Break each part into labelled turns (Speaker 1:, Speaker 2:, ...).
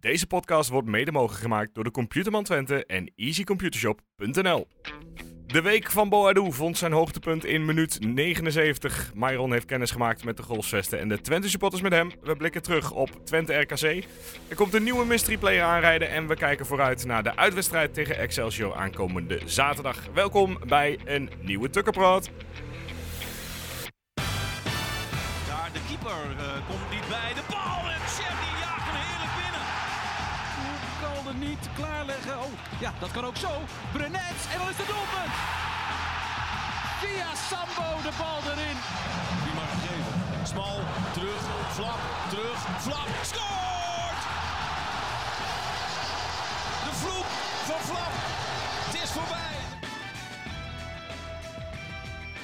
Speaker 1: Deze podcast wordt mede mogelijk gemaakt door de Computerman Twente en easycomputershop.nl. De week van Boadu vond zijn hoogtepunt in minuut 79. Myron heeft kennis gemaakt met de goalsvesten en de Twente supporters met hem. We blikken terug op Twente RKC. Er komt een nieuwe mystery player aanrijden en we kijken vooruit naar de uitwedstrijd tegen Excelsior aankomende zaterdag. Welkom bij een nieuwe Tukkerpraat.
Speaker 2: Daar de keeper eh, komt niet bij. De bal en Chef die jaagt hem heerlijk binnen. Kan niet klaarleggen. Oh, ja, dat kan ook zo. Brenets en dan is het doelpunt. Via Sambo de bal erin. Die mag geven. Smal, terug, flap, terug, flap. Scoort! De vloek van flap. Het is voorbij.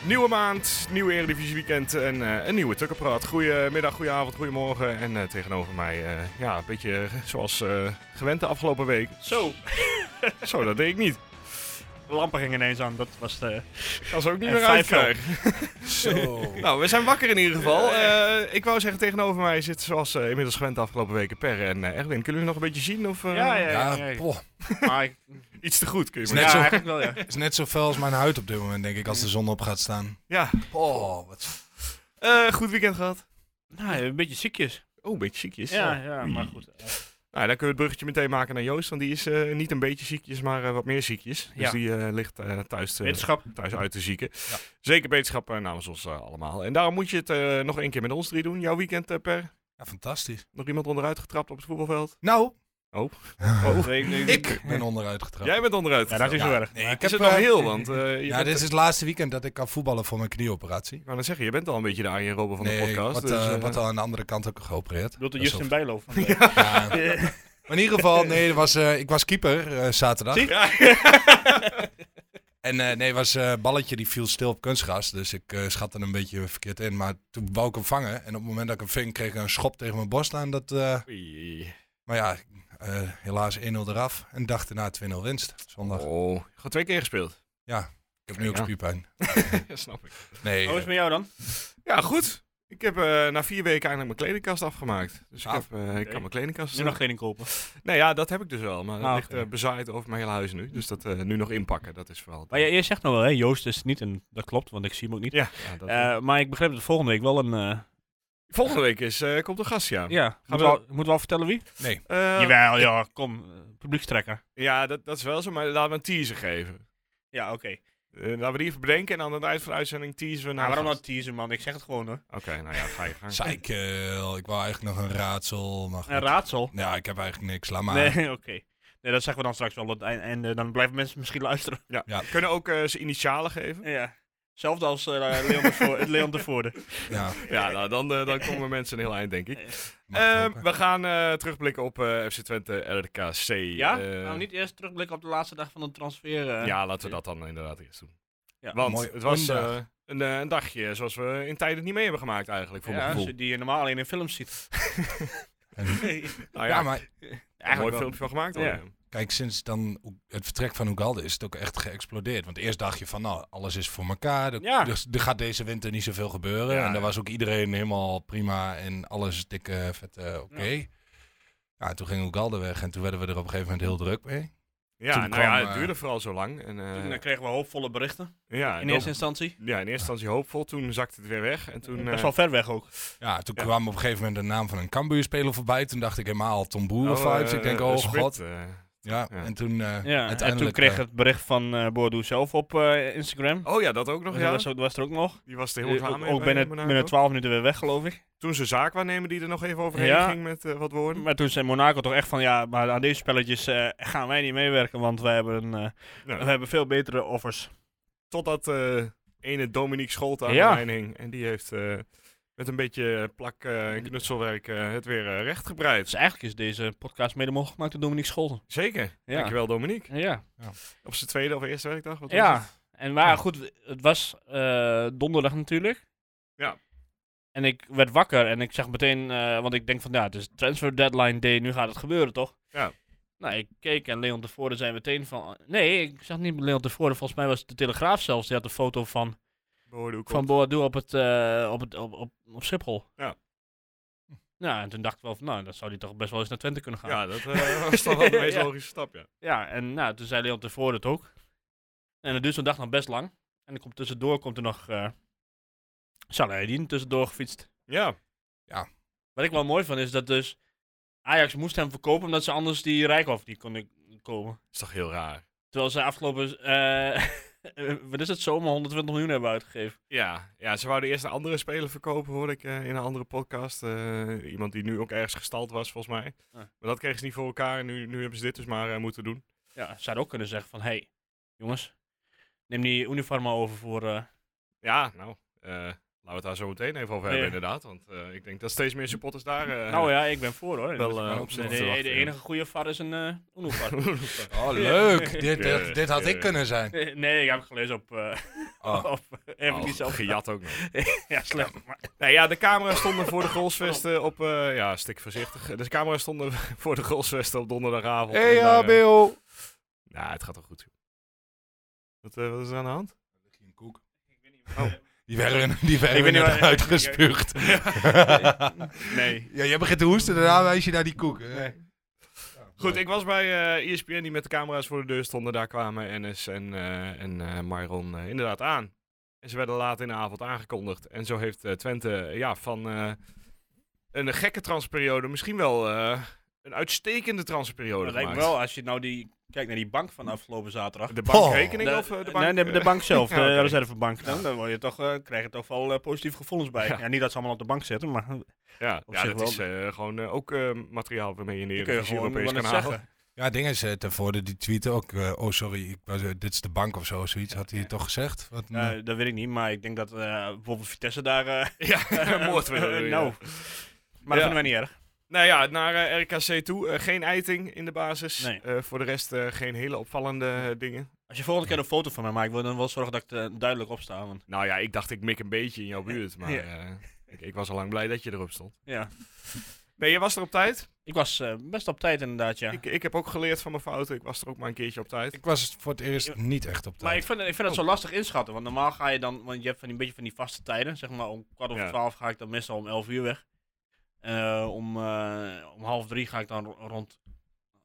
Speaker 1: Nieuwe maand, nieuw Eredivisie weekend en eh, een nieuwe Tukkenpraat. Goedemiddag, goedenavond, goedemorgen. En eh, tegenover mij, eh, ja, een beetje zoals eh, gewend de afgelopen week.
Speaker 3: Zo,
Speaker 1: Zo, dat deed ik niet.
Speaker 3: de lampen gingen ineens aan. Dat was de...
Speaker 1: Ik kan ze ook niet
Speaker 3: En
Speaker 1: meer
Speaker 3: 5-0.
Speaker 1: uitkrijgen. nou, we zijn wakker in ieder geval. Eh, ik wou zeggen, tegenover mij zit zoals eh, inmiddels gewend de afgelopen weken Per en eh Erwin. Kunnen jullie nog een beetje zien? Of, eh,
Speaker 4: Ja, poh.
Speaker 3: Maar ik-
Speaker 1: Iets te goed kun je
Speaker 4: Is
Speaker 1: maar
Speaker 4: net
Speaker 3: ja,
Speaker 4: zo-
Speaker 3: eigenlijk wel, ja.
Speaker 4: is net zo fel als mijn huid op dit moment, denk ik, als de zon op gaat staan.
Speaker 1: Ja.
Speaker 4: Oh, wat...
Speaker 1: Eh, goed weekend gehad.
Speaker 3: Nou, een beetje ziekjes.
Speaker 1: Oh, een beetje ziekjes.
Speaker 3: Ja, ja, maar goed.
Speaker 1: Nou, dan kunnen we het bruggetje meteen maken naar Joost, want die is eh, niet een beetje ziekjes, maar eh, wat meer ziekjes. Dus
Speaker 3: Ja.
Speaker 1: die eh, ligt eh, thuis, te,
Speaker 3: Wetenschap.
Speaker 1: thuis uit te zieken. Zeker beterschap eh, namens ons eh, allemaal. En daarom moet je het eh, nog één keer met ons drie doen. Jouw weekend, eh, Per?
Speaker 4: Ja, fantastisch.
Speaker 1: Nog iemand onderuit getrapt op het voetbalveld?
Speaker 4: Nou,
Speaker 1: Oh,
Speaker 4: ik ben onderuit getrapt.
Speaker 1: jij bent onderuit.
Speaker 3: Ja, dat is
Speaker 1: getrapt.
Speaker 3: wel erg.
Speaker 4: nee,
Speaker 1: Maar
Speaker 4: ik
Speaker 1: is
Speaker 4: heb,
Speaker 1: het nog
Speaker 4: eh,
Speaker 1: heel, want... eh, je
Speaker 4: Ja,
Speaker 1: bent-
Speaker 4: dit is het laatste weekend dat ik kan voetballen voor mijn knieoperatie.
Speaker 1: Ik wou net zeggen, je bent al een beetje de Arjen Robben van de
Speaker 4: Nee,
Speaker 1: podcast.
Speaker 4: wat,
Speaker 1: dus,
Speaker 4: eh,
Speaker 1: eh,
Speaker 4: wat al aan de andere kant ook geopereerd.
Speaker 3: Bedoelt de
Speaker 4: Dat is
Speaker 3: Justin
Speaker 4: wel-
Speaker 3: Bijlo van de...
Speaker 4: Ja. Maar in ieder geval, nee, er was, eh, ik was keeper eh, zaterdag.
Speaker 3: Zie?
Speaker 4: En eh, nee, was eh, balletje die viel stil op kunstgras. Dus ik eh, schatte hem een beetje verkeerd in. Maar toen wou ik hem vangen. En op het moment dat ik hem ving, kreeg ik een schop tegen mijn borst aan. Dat, eh,
Speaker 1: oei.
Speaker 4: maar ja, eh, helaas 1-0 eraf. En dag daarna 2-0 winst. Zondag.
Speaker 1: Oh, gewoon twee keer gespeeld.
Speaker 4: Ik heb nu ook
Speaker 1: Ja.
Speaker 4: spierpijn.
Speaker 1: Ja, snap ik.
Speaker 4: Nee.
Speaker 3: Hoe Oh, is het
Speaker 4: eh,
Speaker 3: met jou dan?
Speaker 1: Ja, goed. Ik heb eh, na vier weken eindelijk mijn kledingkast afgemaakt. Dus
Speaker 4: Ah,
Speaker 1: ik, heb, eh, ik kan mijn kledingkast...
Speaker 3: Nu nog geen kopen.
Speaker 1: Nee, ja, dat heb ik dus wel. Maar dat
Speaker 3: Ah,
Speaker 1: ligt
Speaker 3: oké.
Speaker 1: eh, bezaaid over mijn hele huis nu. Dus dat eh, nu nog inpakken, dat is vooral...
Speaker 3: Maar jij, jij zegt nou wel, hè, Joost is het niet. En dat klopt, want ik zie hem ook niet.
Speaker 1: Ja, dat-
Speaker 3: Eh, maar ik begrijp dat volgende week wel een... eh,
Speaker 1: Volgende week is, eh, komt een gast, ja.
Speaker 3: ja,
Speaker 1: we-
Speaker 3: moeten we, al, moeten we al vertellen wie?
Speaker 4: nee.
Speaker 1: Eh,
Speaker 3: Jawel, ja, kom. eh, publiekstrekker.
Speaker 1: ja dat, dat is wel zo, maar laten we een teaser geven.
Speaker 3: Ja, oké.
Speaker 1: Eh, laten we die even bedenken en aan het eind van de uitzending teasen we naar
Speaker 3: Nou, waarom
Speaker 1: een
Speaker 3: nou
Speaker 1: gast.
Speaker 3: teasen, man? Ik zeg het gewoon, hoor.
Speaker 1: Oké, nou ja, ga je gang.
Speaker 4: Zeikel. Ik wou eigenlijk nog een raadsel. Maar
Speaker 3: Een
Speaker 4: goed.
Speaker 3: raadsel.
Speaker 4: ja, ik heb eigenlijk niks. Laat maar.
Speaker 3: Nee, oké. Nee, dat zeggen we dan straks wel. op het eind- En eh, dan blijven mensen misschien luisteren.
Speaker 1: Ja.
Speaker 4: Ja.
Speaker 1: We kunnen ook eh, zijn initialen geven.
Speaker 3: Ja. Hetzelfde als eh, Leon, de Vo- Leon de Voorde.
Speaker 4: Ja,
Speaker 1: Ja, nou, dan, eh, dan komen mensen een heel eind, denk ik.
Speaker 4: mag
Speaker 1: Eh,
Speaker 4: hopen.
Speaker 1: we gaan eh, terugblikken op eh, FC Twente RKC.
Speaker 3: Ja?
Speaker 1: Eh,
Speaker 3: nou, niet eerst terugblikken op de laatste dag van de transfer. eh.
Speaker 1: ja, laten we dat dan inderdaad eerst doen.
Speaker 3: Ja.
Speaker 1: Want
Speaker 4: Mooi
Speaker 1: het was
Speaker 4: onderdag.
Speaker 1: eh, een, eh, een dagje zoals we in tijden niet mee hebben gemaakt eigenlijk, voor
Speaker 3: Ja,
Speaker 1: mijn gevoel.
Speaker 3: ze- die je normaal alleen in films ziet.
Speaker 4: En-
Speaker 1: Nou ja,
Speaker 4: ja, maar
Speaker 1: een mooi
Speaker 3: wel.
Speaker 1: filmpje van gemaakt. hoor.
Speaker 3: Ja.
Speaker 4: Kijk, sinds dan o- het vertrek van Ugalde is het ook echt geëxplodeerd. Want eerst dacht je van, nou, alles is voor elkaar. Er,
Speaker 3: Ja.
Speaker 4: dus er gaat deze winter niet zoveel gebeuren.
Speaker 1: Ja,
Speaker 4: en daar
Speaker 1: ja.
Speaker 4: was ook iedereen helemaal prima. En alles dikke, vette, eh, oké. Ja. en toen ging Ugalde weg. En toen werden we er op een gegeven moment heel druk mee.
Speaker 1: Ja,
Speaker 4: Toen
Speaker 1: nou
Speaker 4: kwam,
Speaker 1: ja, het
Speaker 4: eh,
Speaker 1: duurde vooral zo lang. En, eh,
Speaker 3: Toen eh, kregen we hoopvolle berichten.
Speaker 1: ja,
Speaker 3: In
Speaker 1: en
Speaker 3: eerste
Speaker 1: ook-
Speaker 3: instantie.
Speaker 1: ja, in eerste instantie hoopvol. Toen zakte het weer weg. En toen,
Speaker 3: Best
Speaker 1: eh,
Speaker 3: wel ver weg ook.
Speaker 4: Ja, toen
Speaker 1: Ja.
Speaker 4: kwam op een gegeven moment de naam van een Cambuur-speler voorbij. Toen dacht ik helemaal Tom
Speaker 1: oh,
Speaker 4: Boeren vibes.
Speaker 1: eh,
Speaker 4: ik denk,
Speaker 1: eh,
Speaker 4: oh
Speaker 1: Smit,
Speaker 4: god.
Speaker 1: eh,
Speaker 4: Ja,
Speaker 1: ja.
Speaker 4: en toen eh,
Speaker 3: Ja,
Speaker 4: uiteindelijk...
Speaker 3: en toen kreeg
Speaker 4: eh,
Speaker 3: het bericht van eh Bordeaux zelf op eh, Instagram. Dus
Speaker 1: oh ja, dat ook nog,
Speaker 3: Dat
Speaker 1: ja.
Speaker 3: was, ook- was er ook nog.
Speaker 1: Die was er heel
Speaker 3: Eh,
Speaker 1: klaar
Speaker 3: ook
Speaker 1: mee.
Speaker 3: ook
Speaker 1: bij
Speaker 3: binnen,
Speaker 1: Monaco.
Speaker 3: binnen 12 minuten weer weg, geloof ik.
Speaker 1: Toen ze zaak waarnemen die er nog even overheen
Speaker 3: Ja.
Speaker 1: ging met eh, wat woorden.
Speaker 3: Maar toen zei Monaco toch echt van, ja, maar aan deze spelletjes eh, gaan wij niet meewerken, want wij hebben, een, eh,
Speaker 1: Ja.
Speaker 3: we hebben veel betere offers.
Speaker 1: Totdat eh ene Dominique Scholte aan
Speaker 3: Ja.
Speaker 1: de lijn hing. En die heeft eh, met een beetje plak eh, en knutselwerk eh, het weer eh, rechtgebreid.
Speaker 3: Dus eigenlijk is deze podcast mede mogelijk gemaakt door Dominique Scholten.
Speaker 1: Zeker.
Speaker 3: Ja.
Speaker 1: Dankjewel Dominique.
Speaker 3: Ja.
Speaker 1: Op zijn tweede of eerste werkdag. Wat was
Speaker 3: Ja,
Speaker 1: het?
Speaker 3: en maar
Speaker 4: Ja.
Speaker 3: goed, het was eh, donderdag natuurlijk.
Speaker 1: Ja.
Speaker 3: En ik werd wakker en ik zag meteen, eh, want ik denk van ja, het is transfer deadline day, nu gaat het gebeuren toch?
Speaker 1: Ja.
Speaker 3: Nou, ik keek en Leon tevoren zei meteen van, nee, ik zag niet Leon tevoren, volgens mij was het de Telegraaf zelfs, die had een foto van,
Speaker 1: Behoorde hoe
Speaker 3: van
Speaker 1: komt.
Speaker 3: Boadu op, het, eh, op, het, op, op, op Schiphol.
Speaker 1: Ja.
Speaker 3: Ja, en toen dacht ik wel van, nou, dan zou die toch best wel eens naar Twente kunnen gaan. Ja,
Speaker 1: Ja, dat eh, was toch wel de meest
Speaker 3: Ja.
Speaker 1: logische stap, ja.
Speaker 3: en nou, toen zei Leon tevoren het ook. En dat duurt zo'n dag nog best lang. En dan komt tussendoor komt er nog eh Salahedin tussendoor gefietst.
Speaker 1: Ja,
Speaker 3: Wat ik wel mooi van is dat dus Ajax moest hem verkopen omdat ze anders die Rijkoff die konden komen.
Speaker 1: is toch heel raar.
Speaker 3: Terwijl ze afgelopen, eh wat is het, zomer 120 miljoen hebben uitgegeven.
Speaker 1: Ja, ja, ze wouden eerst een andere speler verkopen, hoorde ik eh, in een andere podcast. Eh, iemand die nu ook ergens gestald was, volgens mij.
Speaker 3: Ah.
Speaker 1: Maar dat kregen ze niet voor elkaar en nu, nu hebben ze dit dus maar eh, moeten doen.
Speaker 3: Ja, ze zouden ook kunnen zeggen van, hé, hey, jongens, neem die uniform maar over voor... eh,
Speaker 1: Ja, nou, eh, laten we het daar zo meteen even over hebben,
Speaker 3: Ja.
Speaker 1: inderdaad. Want eh, ik denk dat steeds meer supporters daar... eh,
Speaker 3: nou ja, ik ben voor hoor.
Speaker 1: wel eh,
Speaker 4: maar
Speaker 1: op
Speaker 4: op
Speaker 3: De,
Speaker 1: zitten
Speaker 4: zitten
Speaker 3: de-
Speaker 1: te
Speaker 3: de
Speaker 1: wachten, ja.
Speaker 3: enige goede VAR is een eh UNO-VAR.
Speaker 4: Oh, leuk. Dit,
Speaker 1: Ja,
Speaker 4: dit, dit had
Speaker 1: ja.
Speaker 4: ik kunnen zijn.
Speaker 3: Eh, nee, ik heb gelezen op... eh
Speaker 4: Oh.
Speaker 3: op heb ik
Speaker 1: Oh,
Speaker 3: eh, niet zelf
Speaker 1: gejat ook nog.
Speaker 3: Ja, slecht. Maar,
Speaker 1: Nou ja, de camera stonden voor de goalsvesten op... eh, ja, stik voorzichtig. De camera stonden voor de goalsvesten op donderdagavond. En daar, eh,
Speaker 4: EHBO.
Speaker 1: Nou, het gaat wel goed. joh. Wat, eh, wat is er aan de hand?
Speaker 4: Oh. Die werden, die werden
Speaker 3: Ik weet niet
Speaker 4: net
Speaker 3: waar-
Speaker 4: uitgespuugd.
Speaker 3: nee.
Speaker 4: Ja, jij begint te hoesten, daarna wijs je naar die koek. hè?
Speaker 1: Goed, ik was bij eh ESPN die met de camera's voor de deur stonden. Daar kwamen Enes en, eh en eh, Myron eh, inderdaad aan. En ze werden laat in de avond aangekondigd. En zo heeft eh, Twente eh, ja, van eh, een gekke transperiode misschien wel eh, een uitstekende transperiode
Speaker 3: Dat lijkt me
Speaker 1: gemaakt.
Speaker 3: wel, als je nou die... Kijkt naar die bank van afgelopen zaterdag.
Speaker 1: De
Speaker 4: Oh.
Speaker 1: bankrekening of eh, de bank?
Speaker 3: Nee, de, de bank zelf,
Speaker 1: Ja,
Speaker 3: de
Speaker 1: oké.
Speaker 3: reservebank. Dan, dan word je toch, eh, krijg je toch wel eh, positieve gevoelens bij.
Speaker 1: Ja.
Speaker 3: Ja. niet dat ze allemaal op de bank zitten, maar dan
Speaker 1: ja,
Speaker 3: op
Speaker 1: ja
Speaker 3: zich
Speaker 1: dat
Speaker 3: wel.
Speaker 1: is eh, gewoon eh, ook eh, materiaal waarmee je in de
Speaker 3: kun je
Speaker 1: Eredivisie
Speaker 3: gewoon
Speaker 1: Europees
Speaker 3: wel
Speaker 1: kan
Speaker 3: eens
Speaker 1: halen.
Speaker 3: zeggen.
Speaker 4: Ja, dingen is eh, ten voorde, die tweeten ook. eh, oh, sorry, ik was, eh, dit is de bank of zo, zoiets. Had hij het toch gezegd? Wat een-
Speaker 3: Eh, dat weet ik niet, maar ik denk dat eh, bijvoorbeeld Vitesse daar... eh,
Speaker 1: Ja, moord willen
Speaker 3: eh,
Speaker 1: doen, ja.
Speaker 3: nou, maar
Speaker 1: Ja.
Speaker 3: dat vinden wij niet erg.
Speaker 1: Nou ja, naar eh, RKC toe. Eh, geen eiting in de basis.
Speaker 3: Nee.
Speaker 1: Eh, voor de rest eh, geen hele opvallende eh, dingen.
Speaker 3: Als je volgende keer een foto van mij maakt, wil je dan wel zorgen dat ik er duidelijk op sta. Want,
Speaker 1: Nou ja, ik dacht ik mik een beetje in jouw buurt. Maar
Speaker 3: Ja.
Speaker 1: eh, ik, ik was al lang blij dat je erop stond.
Speaker 3: ja.
Speaker 1: Nee, je was er op tijd.
Speaker 3: Ik was eh, best op tijd inderdaad, ja.
Speaker 1: Ik, ik heb ook geleerd van mijn fouten. Ik was er ook maar een keertje op tijd.
Speaker 4: Ik was voor het eerst niet echt op
Speaker 3: maar
Speaker 4: tijd.
Speaker 3: ik vind, ik vind
Speaker 1: Oh.
Speaker 3: dat zo lastig inschatten, want normaal ga je dan, want je hebt van die, een beetje van die vaste tijden, zeg maar om kwart over
Speaker 1: Ja.
Speaker 3: twaalf ga ik dan meestal om elf uur weg. Eh, om, eh, om half drie ga ik dan ro- rond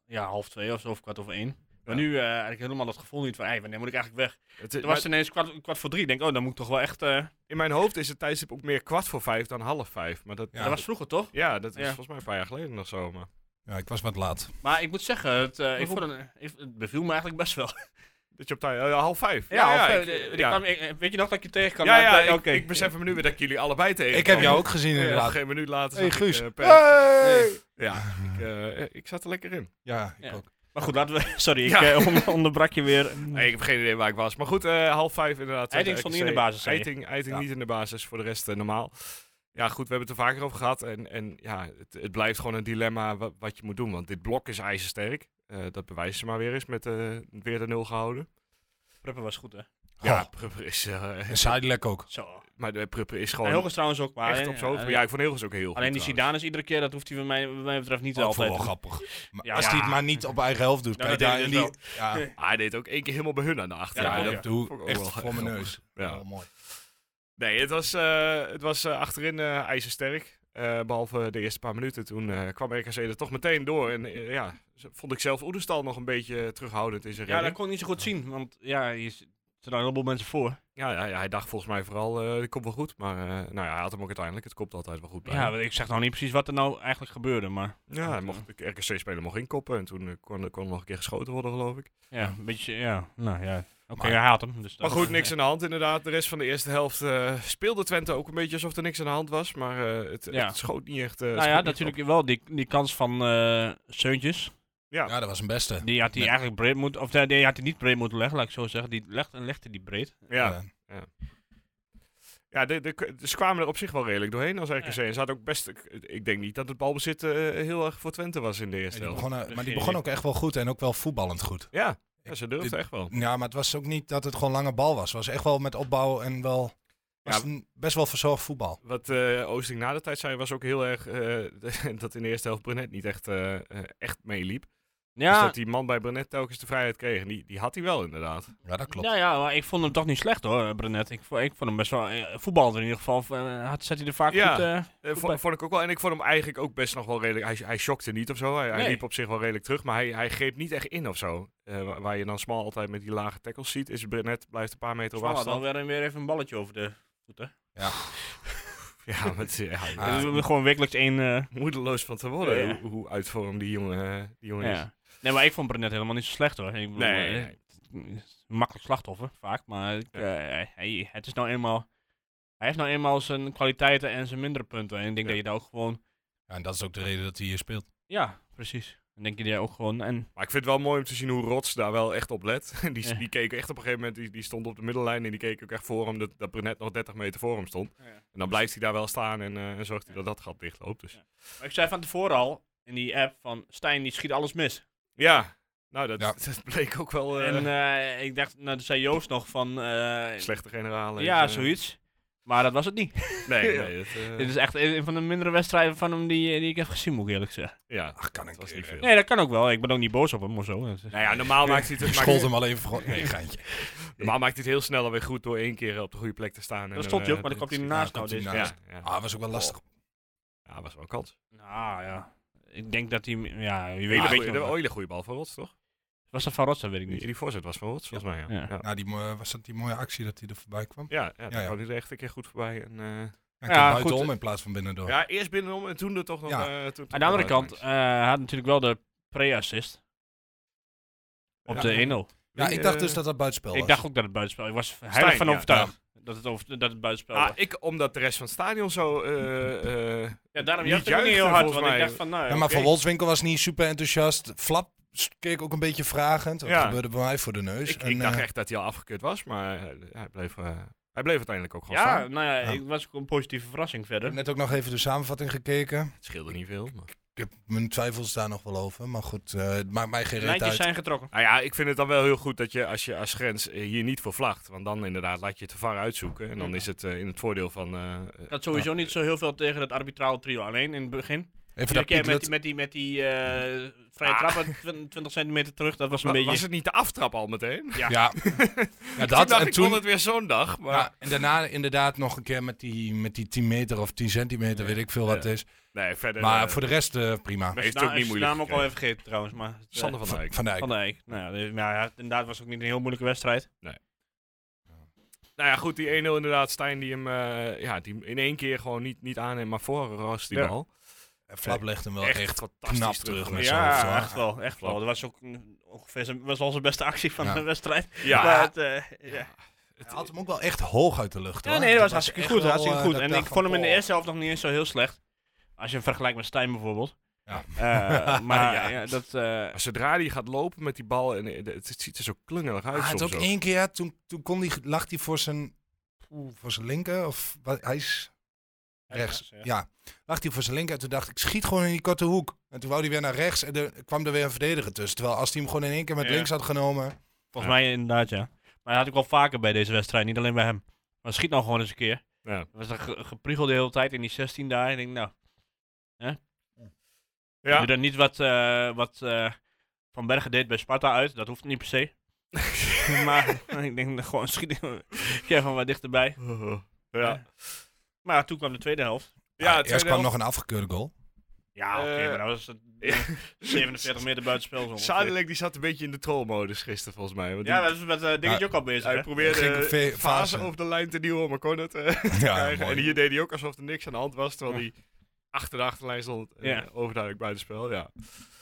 Speaker 3: ja, half twee of zo, of kwart over één. Maar
Speaker 1: Ja.
Speaker 3: nu eh, eigenlijk helemaal dat gevoel niet van, hey, wanneer moet ik eigenlijk weg?
Speaker 1: Het, is-
Speaker 3: Toen was
Speaker 1: maar
Speaker 3: het ineens kwart, kwart voor drie, ik denk, oh, dan moet ik toch wel echt... eh,
Speaker 1: in mijn hoofd is het tijdstip ook meer kwart voor vijf dan half vijf. Maar dat,
Speaker 4: Ja.
Speaker 1: ja.
Speaker 3: Dat was vroeger toch?
Speaker 1: dat is
Speaker 3: Ja.
Speaker 1: volgens mij een paar jaar geleden nog zo. Maar
Speaker 4: Ja, ik was wat laat.
Speaker 3: Maar ik moet zeggen, het, eh, ik vond het, ik- het beviel me eigenlijk best wel.
Speaker 1: dat je op tijd... eh, half vijf.
Speaker 3: Ja,
Speaker 1: ja,
Speaker 3: of,
Speaker 1: ik-
Speaker 3: eh, ik
Speaker 1: ja.
Speaker 3: kwam- ik- weet je nog dat ik je tegen kan?
Speaker 1: Ja, ja,
Speaker 3: Maar, eh,
Speaker 1: ik,
Speaker 3: oké.
Speaker 1: ik besef me nu weer dat ik jullie allebei tegen.
Speaker 4: Ik heb jou ook gezien inderdaad.
Speaker 1: Geen minuut later.
Speaker 4: Hey,
Speaker 1: zag ik,
Speaker 4: Guus. Ah!
Speaker 1: eh, per-
Speaker 4: Hey!
Speaker 1: Ja, ik, eh, ik zat er lekker in.
Speaker 4: Ja, ik
Speaker 3: Ja.
Speaker 4: ook.
Speaker 3: Maar goed, laten we. Sorry, ik
Speaker 1: Ja.
Speaker 3: eh, on- onderbrak je weer.
Speaker 1: Nee, ik heb geen idee waar ik was. Maar goed, eh, half vijf inderdaad.
Speaker 3: Eiting stond niet in de basis, zei je?
Speaker 1: Eiting, Eiting
Speaker 4: Ja.
Speaker 1: niet in de basis, voor de rest eh, normaal. Ja, goed, we hebben het er vaker over gehad. En, en ja, het, het blijft gewoon een dilemma wat, wat je moet doen. Want dit blok is ijzersterk. Eh, dat bewijzen ze maar weer eens met eh, weer de nul gehouden.
Speaker 3: Prepper was goed, hè?
Speaker 1: Ja,
Speaker 4: Goh.
Speaker 1: Prupper is, eh,
Speaker 4: En Sidelec ook.
Speaker 3: Zo.
Speaker 1: maar de Prupper is
Speaker 3: En
Speaker 1: gewoon
Speaker 3: Hilgers trouwens ook, maar.
Speaker 1: echt
Speaker 3: hè,
Speaker 1: op zijn hoofd.
Speaker 3: eh,
Speaker 1: Ja, ik vond Hilgers ook heel goed
Speaker 3: Alleen die
Speaker 1: trouwens.
Speaker 3: Zidane is iedere keer, dat hoeft hij bij mij, bij mij betreft niet
Speaker 4: Dat vond ik
Speaker 3: altijd.
Speaker 4: wel grappig. Maar
Speaker 3: Ja.
Speaker 4: Als hij het maar niet op eigen helft doet,
Speaker 3: Nou,
Speaker 4: kan je
Speaker 3: dat
Speaker 4: daar
Speaker 3: deed
Speaker 4: in
Speaker 3: hij
Speaker 4: die... Ja, ja,
Speaker 1: Ah, hij deed ook één keer helemaal bij hun aan de achterkant.
Speaker 3: Ja,
Speaker 1: Ja,
Speaker 4: dat doe
Speaker 1: Vond
Speaker 4: ik
Speaker 1: ik ook
Speaker 4: echt
Speaker 1: wel
Speaker 4: voor mijn
Speaker 1: grappig.
Speaker 4: neus.
Speaker 1: Ja.
Speaker 4: Wel mooi.
Speaker 1: Nee, het was, eh, het was eh, achterin eh, ijzersterk. Eh, behalve de eerste paar minuten. Toen eh, kwam RKC er toch meteen door. En eh, ja, z- vond ik zelf Oedestal nog een beetje eh, terughoudend in zijn
Speaker 3: Ja, dat
Speaker 1: redding.
Speaker 3: kon ik niet zo goed zien, want ja, je z- er zijn een heleboel mensen voor.
Speaker 1: Ja, ja, ja, hij dacht volgens mij vooral, eh dit komt wel goed. Maar eh, nou ja, hij had hem ook uiteindelijk. Het komt altijd wel goed bij.
Speaker 3: Ja, want ik zeg nou niet precies wat er nou eigenlijk gebeurde, maar
Speaker 1: ja hij
Speaker 3: eh,
Speaker 1: mocht, de RKC-speler mocht inkoppen. En toen eh, kon, er- kon er nog een keer geschoten worden, geloof ik.
Speaker 3: ja, een beetje, ja, nou ja. Oké,
Speaker 4: Maar-
Speaker 3: hij haat hem. Dus
Speaker 1: Maar
Speaker 3: dat-
Speaker 1: goed, niks aan de hand inderdaad. De rest van de eerste helft eh, speelde Twente ook een beetje alsof er niks aan de hand was. Maar eh, het,
Speaker 3: Ja.
Speaker 1: het schoot niet echt. eh,
Speaker 3: Nou
Speaker 1: schoot
Speaker 3: ja,
Speaker 1: niet
Speaker 3: natuurlijk wel die, die kans van eh Seuntjes.
Speaker 4: Ja, dat was een beste.
Speaker 3: Die had hij
Speaker 4: Nee.
Speaker 3: eigenlijk breed moeten, of nee, die had hij niet breed moeten leggen, laat ik zo zeggen. Die legt en legde die breed.
Speaker 1: op. Ja,
Speaker 4: Ja.
Speaker 1: Ja, de, de, ze kwamen er op zich wel redelijk doorheen als RKC. En ze hadden ook best... Ik, ik denk niet dat het balbezit eh, heel erg voor Twente was in de
Speaker 4: Ja,
Speaker 1: eerste
Speaker 4: die
Speaker 1: helft.
Speaker 4: begonnen, maar die begon ook echt wel goed en ook wel voetballend goed.
Speaker 1: Ja, ja, ze durfden
Speaker 4: Dit-
Speaker 1: echt wel.
Speaker 4: Ja, maar het was ook niet dat het gewoon lange bal was. Het was echt wel met opbouw en wel... was
Speaker 1: Ja.
Speaker 4: een best wel verzorgd voetbal.
Speaker 1: Wat eh, Oosting na de tijd zei was ook heel erg... eh, dat in de eerste helft Brunet niet echt, eh, eh, echt meeliep. Dus
Speaker 3: Ja,
Speaker 1: dat die man bij Brenet telkens de vrijheid kreeg. En die, die had hij wel inderdaad.
Speaker 4: Ja, dat klopt.
Speaker 3: ja, ja, maar ik vond hem toch niet slecht hoor, eh, Brenet. Ik, vo- ik vond hem best wel, eh, voetbalde in ieder geval, eh, had, zet hij er vaak
Speaker 1: Ja.
Speaker 3: goed... eh,
Speaker 1: Eh,
Speaker 3: bij.
Speaker 1: vond, vond ik ook wel. En ik vond hem eigenlijk ook best nog wel redelijk. Hij, hij shockte niet of zo. Hij, hij
Speaker 3: Nee.
Speaker 1: liep op zich wel redelijk terug. Maar hij, hij greep niet echt in of zo. Eh, wa- waar je dan smal altijd met die lage tackles ziet, is Brenet blijft een paar meter op
Speaker 3: Zwaar, dan
Speaker 1: afstand.
Speaker 3: weer, en weer even een balletje over de voeten.
Speaker 1: Ja, met, ja, ja,
Speaker 4: Ah.
Speaker 3: Dus we hebben gewoon wekelijks één... eh,
Speaker 1: moedeloos van te worden.
Speaker 3: Ja.
Speaker 1: Hoe, hoe uitvorm die jongen, eh, die jongen is.
Speaker 3: ja. Oh, Nee, maar ik vond Brenet helemaal niet zo slecht hoor. Ik bedoel,
Speaker 1: Nee,
Speaker 3: eh,
Speaker 1: nee.
Speaker 3: een makkelijk slachtoffer, vaak. Maar ik, eh, hij, het is nou eenmaal... Hij heeft nou eenmaal zijn kwaliteiten en zijn mindere punten. En ik
Speaker 1: Ja.
Speaker 3: denk dat je daar ook gewoon...
Speaker 4: Ja, en dat is ook de reden dat hij hier speelt.
Speaker 3: Ja, precies. Dan denk je daar ook gewoon... En,
Speaker 1: Maar ik vind het wel mooi om te zien hoe Rots daar wel echt op let. die,
Speaker 3: Ja.
Speaker 1: die keek echt op een gegeven moment, die, die stond op de middellijn en die keek ook echt voor hem, dat, dat Brenet nog 30 meter voor hem stond.
Speaker 3: Ja.
Speaker 1: En dan blijft hij daar wel staan en, eh, en zorgt hij dat dat gat dicht loopt. Dus.
Speaker 3: Ja. maar ik zei van tevoren al in die app van... Stijn die schiet alles mis.
Speaker 1: Ja, nou dat,
Speaker 4: Ja.
Speaker 1: dat bleek ook wel eh,
Speaker 3: En eh, ik dacht... Nou, toen zei Joost nog van... eh,
Speaker 1: slechte generalen.
Speaker 3: ja,
Speaker 1: Eh,
Speaker 3: zoiets. Maar dat was het niet.
Speaker 1: Nee, nee. dat, eh,
Speaker 3: Dit is echt een een van de mindere wedstrijden van hem die, eh, die ik heb gezien, moet ik eerlijk zeggen.
Speaker 1: ja,
Speaker 4: Ach, kan
Speaker 1: dat
Speaker 4: ik eh,
Speaker 1: was niet veel.
Speaker 3: Nee, dat kan ook wel. Ik ben ook niet boos op hem of zo. Dat is-
Speaker 1: Nou ja, normaal maakt hij het,
Speaker 4: Ik
Speaker 1: maakt-
Speaker 4: schold hem al even gewoon. Nee, geintje.
Speaker 1: normaal maakt hij het heel snel alweer goed door één keer op de goede plek te staan. en
Speaker 3: dat stond je ook,
Speaker 1: eh,
Speaker 3: maar dan kwam hij
Speaker 4: Ja,
Speaker 3: naast nou
Speaker 4: komt
Speaker 3: dit.
Speaker 4: hij
Speaker 1: Ja,
Speaker 4: naast.
Speaker 1: ja.
Speaker 4: Ah, was ook wel lastig.
Speaker 1: Ja, was wel een kans.
Speaker 3: Nou ja, ik denk dat hij... Ja, je weet
Speaker 1: Hele
Speaker 3: het
Speaker 1: goeie-
Speaker 3: nog
Speaker 1: de-
Speaker 3: wel.
Speaker 1: oh, hele goede bal van Rots, toch?
Speaker 3: Was dat van Rots? Dat weet ik
Speaker 1: Die,
Speaker 3: niet.
Speaker 1: die voorzet was van Rots, volgens mij. Ja,
Speaker 3: Ja.
Speaker 1: ja.
Speaker 4: Nou, die, mo- was dat die mooie actie dat hij er voorbij kwam?
Speaker 1: Ja, ja, daar
Speaker 4: ja.
Speaker 1: kwam hij er echt een keer goed voorbij. En, eh,
Speaker 4: Hij
Speaker 3: Ja,
Speaker 4: ja,
Speaker 3: goed.
Speaker 4: buitenom in plaats van binnendoor.
Speaker 1: ja, eerst binnenom en toen er toch nog...
Speaker 4: Ja.
Speaker 1: eh, toen-
Speaker 3: Aan de andere
Speaker 1: toen-
Speaker 3: kant, eh, hij had natuurlijk wel de pre-assist. Op
Speaker 1: Ja.
Speaker 3: de 1-0.
Speaker 4: Ja, ik dacht dus
Speaker 1: Eh,
Speaker 4: dat dat buitenspel was.
Speaker 3: Ik dacht ook dat het buitenspel Ik was heilig van
Speaker 1: ja.
Speaker 3: overtuigd dat, het over, dat het buitenspel
Speaker 1: ah,
Speaker 3: was.
Speaker 1: ik, omdat de rest van het stadion zo... eh, eh,
Speaker 3: Ja, daarom
Speaker 1: niet
Speaker 3: jacht ik ook
Speaker 1: juichte,
Speaker 3: niet heel hard,
Speaker 1: volgens
Speaker 3: want
Speaker 1: mij.
Speaker 3: ik dacht van... Nou,
Speaker 4: ja, maar Van
Speaker 3: oké.
Speaker 4: Wolfswinkel was niet super enthousiast. Flap s- keek ook een beetje vragend. Dat
Speaker 1: Ja.
Speaker 4: gebeurde bij mij voor de neus.
Speaker 1: ik,
Speaker 4: En,
Speaker 1: ik dacht
Speaker 4: eh,
Speaker 1: echt dat hij al afgekeurd was, maar eh, hij bleef, eh, hij bleef uiteindelijk ook gewoon
Speaker 3: Ja,
Speaker 1: staan.
Speaker 3: nou ja,
Speaker 4: Ja.
Speaker 3: ik was ook een positieve verrassing verder.
Speaker 4: Net ook nog even de samenvatting gekeken.
Speaker 1: Het scheelde niet veel. Maar.
Speaker 4: Ik heb mijn twijfels daar nog wel over. Maar goed, eh, het maakt mij geen reet
Speaker 3: Lijntjes
Speaker 4: uit.
Speaker 3: zijn getrokken.
Speaker 1: Nou ja, ik vind het dan wel heel goed dat je als je als grens eh, hier niet voor vlagt. Want dan inderdaad laat je het te var uitzoeken. En dan is het eh, in het voordeel van... eh,
Speaker 3: Ik had sowieso niet zo heel veel tegen het arbitrale trio. Alleen in het begin.
Speaker 4: Even
Speaker 3: Iedere
Speaker 4: dat
Speaker 3: keer met
Speaker 4: Pietlet-
Speaker 3: die, met die, met die eh, vrije
Speaker 1: Ah.
Speaker 3: trap uit 20 centimeter terug, dat was een
Speaker 1: wa-
Speaker 3: beetje...
Speaker 1: Was het niet de aftrap al meteen?
Speaker 3: ja.
Speaker 4: Ja, ja
Speaker 1: Dat, toen
Speaker 4: dat.
Speaker 1: dacht
Speaker 4: En
Speaker 1: ik, toen
Speaker 4: toen,
Speaker 1: het weer zo'n dag. Maar...
Speaker 4: Ja, en daarna inderdaad nog een keer met die, met die 10 meter of 10 centimeter, weet ik veel wat het is.
Speaker 1: Nee, verder...
Speaker 4: Maar
Speaker 1: eh,
Speaker 4: voor de rest eh, prima.
Speaker 1: heeft
Speaker 3: Nou,
Speaker 1: het ook niet
Speaker 3: is
Speaker 1: moeilijk
Speaker 3: naam ook al even vergeten trouwens, maar... het, eh,
Speaker 1: Sander van Dijk.
Speaker 4: Van Dijk.
Speaker 3: Van Dijk. Nou ja, dit- nou ja, het- inderdaad was ook niet een heel moeilijke wedstrijd.
Speaker 1: Nou ja, goed, die 1-0 inderdaad. Stijn die hem eh, ja, die hem in één keer gewoon niet, niet aanneemt, maar voor rast die
Speaker 3: Ja.
Speaker 1: bal.
Speaker 4: En Flap legt hem wel echt,
Speaker 1: echt fantastisch
Speaker 4: knap
Speaker 1: terug,
Speaker 4: terug
Speaker 1: hoor.
Speaker 4: met zijn hoofd, hoor.
Speaker 3: ja, echt wel, echt wel.
Speaker 1: Klopt.
Speaker 3: Dat was ook een- ongeveer zijn, was wel zijn beste actie van
Speaker 4: Ja.
Speaker 3: de wedstrijd.
Speaker 1: Ja,
Speaker 3: Maar het, eh, ja.
Speaker 4: Hij had hem ook wel echt hoog uit de lucht.
Speaker 3: ja,
Speaker 4: hoor.
Speaker 3: nee, dat was
Speaker 4: echt
Speaker 3: hartstikke
Speaker 4: wel,
Speaker 3: goed, hartstikke
Speaker 4: eh,
Speaker 3: goed.
Speaker 4: dat
Speaker 3: En
Speaker 4: dacht
Speaker 3: ik vond hem in de
Speaker 4: oh.
Speaker 3: eerste helft nog niet eens zo heel slecht. Als je hem vergelijkt met Stijn bijvoorbeeld.
Speaker 4: Ja.
Speaker 3: Eh, maar
Speaker 4: Ah, Ja.
Speaker 3: ja. dat... eh,
Speaker 1: Maar zodra hij gaat lopen met die bal, en eh, het, het ziet er zo klungelig uit.
Speaker 4: Hij had
Speaker 1: soms
Speaker 4: Ah, ook
Speaker 1: ook.
Speaker 4: één keer, toen, toen kon die, lag hij voor zijn, oeh, voor zijn linker, of wat, hij is rechts. Ja. lag hij voor zijn linker en toen dacht ik, schiet gewoon in die korte hoek. En toen wou hij weer naar rechts en er kwam er weer een verdediger tussen. Terwijl als hij hem gewoon in één keer met
Speaker 3: Ja.
Speaker 4: links had genomen.
Speaker 3: Volgens mij inderdaad, ja. Maar dat had ik wel vaker bij deze wedstrijd, niet alleen bij hem. Maar schiet nou gewoon eens een keer.
Speaker 1: Ja.
Speaker 3: Er was een ge- gepriegel de hele tijd in die 16 daar. Ik denk, nou, doe dan niet wat, eh, wat eh, Van Bergen deed bij Sparta uit. Dat hoeft niet per se. maar ik denk, nou, gewoon schiet een keer van wat dichterbij.
Speaker 1: Ja.
Speaker 3: Maar toen kwam de tweede helft.
Speaker 1: Ja,
Speaker 4: Ja,
Speaker 1: tweede
Speaker 4: Ah, eerst kwam
Speaker 1: helft.
Speaker 4: nog een afgekeurde goal.
Speaker 3: Ja, oké,
Speaker 1: Eh,
Speaker 3: maar dat was het, eh, 47 meter buitenspel. zo ongeveer.
Speaker 1: Zadelijk die zat een beetje in de trollmodus gisteren volgens mij. Want
Speaker 3: Ja,
Speaker 1: die-
Speaker 3: dat is met eh dingetje ook al bezig,
Speaker 1: hij
Speaker 3: hè?
Speaker 1: probeerde
Speaker 4: Ging
Speaker 1: eh,
Speaker 4: ve-
Speaker 1: fase,
Speaker 4: fase.
Speaker 1: over de lijn te duwen, maar kon het eh,
Speaker 4: Ja,
Speaker 1: krijgen.
Speaker 4: mooi.
Speaker 1: En hier deed hij ook alsof er niks aan de hand was, terwijl
Speaker 3: Ja.
Speaker 1: hij achter de achterlijn stond. eh,
Speaker 3: Ja.
Speaker 1: Overduidelijk buitenspel, ja.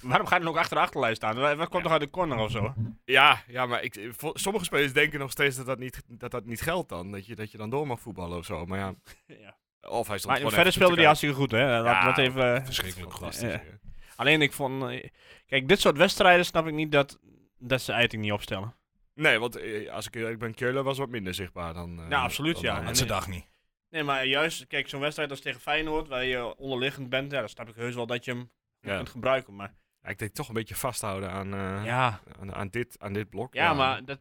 Speaker 3: Waarom ga je dan ook achter de achterlijn staan? Wat wat komt toch uit de corner of zo?
Speaker 1: Ja, ja maar ik, eh, vo- sommige spelers denken nog steeds dat dat niet, dat dat niet geldt dan. Dat je, dat je dan door mag voetballen of zo. Maar ja,
Speaker 3: Ja.
Speaker 1: of hij stond
Speaker 3: Maar
Speaker 1: gewoon
Speaker 3: verder
Speaker 1: even te
Speaker 3: speelde hij hartstikke goed, hè? Laat
Speaker 1: Ja,
Speaker 3: dat even... eh,
Speaker 4: Verschrikkelijk goed.
Speaker 1: kijken. Fantastisch, hè.
Speaker 3: Alleen ik vond. eh, Kijk, dit soort wedstrijden snap ik niet dat, dat ze Eiting niet opstellen.
Speaker 1: Nee, want eh, als ik eerlijk ben, Keulen was wat minder zichtbaar dan... eh,
Speaker 3: Ja, Nou, absoluut,
Speaker 1: dan
Speaker 3: ja.
Speaker 1: Mannen.
Speaker 4: Dat ze dag niet.
Speaker 3: Nee, maar juist, kijk, zo'n wedstrijd als tegen Feyenoord, waar je onderliggend bent, ja, dan snap ik heus wel dat je hem
Speaker 1: Ja.
Speaker 3: kunt gebruiken. Maar
Speaker 1: Ja, ik denk toch een beetje vasthouden aan, eh,
Speaker 3: ja,
Speaker 1: aan, aan dit, aan dit blok.
Speaker 3: ja, maar dat,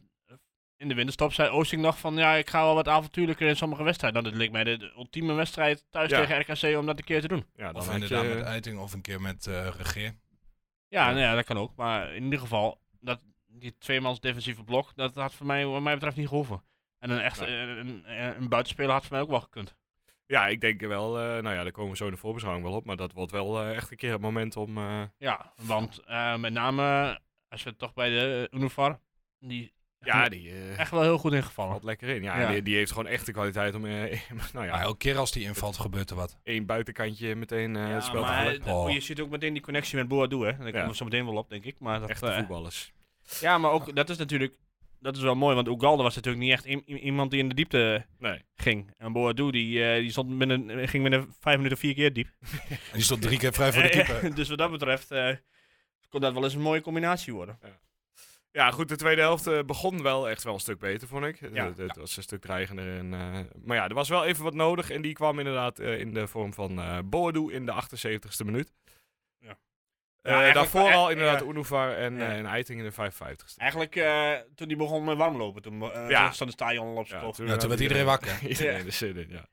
Speaker 3: in de winterstop zei Oosting nog van, ja, ik ga wel wat avontuurlijker in sommige wedstrijden. Nou, dat leek mij de ultieme wedstrijd thuis
Speaker 1: Ja.
Speaker 3: tegen RKC om dat een keer te doen.
Speaker 1: Ja, dan
Speaker 4: Of
Speaker 1: had
Speaker 4: inderdaad
Speaker 1: je-
Speaker 4: met Eiting of een keer met eh Regeer.
Speaker 3: Ja, nou ja, dat kan ook. Maar in ieder geval, dat, die tweemans defensieve blok, dat had voor mij, wat mij betreft niet gehoeven. En een, echt, eh,
Speaker 1: Nee.
Speaker 3: een, een, een buitenspeler had voor mij ook wel gekund.
Speaker 1: Ja, ik denk wel, eh, nou ja, daar komen we zo in de voorbeschouwing wel op. Maar dat wordt wel eh, echt een keer het moment om... eh,
Speaker 3: Ja, want eh, met name, als we toch bij de Unifar, die
Speaker 1: ja, die eh,
Speaker 3: echt wel heel goed ingevallen.
Speaker 1: valt lekker in. Ja,
Speaker 3: Ja.
Speaker 1: Die, die heeft gewoon echt de kwaliteit om, eh, nou
Speaker 4: Maar
Speaker 1: ja,
Speaker 4: elke keer als die invalt, gebeurt er wat.
Speaker 1: één buitenkantje meteen eh, het spel te
Speaker 3: maar
Speaker 1: verleggen.
Speaker 3: eh,
Speaker 4: Oh.
Speaker 3: je ziet ook meteen die connectie met Boadu, hè. Daar komen we zo meteen wel op, denk ik. Maar dat,
Speaker 1: Echte
Speaker 3: eh,
Speaker 1: voetballers.
Speaker 3: ja, maar ook, dat is natuurlijk, dat is wel mooi, want Ugalde was natuurlijk niet echt i- i- iemand die in de diepte
Speaker 1: Nee.
Speaker 3: ging. En Boadu, die, eh, die stond binnen, ging binnen vijf minuten vier keer diep.
Speaker 4: En die stond drie keer vrij voor de
Speaker 3: Eh,
Speaker 4: keeper.
Speaker 3: eh, dus wat dat betreft eh, kon dat wel eens een mooie combinatie worden.
Speaker 1: Ja, goed, de tweede helft eh, begon wel echt wel een stuk beter, vond ik.
Speaker 3: Ja.
Speaker 1: Het, het was een stuk dreigender. En, eh, maar ja, er was wel even wat nodig. En die kwam inderdaad eh, in de vorm van eh Boadu in de 78ste minuut.
Speaker 3: Ja.
Speaker 1: Eh,
Speaker 3: eigenlijk-
Speaker 1: daarvoor
Speaker 3: eh,
Speaker 1: al inderdaad
Speaker 3: eh,
Speaker 1: Unuvar en,
Speaker 3: ja.
Speaker 1: eh, en Eiting in de 55ste.
Speaker 3: Eigenlijk eh, toen die begon met warmlopen, toen eh
Speaker 1: Ja.
Speaker 3: toen stond het stadion al op zijn
Speaker 1: Ja,
Speaker 3: kop.
Speaker 4: Ja, toen
Speaker 1: had
Speaker 4: werd iedereen wakker.
Speaker 1: iedereen de zin in, ja.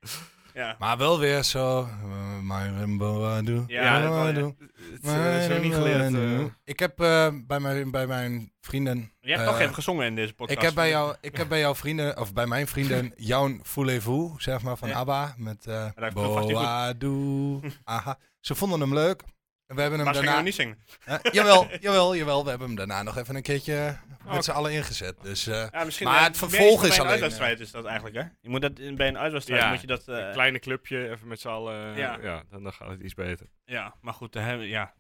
Speaker 3: Ja.
Speaker 4: Maar wel weer zo. eh, Myron Boadu.
Speaker 3: Ja, dat wel, ja.
Speaker 4: Boadu,
Speaker 1: Het is
Speaker 4: Myron
Speaker 1: niet geleerd.
Speaker 4: Boadu. Ik heb eh, bij, mijn, bij mijn vrienden.
Speaker 3: Je hebt
Speaker 4: eh,
Speaker 3: toch even gezongen in deze podcast.
Speaker 4: ik heb, bij jou, ik heb bij jouw vrienden, of bij mijn vrienden, jouw voulez-vous, zeg maar, van
Speaker 3: Ja.
Speaker 4: ABBA. Met eh
Speaker 3: dat vond ik vast niet goed.
Speaker 4: Boadu. Aha. Ze vonden hem leuk. En we hebben hem
Speaker 3: maar ze gingen
Speaker 4: daarna...
Speaker 3: hem niet zingen.
Speaker 4: Eh, jawel, jawel, jawel. We hebben hem daarna nog even een keertje
Speaker 3: Oh, oké.
Speaker 4: met z'n allen ingezet. Dus eh,
Speaker 3: Ja, misschien,
Speaker 4: Maar
Speaker 3: eh,
Speaker 4: het
Speaker 3: meer
Speaker 4: vervolg
Speaker 3: bij
Speaker 4: is
Speaker 3: een
Speaker 4: alleen,
Speaker 3: uitwedstrijd is dat eigenlijk, hè? Je moet dat, in- bij een uitwedstrijd
Speaker 1: Ja.
Speaker 3: moet je dat... eh,
Speaker 1: Een kleine clubje, even met z'n allen. eh,
Speaker 3: Ja.
Speaker 1: Ja. dan, dan gaat het iets beter.
Speaker 3: ja, maar goed, eh, ja.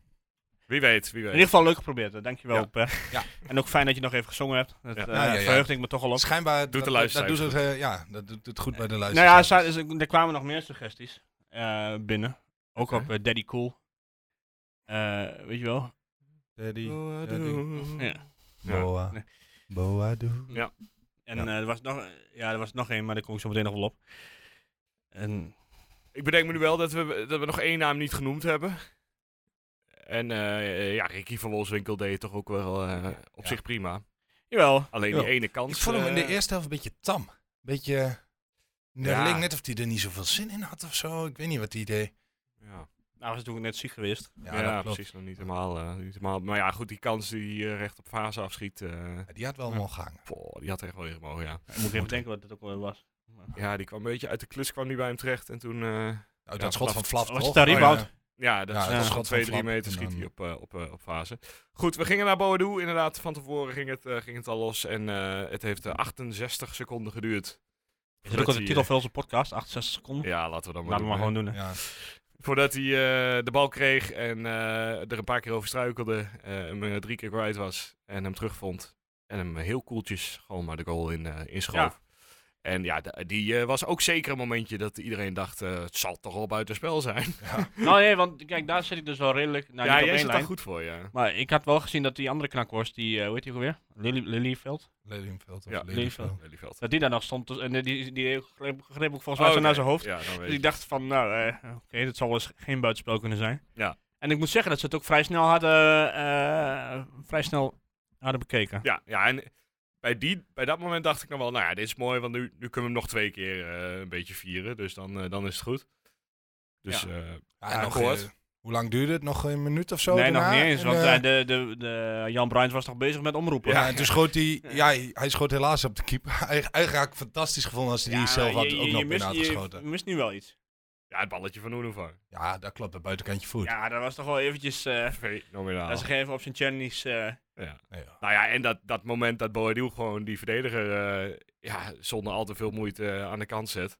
Speaker 1: Wie weet, wie
Speaker 3: in
Speaker 1: weet.
Speaker 3: ieder geval leuk geprobeerd. hè. Dankjewel,
Speaker 1: Ja.
Speaker 3: Per.
Speaker 4: Ja.
Speaker 3: En ook fijn dat je nog even gezongen hebt. Dat
Speaker 1: Ja.
Speaker 3: eh,
Speaker 4: Ja, ja, ja.
Speaker 3: verheugde ik me toch al op.
Speaker 4: schijnbaar dat- dat,
Speaker 1: de
Speaker 4: dat
Speaker 1: luisteraar
Speaker 4: doet het,
Speaker 1: het
Speaker 4: eh, ja, dat doet het goed bij de
Speaker 3: Nou ja,
Speaker 4: luisteraars.
Speaker 3: er, zijn- er kwamen nog meer suggesties eh, binnen. Ook
Speaker 4: Oké.
Speaker 3: op eh, Daddy Cool. Eh, weet je wel?
Speaker 1: Mhm.
Speaker 3: Ja.
Speaker 1: Ja.
Speaker 4: Eh, Boa.
Speaker 3: Nee.
Speaker 4: Boadu.
Speaker 3: En
Speaker 4: Ja.
Speaker 3: eh, er was nog, ja, er was nog één, maar daar kom ik zo meteen nog wel op. En,
Speaker 1: Ik bedenk me nu wel dat we, dat we nog één naam niet genoemd hebben. En eh, ja, Ricky van Wolfswinkel deed het toch ook wel eh, op
Speaker 4: Ja.
Speaker 1: zich prima.
Speaker 3: jawel.
Speaker 1: Alleen
Speaker 4: Ja.
Speaker 1: die ene kans.
Speaker 4: Ik vond hem in de
Speaker 1: eh,
Speaker 4: eerste helft een beetje tam. beetje... Het
Speaker 1: Ja.
Speaker 4: leek net of hij er niet zoveel zin in had of zo. Ik weet niet wat hij deed.
Speaker 1: Ja,
Speaker 3: Nou, was natuurlijk net ziek geweest.
Speaker 1: ja, precies. Nog niet helemaal, eh, niet helemaal. Maar ja, goed, die kans die eh, recht op fase afschiet. eh,
Speaker 4: Ja, Die had wel
Speaker 3: Ja.
Speaker 4: mogen hangen.
Speaker 1: poh, die had er echt wel in gemogen, ja.
Speaker 3: Ik moet even denken wat het ook wel was.
Speaker 1: Ja, die kwam een beetje uit de klus, kwam die bij hem terecht. En toen, eh,
Speaker 4: Nou, dat
Speaker 1: Ja,
Speaker 4: schot
Speaker 1: Flap.
Speaker 4: van Flap,
Speaker 3: Was het
Speaker 4: toch? Oh,
Speaker 3: daar rebound?
Speaker 4: Ja.
Speaker 1: ja, dat
Speaker 4: Ja,
Speaker 1: is dat
Speaker 4: dat is
Speaker 1: van
Speaker 4: schot
Speaker 1: twee,
Speaker 4: van
Speaker 1: drie
Speaker 4: Flap
Speaker 1: meter
Speaker 4: en
Speaker 1: schiet
Speaker 4: dan-
Speaker 1: hij op, eh, op, eh, op fase. Goed, we gingen naar Boadu. Inderdaad, van tevoren ging het, eh, ging het al los. En eh, het heeft eh, 68 seconden geduurd.
Speaker 3: Is dat ook al
Speaker 1: Voordat
Speaker 3: de
Speaker 1: hij, eh,
Speaker 3: titel van onze podcast? 68 seconden?
Speaker 1: Ja, laten we dan maar
Speaker 3: Laten we maar
Speaker 1: doen, hè.
Speaker 3: gewoon doen. hè.
Speaker 4: Ja.
Speaker 1: Voordat hij eh, de bal kreeg en eh, er een paar keer over struikelde, eh, hem eh, drie keer kwijt was en hem terugvond. En hem heel koeltjes gewoon maar de goal in, eh inschoof.
Speaker 3: Ja.
Speaker 1: En ja, d- die eh, was ook zeker een momentje dat iedereen dacht, eh, het zal toch al buitenspel zijn.
Speaker 3: Nou nee, want kijk, daar zit ik dus wel redelijk. Nou,
Speaker 1: ja,
Speaker 3: niet op
Speaker 1: jij
Speaker 3: één
Speaker 1: zit
Speaker 3: lijn.
Speaker 1: daar goed voor, ja.
Speaker 3: Maar ik had wel gezien dat die andere knakworst, die, eh hoe heet die ook weer? Lelyveld?
Speaker 4: Lelyveld of
Speaker 1: Ja,
Speaker 4: Lelyveld.
Speaker 1: Lelyveld.
Speaker 3: Dat die daar nog stond. dus- En eh, die, die greep, greep ook volgens mij zo
Speaker 1: Oh,
Speaker 3: naar
Speaker 1: nee.
Speaker 3: zijn hoofd.
Speaker 1: Ja, dan weet
Speaker 3: Dus ik
Speaker 1: ik.
Speaker 3: dacht van, nou, eh, oké, dat zal wel eens geen buitenspel kunnen zijn.
Speaker 1: Ja.
Speaker 3: En ik moet zeggen dat ze het ook vrij snel hadden, eh, eh, vrij snel hadden bekeken.
Speaker 1: Ja, ja, en bij, die, bij dat moment dacht ik nog wel, nou ja, dit is mooi, want nu, nu kunnen we hem nog twee keer eh, een beetje vieren. Dus dan, eh, dan is het goed. Dus
Speaker 3: Ja.
Speaker 1: eh,
Speaker 4: Ja,
Speaker 1: Ja,
Speaker 4: en nog,
Speaker 1: gehoord.
Speaker 4: eh, hoe lang duurde het? Nog een minuut of zo?
Speaker 3: nee, nog
Speaker 4: daarna?
Speaker 3: niet eens,
Speaker 4: En,
Speaker 3: want
Speaker 4: eh,
Speaker 3: eh, de, de, de Jan Bruins was nog bezig met omroepen.
Speaker 4: Ja, en toen schoot hij, ja, hij- hij schoot helaas op de keeper. Eigen- Eigenlijk had ik fantastisch gevonden als hij die zelf had ook nog binnen had
Speaker 3: je
Speaker 4: geschoten.
Speaker 3: mist nu wel iets.
Speaker 1: ja, het balletje van Oenovar.
Speaker 4: Ja, dat klopt, dat buitenkantje voet.
Speaker 3: Ja, dat was toch wel eventjes... eh
Speaker 1: Fenomenaal.
Speaker 3: Dat ze geven op zijn Chinese... eh,
Speaker 1: Ja.
Speaker 4: Nee, ja.
Speaker 1: Nou ja, en dat, dat moment dat Boadil gewoon die verdediger eh, ja, zonder al te veel moite eh, aan de kant zet.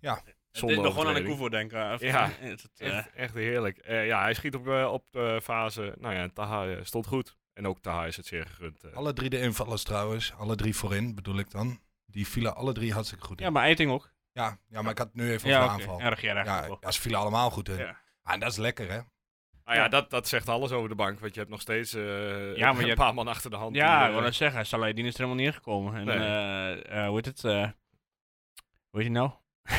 Speaker 4: Ja.
Speaker 3: het deed
Speaker 1: Zonder
Speaker 3: me gewoon aan de
Speaker 1: overtreding.
Speaker 3: Koevo denken. Of-
Speaker 1: Ja.
Speaker 3: eh, het- het, eh,
Speaker 1: Echt, echt heerlijk. Eh, ja, hij schiet op, eh, op eh, fase. Nou ja, en Taha eh, stond goed. En ook Taha is het zeer gegund. eh.
Speaker 4: Alle drie de invallers trouwens, alle drie voorin bedoel ik dan. Die vielen alle drie hartstikke goed in.
Speaker 3: ja, maar Eiting ook.
Speaker 4: ja, ja, maar ik had het nu even
Speaker 3: ja,
Speaker 4: over
Speaker 3: oké.
Speaker 4: aanval.
Speaker 3: Erg, ja, erg.
Speaker 4: Ja,
Speaker 3: ook wel.
Speaker 4: ja, ze vielen allemaal goed in.
Speaker 3: Ja.
Speaker 4: Ah, en dat is lekker, hè?
Speaker 1: Nou ja,
Speaker 3: Ja.
Speaker 1: dat, dat zegt alles over de bank. Want je hebt nog steeds eh,
Speaker 3: Ja, maar je
Speaker 1: een
Speaker 3: hebt-
Speaker 1: paar man achter de hand.
Speaker 3: Ja,
Speaker 1: die,
Speaker 3: ik
Speaker 1: eh,
Speaker 3: wil net zeggen, Saladin is er helemaal niet ingekomen. En,
Speaker 1: Nee.
Speaker 3: eh, eh, hoe heet het? eh, hoe heet hij nou?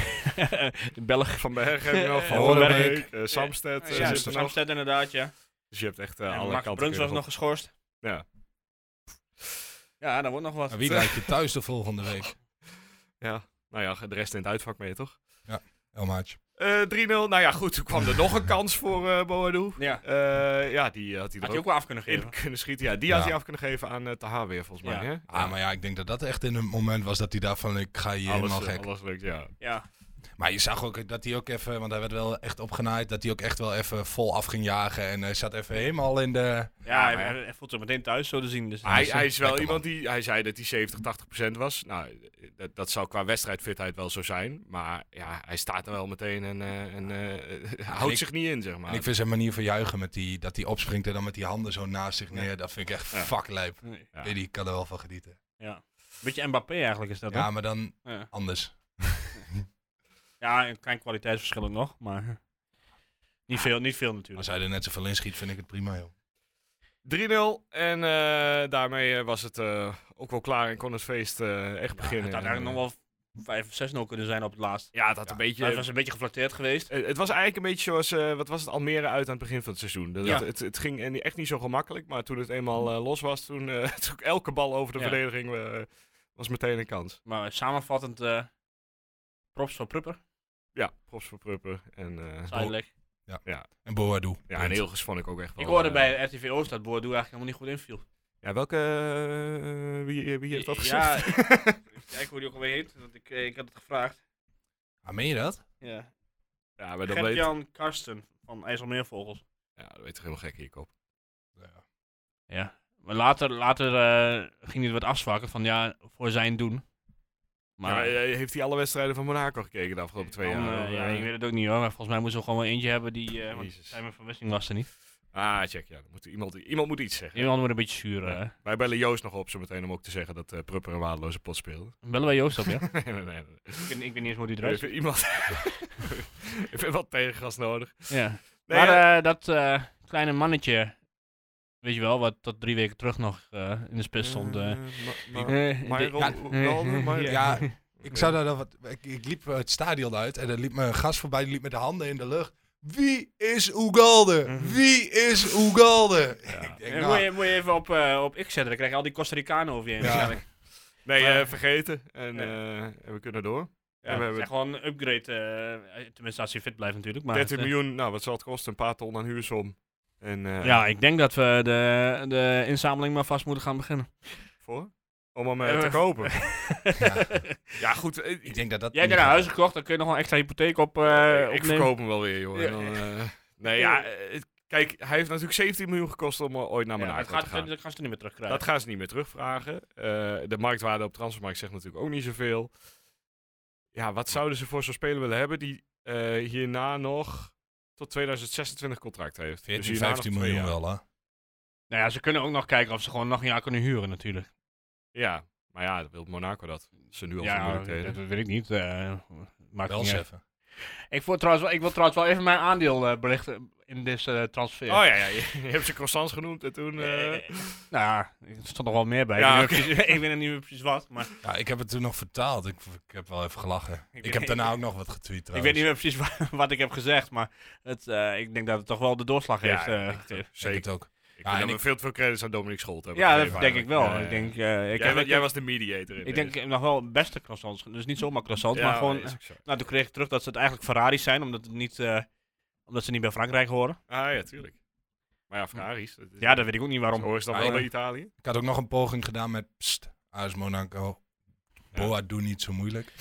Speaker 3: de Belg.
Speaker 1: Van Berg heb je nog. Van
Speaker 3: Van
Speaker 1: Horenbeek.
Speaker 4: Horenbeek.
Speaker 1: eh, Samsted. eh,
Speaker 3: ja,
Speaker 1: zit er nog.
Speaker 3: Samsted inderdaad, ja.
Speaker 1: Dus je hebt echt eh,
Speaker 3: En
Speaker 1: alle
Speaker 3: Max
Speaker 1: kanten.
Speaker 3: Bruns
Speaker 1: kun
Speaker 3: was
Speaker 1: je
Speaker 3: nog geschorst.
Speaker 1: Ja.
Speaker 3: Ja, dat wordt nog wat.
Speaker 4: En wie lijkt je thuis de volgende week?
Speaker 1: Ja, nou ja, de rest in het uitvak mee, toch?
Speaker 4: Elmaatje.
Speaker 1: Eh, Eh, 3-0. Nou ja, goed. Toen kwam er nog een kans voor eh Boadu.
Speaker 3: Ja.
Speaker 1: Eh, ja, die had hij er
Speaker 3: Had je ook
Speaker 1: ook
Speaker 3: wel af kunnen
Speaker 1: in
Speaker 3: geven.
Speaker 1: kunnen schieten. Ja, die had
Speaker 4: Ja.
Speaker 1: hij af kunnen geven aan eh Taha weer, volgens mij.
Speaker 3: Ja.
Speaker 1: Hè?
Speaker 4: Ah, maar ja, ik denk dat dat echt in een moment was dat hij dacht van ik ga hier
Speaker 1: Alles,
Speaker 4: helemaal
Speaker 1: eh,
Speaker 4: gek.
Speaker 1: alles lukt, ja.
Speaker 3: Ja.
Speaker 4: Maar je zag ook dat hij ook even, want hij werd wel echt opgenaaid, dat hij ook echt wel even vol af ging jagen. En hij zat even helemaal in de...
Speaker 3: Ja,
Speaker 1: maar-
Speaker 3: hij, hij voelt zich meteen thuis zo te zien. Dus
Speaker 1: Hij,
Speaker 4: is een
Speaker 1: hij is wel
Speaker 4: lekker
Speaker 1: iemand die... Hij zei dat hij 70, 80 was. Nou, dat, dat zou qua wedstrijdfitheid wel zo zijn. Maar ja, hij staat er wel meteen en, eh, en eh, houdt
Speaker 4: ik-
Speaker 1: zich niet in, zeg maar.
Speaker 4: En ik vind zijn manier van juichen, met die, dat hij opspringt en dan met die handen zo naast zich neer, dat vind ik echt
Speaker 1: Ja.
Speaker 4: fuck lijp.
Speaker 3: Nee.
Speaker 1: Ja.
Speaker 4: Weet je, ik kan er wel van genieten.
Speaker 3: Ja. Beetje Mbappé eigenlijk is dat,
Speaker 4: Ja,
Speaker 3: ja.
Speaker 4: maar dan
Speaker 3: Ja.
Speaker 4: anders.
Speaker 3: ja, een klein kwaliteitsverschil ook nog, maar... Niet veel, niet veel natuurlijk.
Speaker 4: Als hij er net zoveel in schiet, vind ik het prima, joh.
Speaker 1: 3-0. En eh, daarmee eh, was het eh, ook wel klaar en kon het feest eh, echt beginnen.
Speaker 3: Het had
Speaker 1: En,
Speaker 3: eigenlijk
Speaker 1: eh,
Speaker 3: nog wel 5 of 6-0 kunnen zijn op het laatst.
Speaker 1: Ja, het had een beetje...
Speaker 3: Het was een beetje geflatteerd geweest.
Speaker 1: Eh, Het was eigenlijk een beetje zoals, eh, wat was het, Almere uit aan het begin van het seizoen. Dat,
Speaker 3: Ja.
Speaker 1: het, het ging en echt niet zo gemakkelijk, maar toen het eenmaal eh, los was, toen, eh, toen elke bal over de
Speaker 3: Ja.
Speaker 1: verdediging eh, was meteen een kans.
Speaker 3: Maar samenvattend, eh props voor Prupper.
Speaker 1: Ja, props voor Pruppen. En, eh,
Speaker 3: Uiteindelijk.
Speaker 4: En Boadu.
Speaker 1: ja, en Ilges vond ik ook echt wel...
Speaker 3: Ik hoorde
Speaker 1: eh,
Speaker 3: bij RTV Oost dat Boadu eigenlijk helemaal niet goed inviel.
Speaker 1: Ja, welke... eh, wie, wie heeft dat
Speaker 3: Ja,
Speaker 1: gezegd?
Speaker 3: ik kijk hoe die ook alweer heet, want ik, eh, ik had het gevraagd.
Speaker 4: Ah, meen je dat?
Speaker 3: Ja.
Speaker 1: Ja, maar dat weet, ja,
Speaker 3: Gert-Jan Karsten van IJsselmeervogels.
Speaker 1: dat weet toch helemaal gek hier, kop.
Speaker 4: Ja.
Speaker 3: Ja. Maar later, later eh, ging hij het wat afzwakken van ja, voor zijn doen.
Speaker 1: Maar
Speaker 3: Maar
Speaker 1: eh, heeft hij alle wedstrijden van Monaco gekeken de afgelopen twee
Speaker 3: dan,
Speaker 1: jaar?
Speaker 3: eh,
Speaker 1: Of,
Speaker 3: ja,
Speaker 1: eh,
Speaker 3: ik weet het ook niet hoor, maar volgens mij moesten we gewoon wel eentje hebben die, eh want
Speaker 1: Jezus.
Speaker 3: zijn verwissing was er niet.
Speaker 1: Ah, check, ja. Dan moet iemand, iemand moet iets zeggen.
Speaker 3: Iemand wordt een beetje zuur. eh.
Speaker 1: Wij bellen Joost nog op zo meteen om ook te zeggen dat eh, Prupper een waardeloze pot speelde.
Speaker 3: Bellen wij Joost op, ja?
Speaker 1: nee, nee, nee. nee.
Speaker 3: ik, weet, ik weet niet eens hoe die eruit
Speaker 1: Even iemand. Even wat tegengas nodig.
Speaker 3: Ja.
Speaker 1: Nee,
Speaker 3: maar
Speaker 1: eh,
Speaker 3: eh, dat eh, kleine mannetje, weet je wel, wat tot drie weken terug nog eh, in de spits stond. eh.
Speaker 1: eh, Ma- Ma-
Speaker 3: Eh, de-
Speaker 1: Myron-
Speaker 4: ja,
Speaker 1: Ronaldo, Myron-
Speaker 4: Ja, ik zou daar dan wat... Ik, ik liep eh, het stadion uit en er liep me een gast voorbij, die liep met de handen in de lucht. Wie is Ugalde?
Speaker 3: Mhm.
Speaker 4: Wie is Ugalde? Ik denk,
Speaker 3: Eh,
Speaker 4: nou,
Speaker 3: moet, je, moet je even op, eh, op X zetten, dan krijg je al die Costa Ricanen over je heen.
Speaker 4: Ja.
Speaker 3: waarschijnlijk.
Speaker 1: Nee,
Speaker 3: Maar-
Speaker 1: eh, vergeten. En,
Speaker 3: Ja.
Speaker 1: eh, en we kunnen door.
Speaker 3: Ja,
Speaker 1: we
Speaker 3: het is
Speaker 1: hebben-
Speaker 3: echt gewoon een upgrade, eh, tenminste als je fit blijft natuurlijk. Maar
Speaker 1: 13
Speaker 3: het, eh,
Speaker 1: miljoen, nou wat zal het kosten? Een paar ton aan huursom. En eh,
Speaker 3: Ja, ik denk dat we de, de inzameling maar vast moeten gaan beginnen.
Speaker 1: voor? Om hem eh,
Speaker 3: Eh,
Speaker 1: te kopen.
Speaker 4: Ja.
Speaker 1: ja, goed. eh,
Speaker 4: ik denk dat dat...
Speaker 3: Jij hebt
Speaker 4: niet
Speaker 3: een
Speaker 4: gaat.
Speaker 3: huis gekocht, dan kun je nog wel een extra hypotheek op, eh
Speaker 1: ik
Speaker 3: opnemen.
Speaker 1: verkoop hem wel weer, joh. En
Speaker 3: Ja.
Speaker 1: dan, eh, nee, ja. eh, kijk, hij heeft natuurlijk 17 miljoen gekost om eh, ooit naar
Speaker 3: Ja,
Speaker 1: mijn
Speaker 3: dat, gaat,
Speaker 1: te gaan.
Speaker 3: dat gaan ze er niet meer terugkrijgen.
Speaker 1: Dat gaan ze niet meer terugvragen. Eh, de marktwaarde op transfermarkt zegt natuurlijk ook niet zoveel. Ja, wat zouden ze voor zo'n speler willen hebben die eh, hierna nog tot 2026 contract heeft? Dus
Speaker 3: Dus
Speaker 4: 14,
Speaker 1: hierna nog
Speaker 4: 15
Speaker 1: twee
Speaker 4: miljoen
Speaker 1: jaar.
Speaker 4: wel, hè?
Speaker 3: Nou ja, ze kunnen ook nog kijken of ze gewoon nog een jaar kunnen huren natuurlijk.
Speaker 1: Ja, maar ja, wil Monaco dat. Ze nu al ja,
Speaker 3: Ja,
Speaker 1: moeilijkheden.
Speaker 3: dat, dat weet ik niet. eh, maakt
Speaker 4: Wel
Speaker 3: niet uit.
Speaker 4: seven.
Speaker 3: ik, wil trouwens, wel- ik wil trouwens wel even mijn aandeel eh, belichten in deze eh, transfer.
Speaker 1: Oh ja, ja, je, je hebt ze Constance genoemd en toen... eh,
Speaker 3: Eh, nou ja, er stond nog wel meer bij.
Speaker 1: Ja,
Speaker 3: ik, weet niet precies- ik weet nog niet meer precies wat, maar
Speaker 4: Ja, ik heb het toen nog vertaald. Ik, ik heb wel even gelachen. Ik,
Speaker 3: weet-
Speaker 4: heb daarna ook nog wat getweet
Speaker 3: ik
Speaker 4: trouwens.
Speaker 3: weet niet meer precies wa- wat ik heb gezegd. Maar het, eh, ik denk dat het toch wel de doorslag
Speaker 1: Ja,
Speaker 3: heeft
Speaker 1: ik
Speaker 3: eh,
Speaker 1: denk het
Speaker 3: gegeven.
Speaker 4: Zeker
Speaker 1: zeker.
Speaker 4: het ook.
Speaker 1: Ik vind
Speaker 4: en
Speaker 1: dat we
Speaker 4: ik-
Speaker 1: veel te veel credits aan Dominic Scholt hebben
Speaker 3: Ja,
Speaker 1: gegeven
Speaker 3: dat denk ik
Speaker 1: eigenlijk. Ja,
Speaker 3: wel.
Speaker 1: ja,
Speaker 3: Ik
Speaker 1: ja.
Speaker 3: denk, eh, ik
Speaker 1: jij,
Speaker 3: heb,
Speaker 1: wa-
Speaker 3: ik,
Speaker 1: jij was de mediator in
Speaker 3: ik denk nog wel beste croissants. Dus niet zomaar croissants, maar gewoon...
Speaker 1: Is ook zo.
Speaker 3: nou, toen kreeg ik terug dat ze het eigenlijk Ferraris zijn, omdat, het niet, eh, omdat ze niet bij Frankrijk horen.
Speaker 1: Ah ja, tuurlijk. Maar ja, Ferraris. dat is-
Speaker 3: Ja, dat weet ik ook niet waarom.
Speaker 1: Zo hoor is dat
Speaker 4: Ah,
Speaker 1: wel
Speaker 4: ja.
Speaker 1: bij Italië.
Speaker 4: Ik had ook nog een poging gedaan met... Pst, AS Monaco. Boa, doe niet zo moeilijk.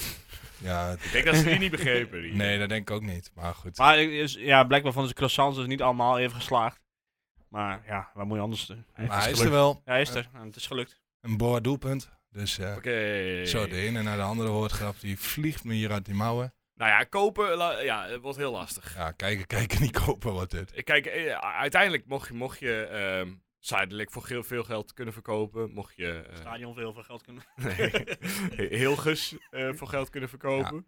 Speaker 4: Ja, het-
Speaker 1: Ik denk dat ze die niet begrepen. Die.
Speaker 4: nee, dat denk ik ook niet. Maar goed.
Speaker 3: Maar ik- is, ja, blijkbaar vonden ze croissants dus niet allemaal even geslaagd. Maar ja, wat moet je anders doen?
Speaker 1: Maar
Speaker 4: maar hij is er
Speaker 1: gelukt.
Speaker 4: wel.
Speaker 3: Ja, hij is er. En het is gelukt.
Speaker 4: Een Boa doelpunt. Dus eh,
Speaker 1: Oké.
Speaker 4: zo, de ene naar de andere woordgrap. Die vliegt me hier uit die mouwen.
Speaker 1: Nou ja, kopen la- ja, het wordt heel lastig.
Speaker 4: Ja, kijken, kijken, niet kopen wat dit.
Speaker 1: Kijk, eh, uiteindelijk mocht je, mocht je ehm, zijdelijk voor heel veel geld kunnen verkopen. Mocht je eh,
Speaker 3: Stadion veel voor geld kunnen.
Speaker 1: nee, heel gus eh, voor geld kunnen verkopen.
Speaker 3: Ja,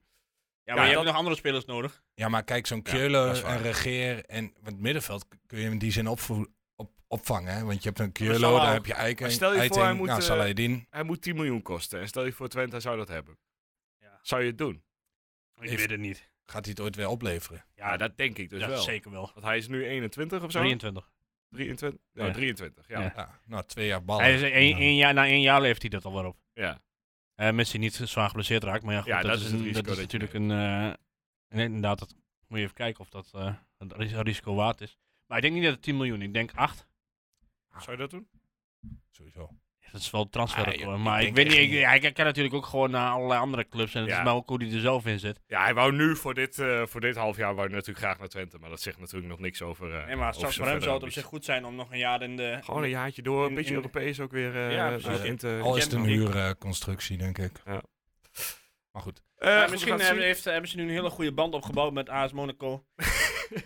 Speaker 1: Ja,
Speaker 3: maar je
Speaker 1: dat-
Speaker 3: hebt nog andere spelers nodig.
Speaker 4: Ja, maar kijk, zo'n
Speaker 1: Ja,
Speaker 4: Keulen
Speaker 1: dat is waar.
Speaker 4: en Regeer en want het middenveld kun je in die zin opvoe- op, opvangen. Hè? Want je hebt een
Speaker 1: Maar
Speaker 4: Keulen,
Speaker 1: Salah
Speaker 4: daar
Speaker 1: ook.
Speaker 4: heb je Eiken,
Speaker 1: Maar stel je voor,
Speaker 4: Eiting,
Speaker 1: hij moet,
Speaker 4: nou,
Speaker 1: eh,
Speaker 4: Saladin.
Speaker 1: Hij moet 10 miljoen kosten. En stel je voor Twente zou dat hebben.
Speaker 3: Ja.
Speaker 1: Zou je het doen?
Speaker 3: Ik
Speaker 4: Heeft-
Speaker 3: weet het niet.
Speaker 4: Gaat hij het ooit weer opleveren?
Speaker 1: Ja, dat denk ik dus
Speaker 3: ja,
Speaker 1: wel.
Speaker 3: zeker wel.
Speaker 1: Want hij is nu 21 of zo?
Speaker 3: 23.
Speaker 1: 23? Nou,
Speaker 3: Ja.
Speaker 1: 23, ja. ja.
Speaker 3: Ja.
Speaker 4: Ja, nou, twee jaar
Speaker 1: Oh.
Speaker 4: ballen.
Speaker 3: Hij is één,
Speaker 4: Nou,
Speaker 3: één jaar, na één jaar leeft hij dat al weer op.
Speaker 1: ja.
Speaker 3: Eh mensen die niet zwaar geblesseerd raakt. Maar ja, goed,
Speaker 1: Ja,
Speaker 3: dat,
Speaker 1: dat
Speaker 3: is
Speaker 1: is het
Speaker 3: een-
Speaker 1: risico
Speaker 3: dat is
Speaker 1: dat je
Speaker 3: natuurlijk een... eh, nee, inderdaad, dat Moet je even kijken of dat eh, het ris- risico waard is. Maar ik denk niet dat het 10 miljoen, ik denk 8. Ah.
Speaker 1: Zou je dat doen?
Speaker 4: Sowieso.
Speaker 3: Dat is wel het transferrecord.
Speaker 4: Ah, joh, ik
Speaker 3: maar ik,
Speaker 4: denk
Speaker 3: weet
Speaker 4: echt
Speaker 3: niet, ik,
Speaker 4: niet.
Speaker 3: ja, ik ken natuurlijk ook gewoon naar allerlei andere clubs. En het
Speaker 1: Ja.
Speaker 3: is maar ook hoe die er zelf in zit.
Speaker 1: Ja, hij wou nu voor dit, eh, voor dit half jaar wou hij natuurlijk graag naar Twente. Maar dat zegt natuurlijk nog niks over. eh,
Speaker 3: Nee, maar
Speaker 1: over
Speaker 3: straks
Speaker 1: zijn
Speaker 3: voor
Speaker 1: verdere
Speaker 3: hem zou het op
Speaker 1: ambities.
Speaker 3: zich goed zijn om nog een jaar in de...
Speaker 1: Gewoon een jaartje door, een
Speaker 3: In-
Speaker 1: beetje
Speaker 3: in-
Speaker 1: Europees ook weer eh,
Speaker 3: Ja,
Speaker 1: eh,
Speaker 3: precies.
Speaker 1: in te...
Speaker 4: Al is het een
Speaker 1: Eh,
Speaker 4: huurconstructie, denk ik.
Speaker 1: Ja.
Speaker 4: Maar goed.
Speaker 3: Ja,
Speaker 1: Eh, goed,
Speaker 3: eh, misschien
Speaker 1: we gaan het
Speaker 3: hebben, heeft, hebben ze nu een hele goede band opgebouwd met AS Monaco.
Speaker 1: zien.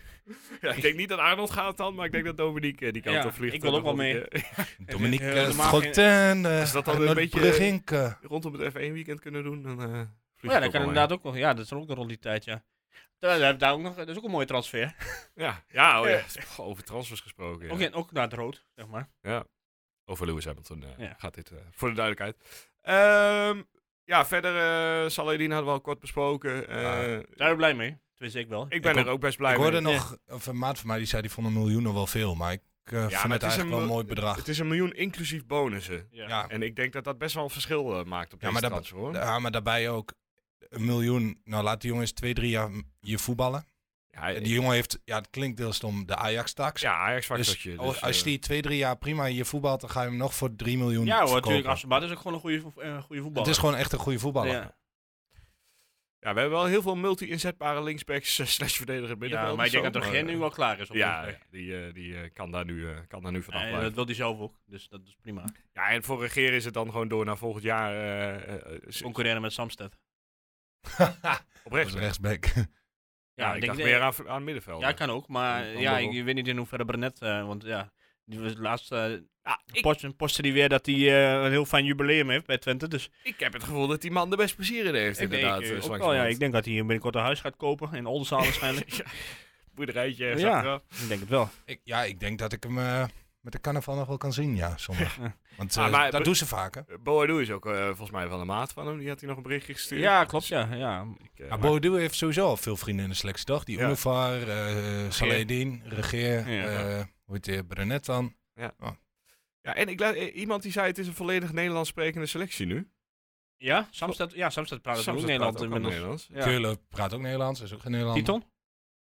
Speaker 1: Ja, ik denk niet dat Arnold gaat dan, maar ik denk dat Dominique eh, die kant
Speaker 3: Ja,
Speaker 1: op vliegt.
Speaker 3: ik wil
Speaker 1: eh,
Speaker 3: ook wel
Speaker 1: rondom-
Speaker 3: mee.
Speaker 1: eh,
Speaker 4: Dominique
Speaker 3: eh,
Speaker 4: eh,
Speaker 3: normaal geen-
Speaker 4: Schoten, eh,
Speaker 1: Is dat dan een
Speaker 4: Arnold
Speaker 1: beetje-
Speaker 4: Brugink,
Speaker 1: Rondom het F1 weekend kunnen doen, dan eh vliegt
Speaker 3: Oh,
Speaker 1: het
Speaker 3: ja,
Speaker 1: ook
Speaker 3: dat kan
Speaker 1: wel
Speaker 3: inderdaad ook nog. Ja, dat is ook nog rond die tijd, ja. Terwijl, daar, daar ook nog, dat is ook een mooie transfer.
Speaker 1: mee. Ja, ja, oh, ja. Pff, over transfers gesproken. ja.
Speaker 3: Ook, in, ook naar het rood, zeg maar.
Speaker 1: Over Lewis Hamilton eh,
Speaker 3: Ja.
Speaker 1: gaat dit, eh, voor de duidelijkheid. Ehm, ja, verder, eh Saladin hadden we al kort besproken. Eh,
Speaker 4: Ja.
Speaker 3: Daar ben ik blij mee. Tenminste, ik wel.
Speaker 1: Ik ben
Speaker 4: Ik
Speaker 1: er ook best blij
Speaker 4: Ik
Speaker 1: mee.
Speaker 4: hoorde nog, of een maat van mij die zei die vond een miljoen nog wel veel, maar ik eh,
Speaker 1: maar
Speaker 4: vind
Speaker 1: het
Speaker 4: het
Speaker 1: is
Speaker 4: eigenlijk
Speaker 1: een
Speaker 4: wel een
Speaker 1: mil-
Speaker 4: mooi bedrag.
Speaker 1: Het is een miljoen inclusief bonussen.
Speaker 3: Ja.
Speaker 4: Ja.
Speaker 1: En ik denk dat dat best wel een verschil eh, maakt op
Speaker 4: Ja,
Speaker 1: deze
Speaker 4: maar dat-
Speaker 1: transfer, hoor.
Speaker 4: Ja, maar daarbij ook een miljoen. Nou, laat die jongens twee, drie jaar m- hier voetballen.
Speaker 1: Ja,
Speaker 4: Die jongen heeft, ja, het klinkt deels om de Ajax-tax.
Speaker 1: ja eh,
Speaker 4: dus,
Speaker 1: Ajax-factortje.
Speaker 4: al- als die twee, drie jaar prima hier voetbalt, dan ga je hem nog voor drie miljoen
Speaker 3: Ja hoor,
Speaker 4: verkopen.
Speaker 3: natuurlijk. Asselbaat is ook gewoon een goede, vo- eh, goede
Speaker 4: Het
Speaker 3: voetballer.
Speaker 4: is gewoon echt een goede voetballer.
Speaker 3: Ja.
Speaker 1: Ja, we hebben wel heel veel multi-inzetbare linksbacks eh, slash verdediger
Speaker 3: Ja,
Speaker 1: binnenveld.
Speaker 3: maar ik denk
Speaker 1: of
Speaker 3: dat
Speaker 1: zo,
Speaker 3: de Gen
Speaker 1: maar,
Speaker 3: nu wel klaar is. Op
Speaker 1: Ja,
Speaker 3: linksback.
Speaker 1: ja, die, eh, die eh, kan daar nu, eh, kan daar nu vanaf
Speaker 3: Eh,
Speaker 1: blijven.
Speaker 3: dat wil hij zelf ook, dus dat is prima.
Speaker 1: Ja, en voor regeer is het dan gewoon door naar volgend jaar eh, eh, eh, s-
Speaker 3: Concurreren met Samsted.
Speaker 1: op
Speaker 4: Dat is
Speaker 1: rechts.
Speaker 4: een
Speaker 1: Ja,
Speaker 4: rechtsback.
Speaker 1: Nou, ik
Speaker 3: denk
Speaker 1: dacht
Speaker 3: dat-
Speaker 1: meer aan, aan middenveld.
Speaker 3: Ja, kan ook, maar
Speaker 1: Dan- dan
Speaker 3: ja,
Speaker 1: wel.
Speaker 3: ik weet niet in hoeverre Brenet, eh, want ja, die was laatst eh
Speaker 1: Ja, ik,
Speaker 3: post, postte die weer dat hij eh, een heel fijn jubileum heeft bij Twente, dus
Speaker 1: ik heb het gevoel dat die man er best plezier in heeft,
Speaker 3: ik,
Speaker 1: inderdaad.
Speaker 3: denk,
Speaker 1: eh,
Speaker 3: eh, ook wel,
Speaker 1: langzamerhand.
Speaker 3: ja, ik denk dat hij binnenkort een huis gaat kopen, in Oldenzaal waarschijnlijk,
Speaker 1: Boerderijtje ergens
Speaker 3: Ja.
Speaker 1: achteraf.
Speaker 3: ik denk het wel.
Speaker 4: Ik, ja, ik denk dat ik hem eh, met de carnaval nog wel kan zien, ja, zondag. Want eh,
Speaker 1: Ah, maar-
Speaker 4: dat doen ze vaker.
Speaker 1: Eh, Boadu is ook eh, volgens mij wel een maat van hem. Die had hij nog een berichtje gestuurd.
Speaker 3: Ja, klopt, ja, ja.
Speaker 1: Ik, eh,
Speaker 4: Ja, Boadu heeft sowieso al veel vrienden in de selectie, toch? Die
Speaker 1: Ja.
Speaker 4: Univar, eh Saledin, Regeer,
Speaker 3: Ja.
Speaker 4: eh, hoe heet die, Brenet dan?
Speaker 1: ja, en ik, lu- eh, iemand die zei het is een volledig Nederlands sprekende selectie nu.
Speaker 3: Ja, Samsted, ja, Samsted praat ook
Speaker 1: Samsung
Speaker 3: Nederland
Speaker 1: praat ook
Speaker 3: inmiddels.
Speaker 1: allemaal Nederlands.
Speaker 3: Ja.
Speaker 4: Keulen praat ook Nederlands, is ook geen Nederlander.
Speaker 3: Titon?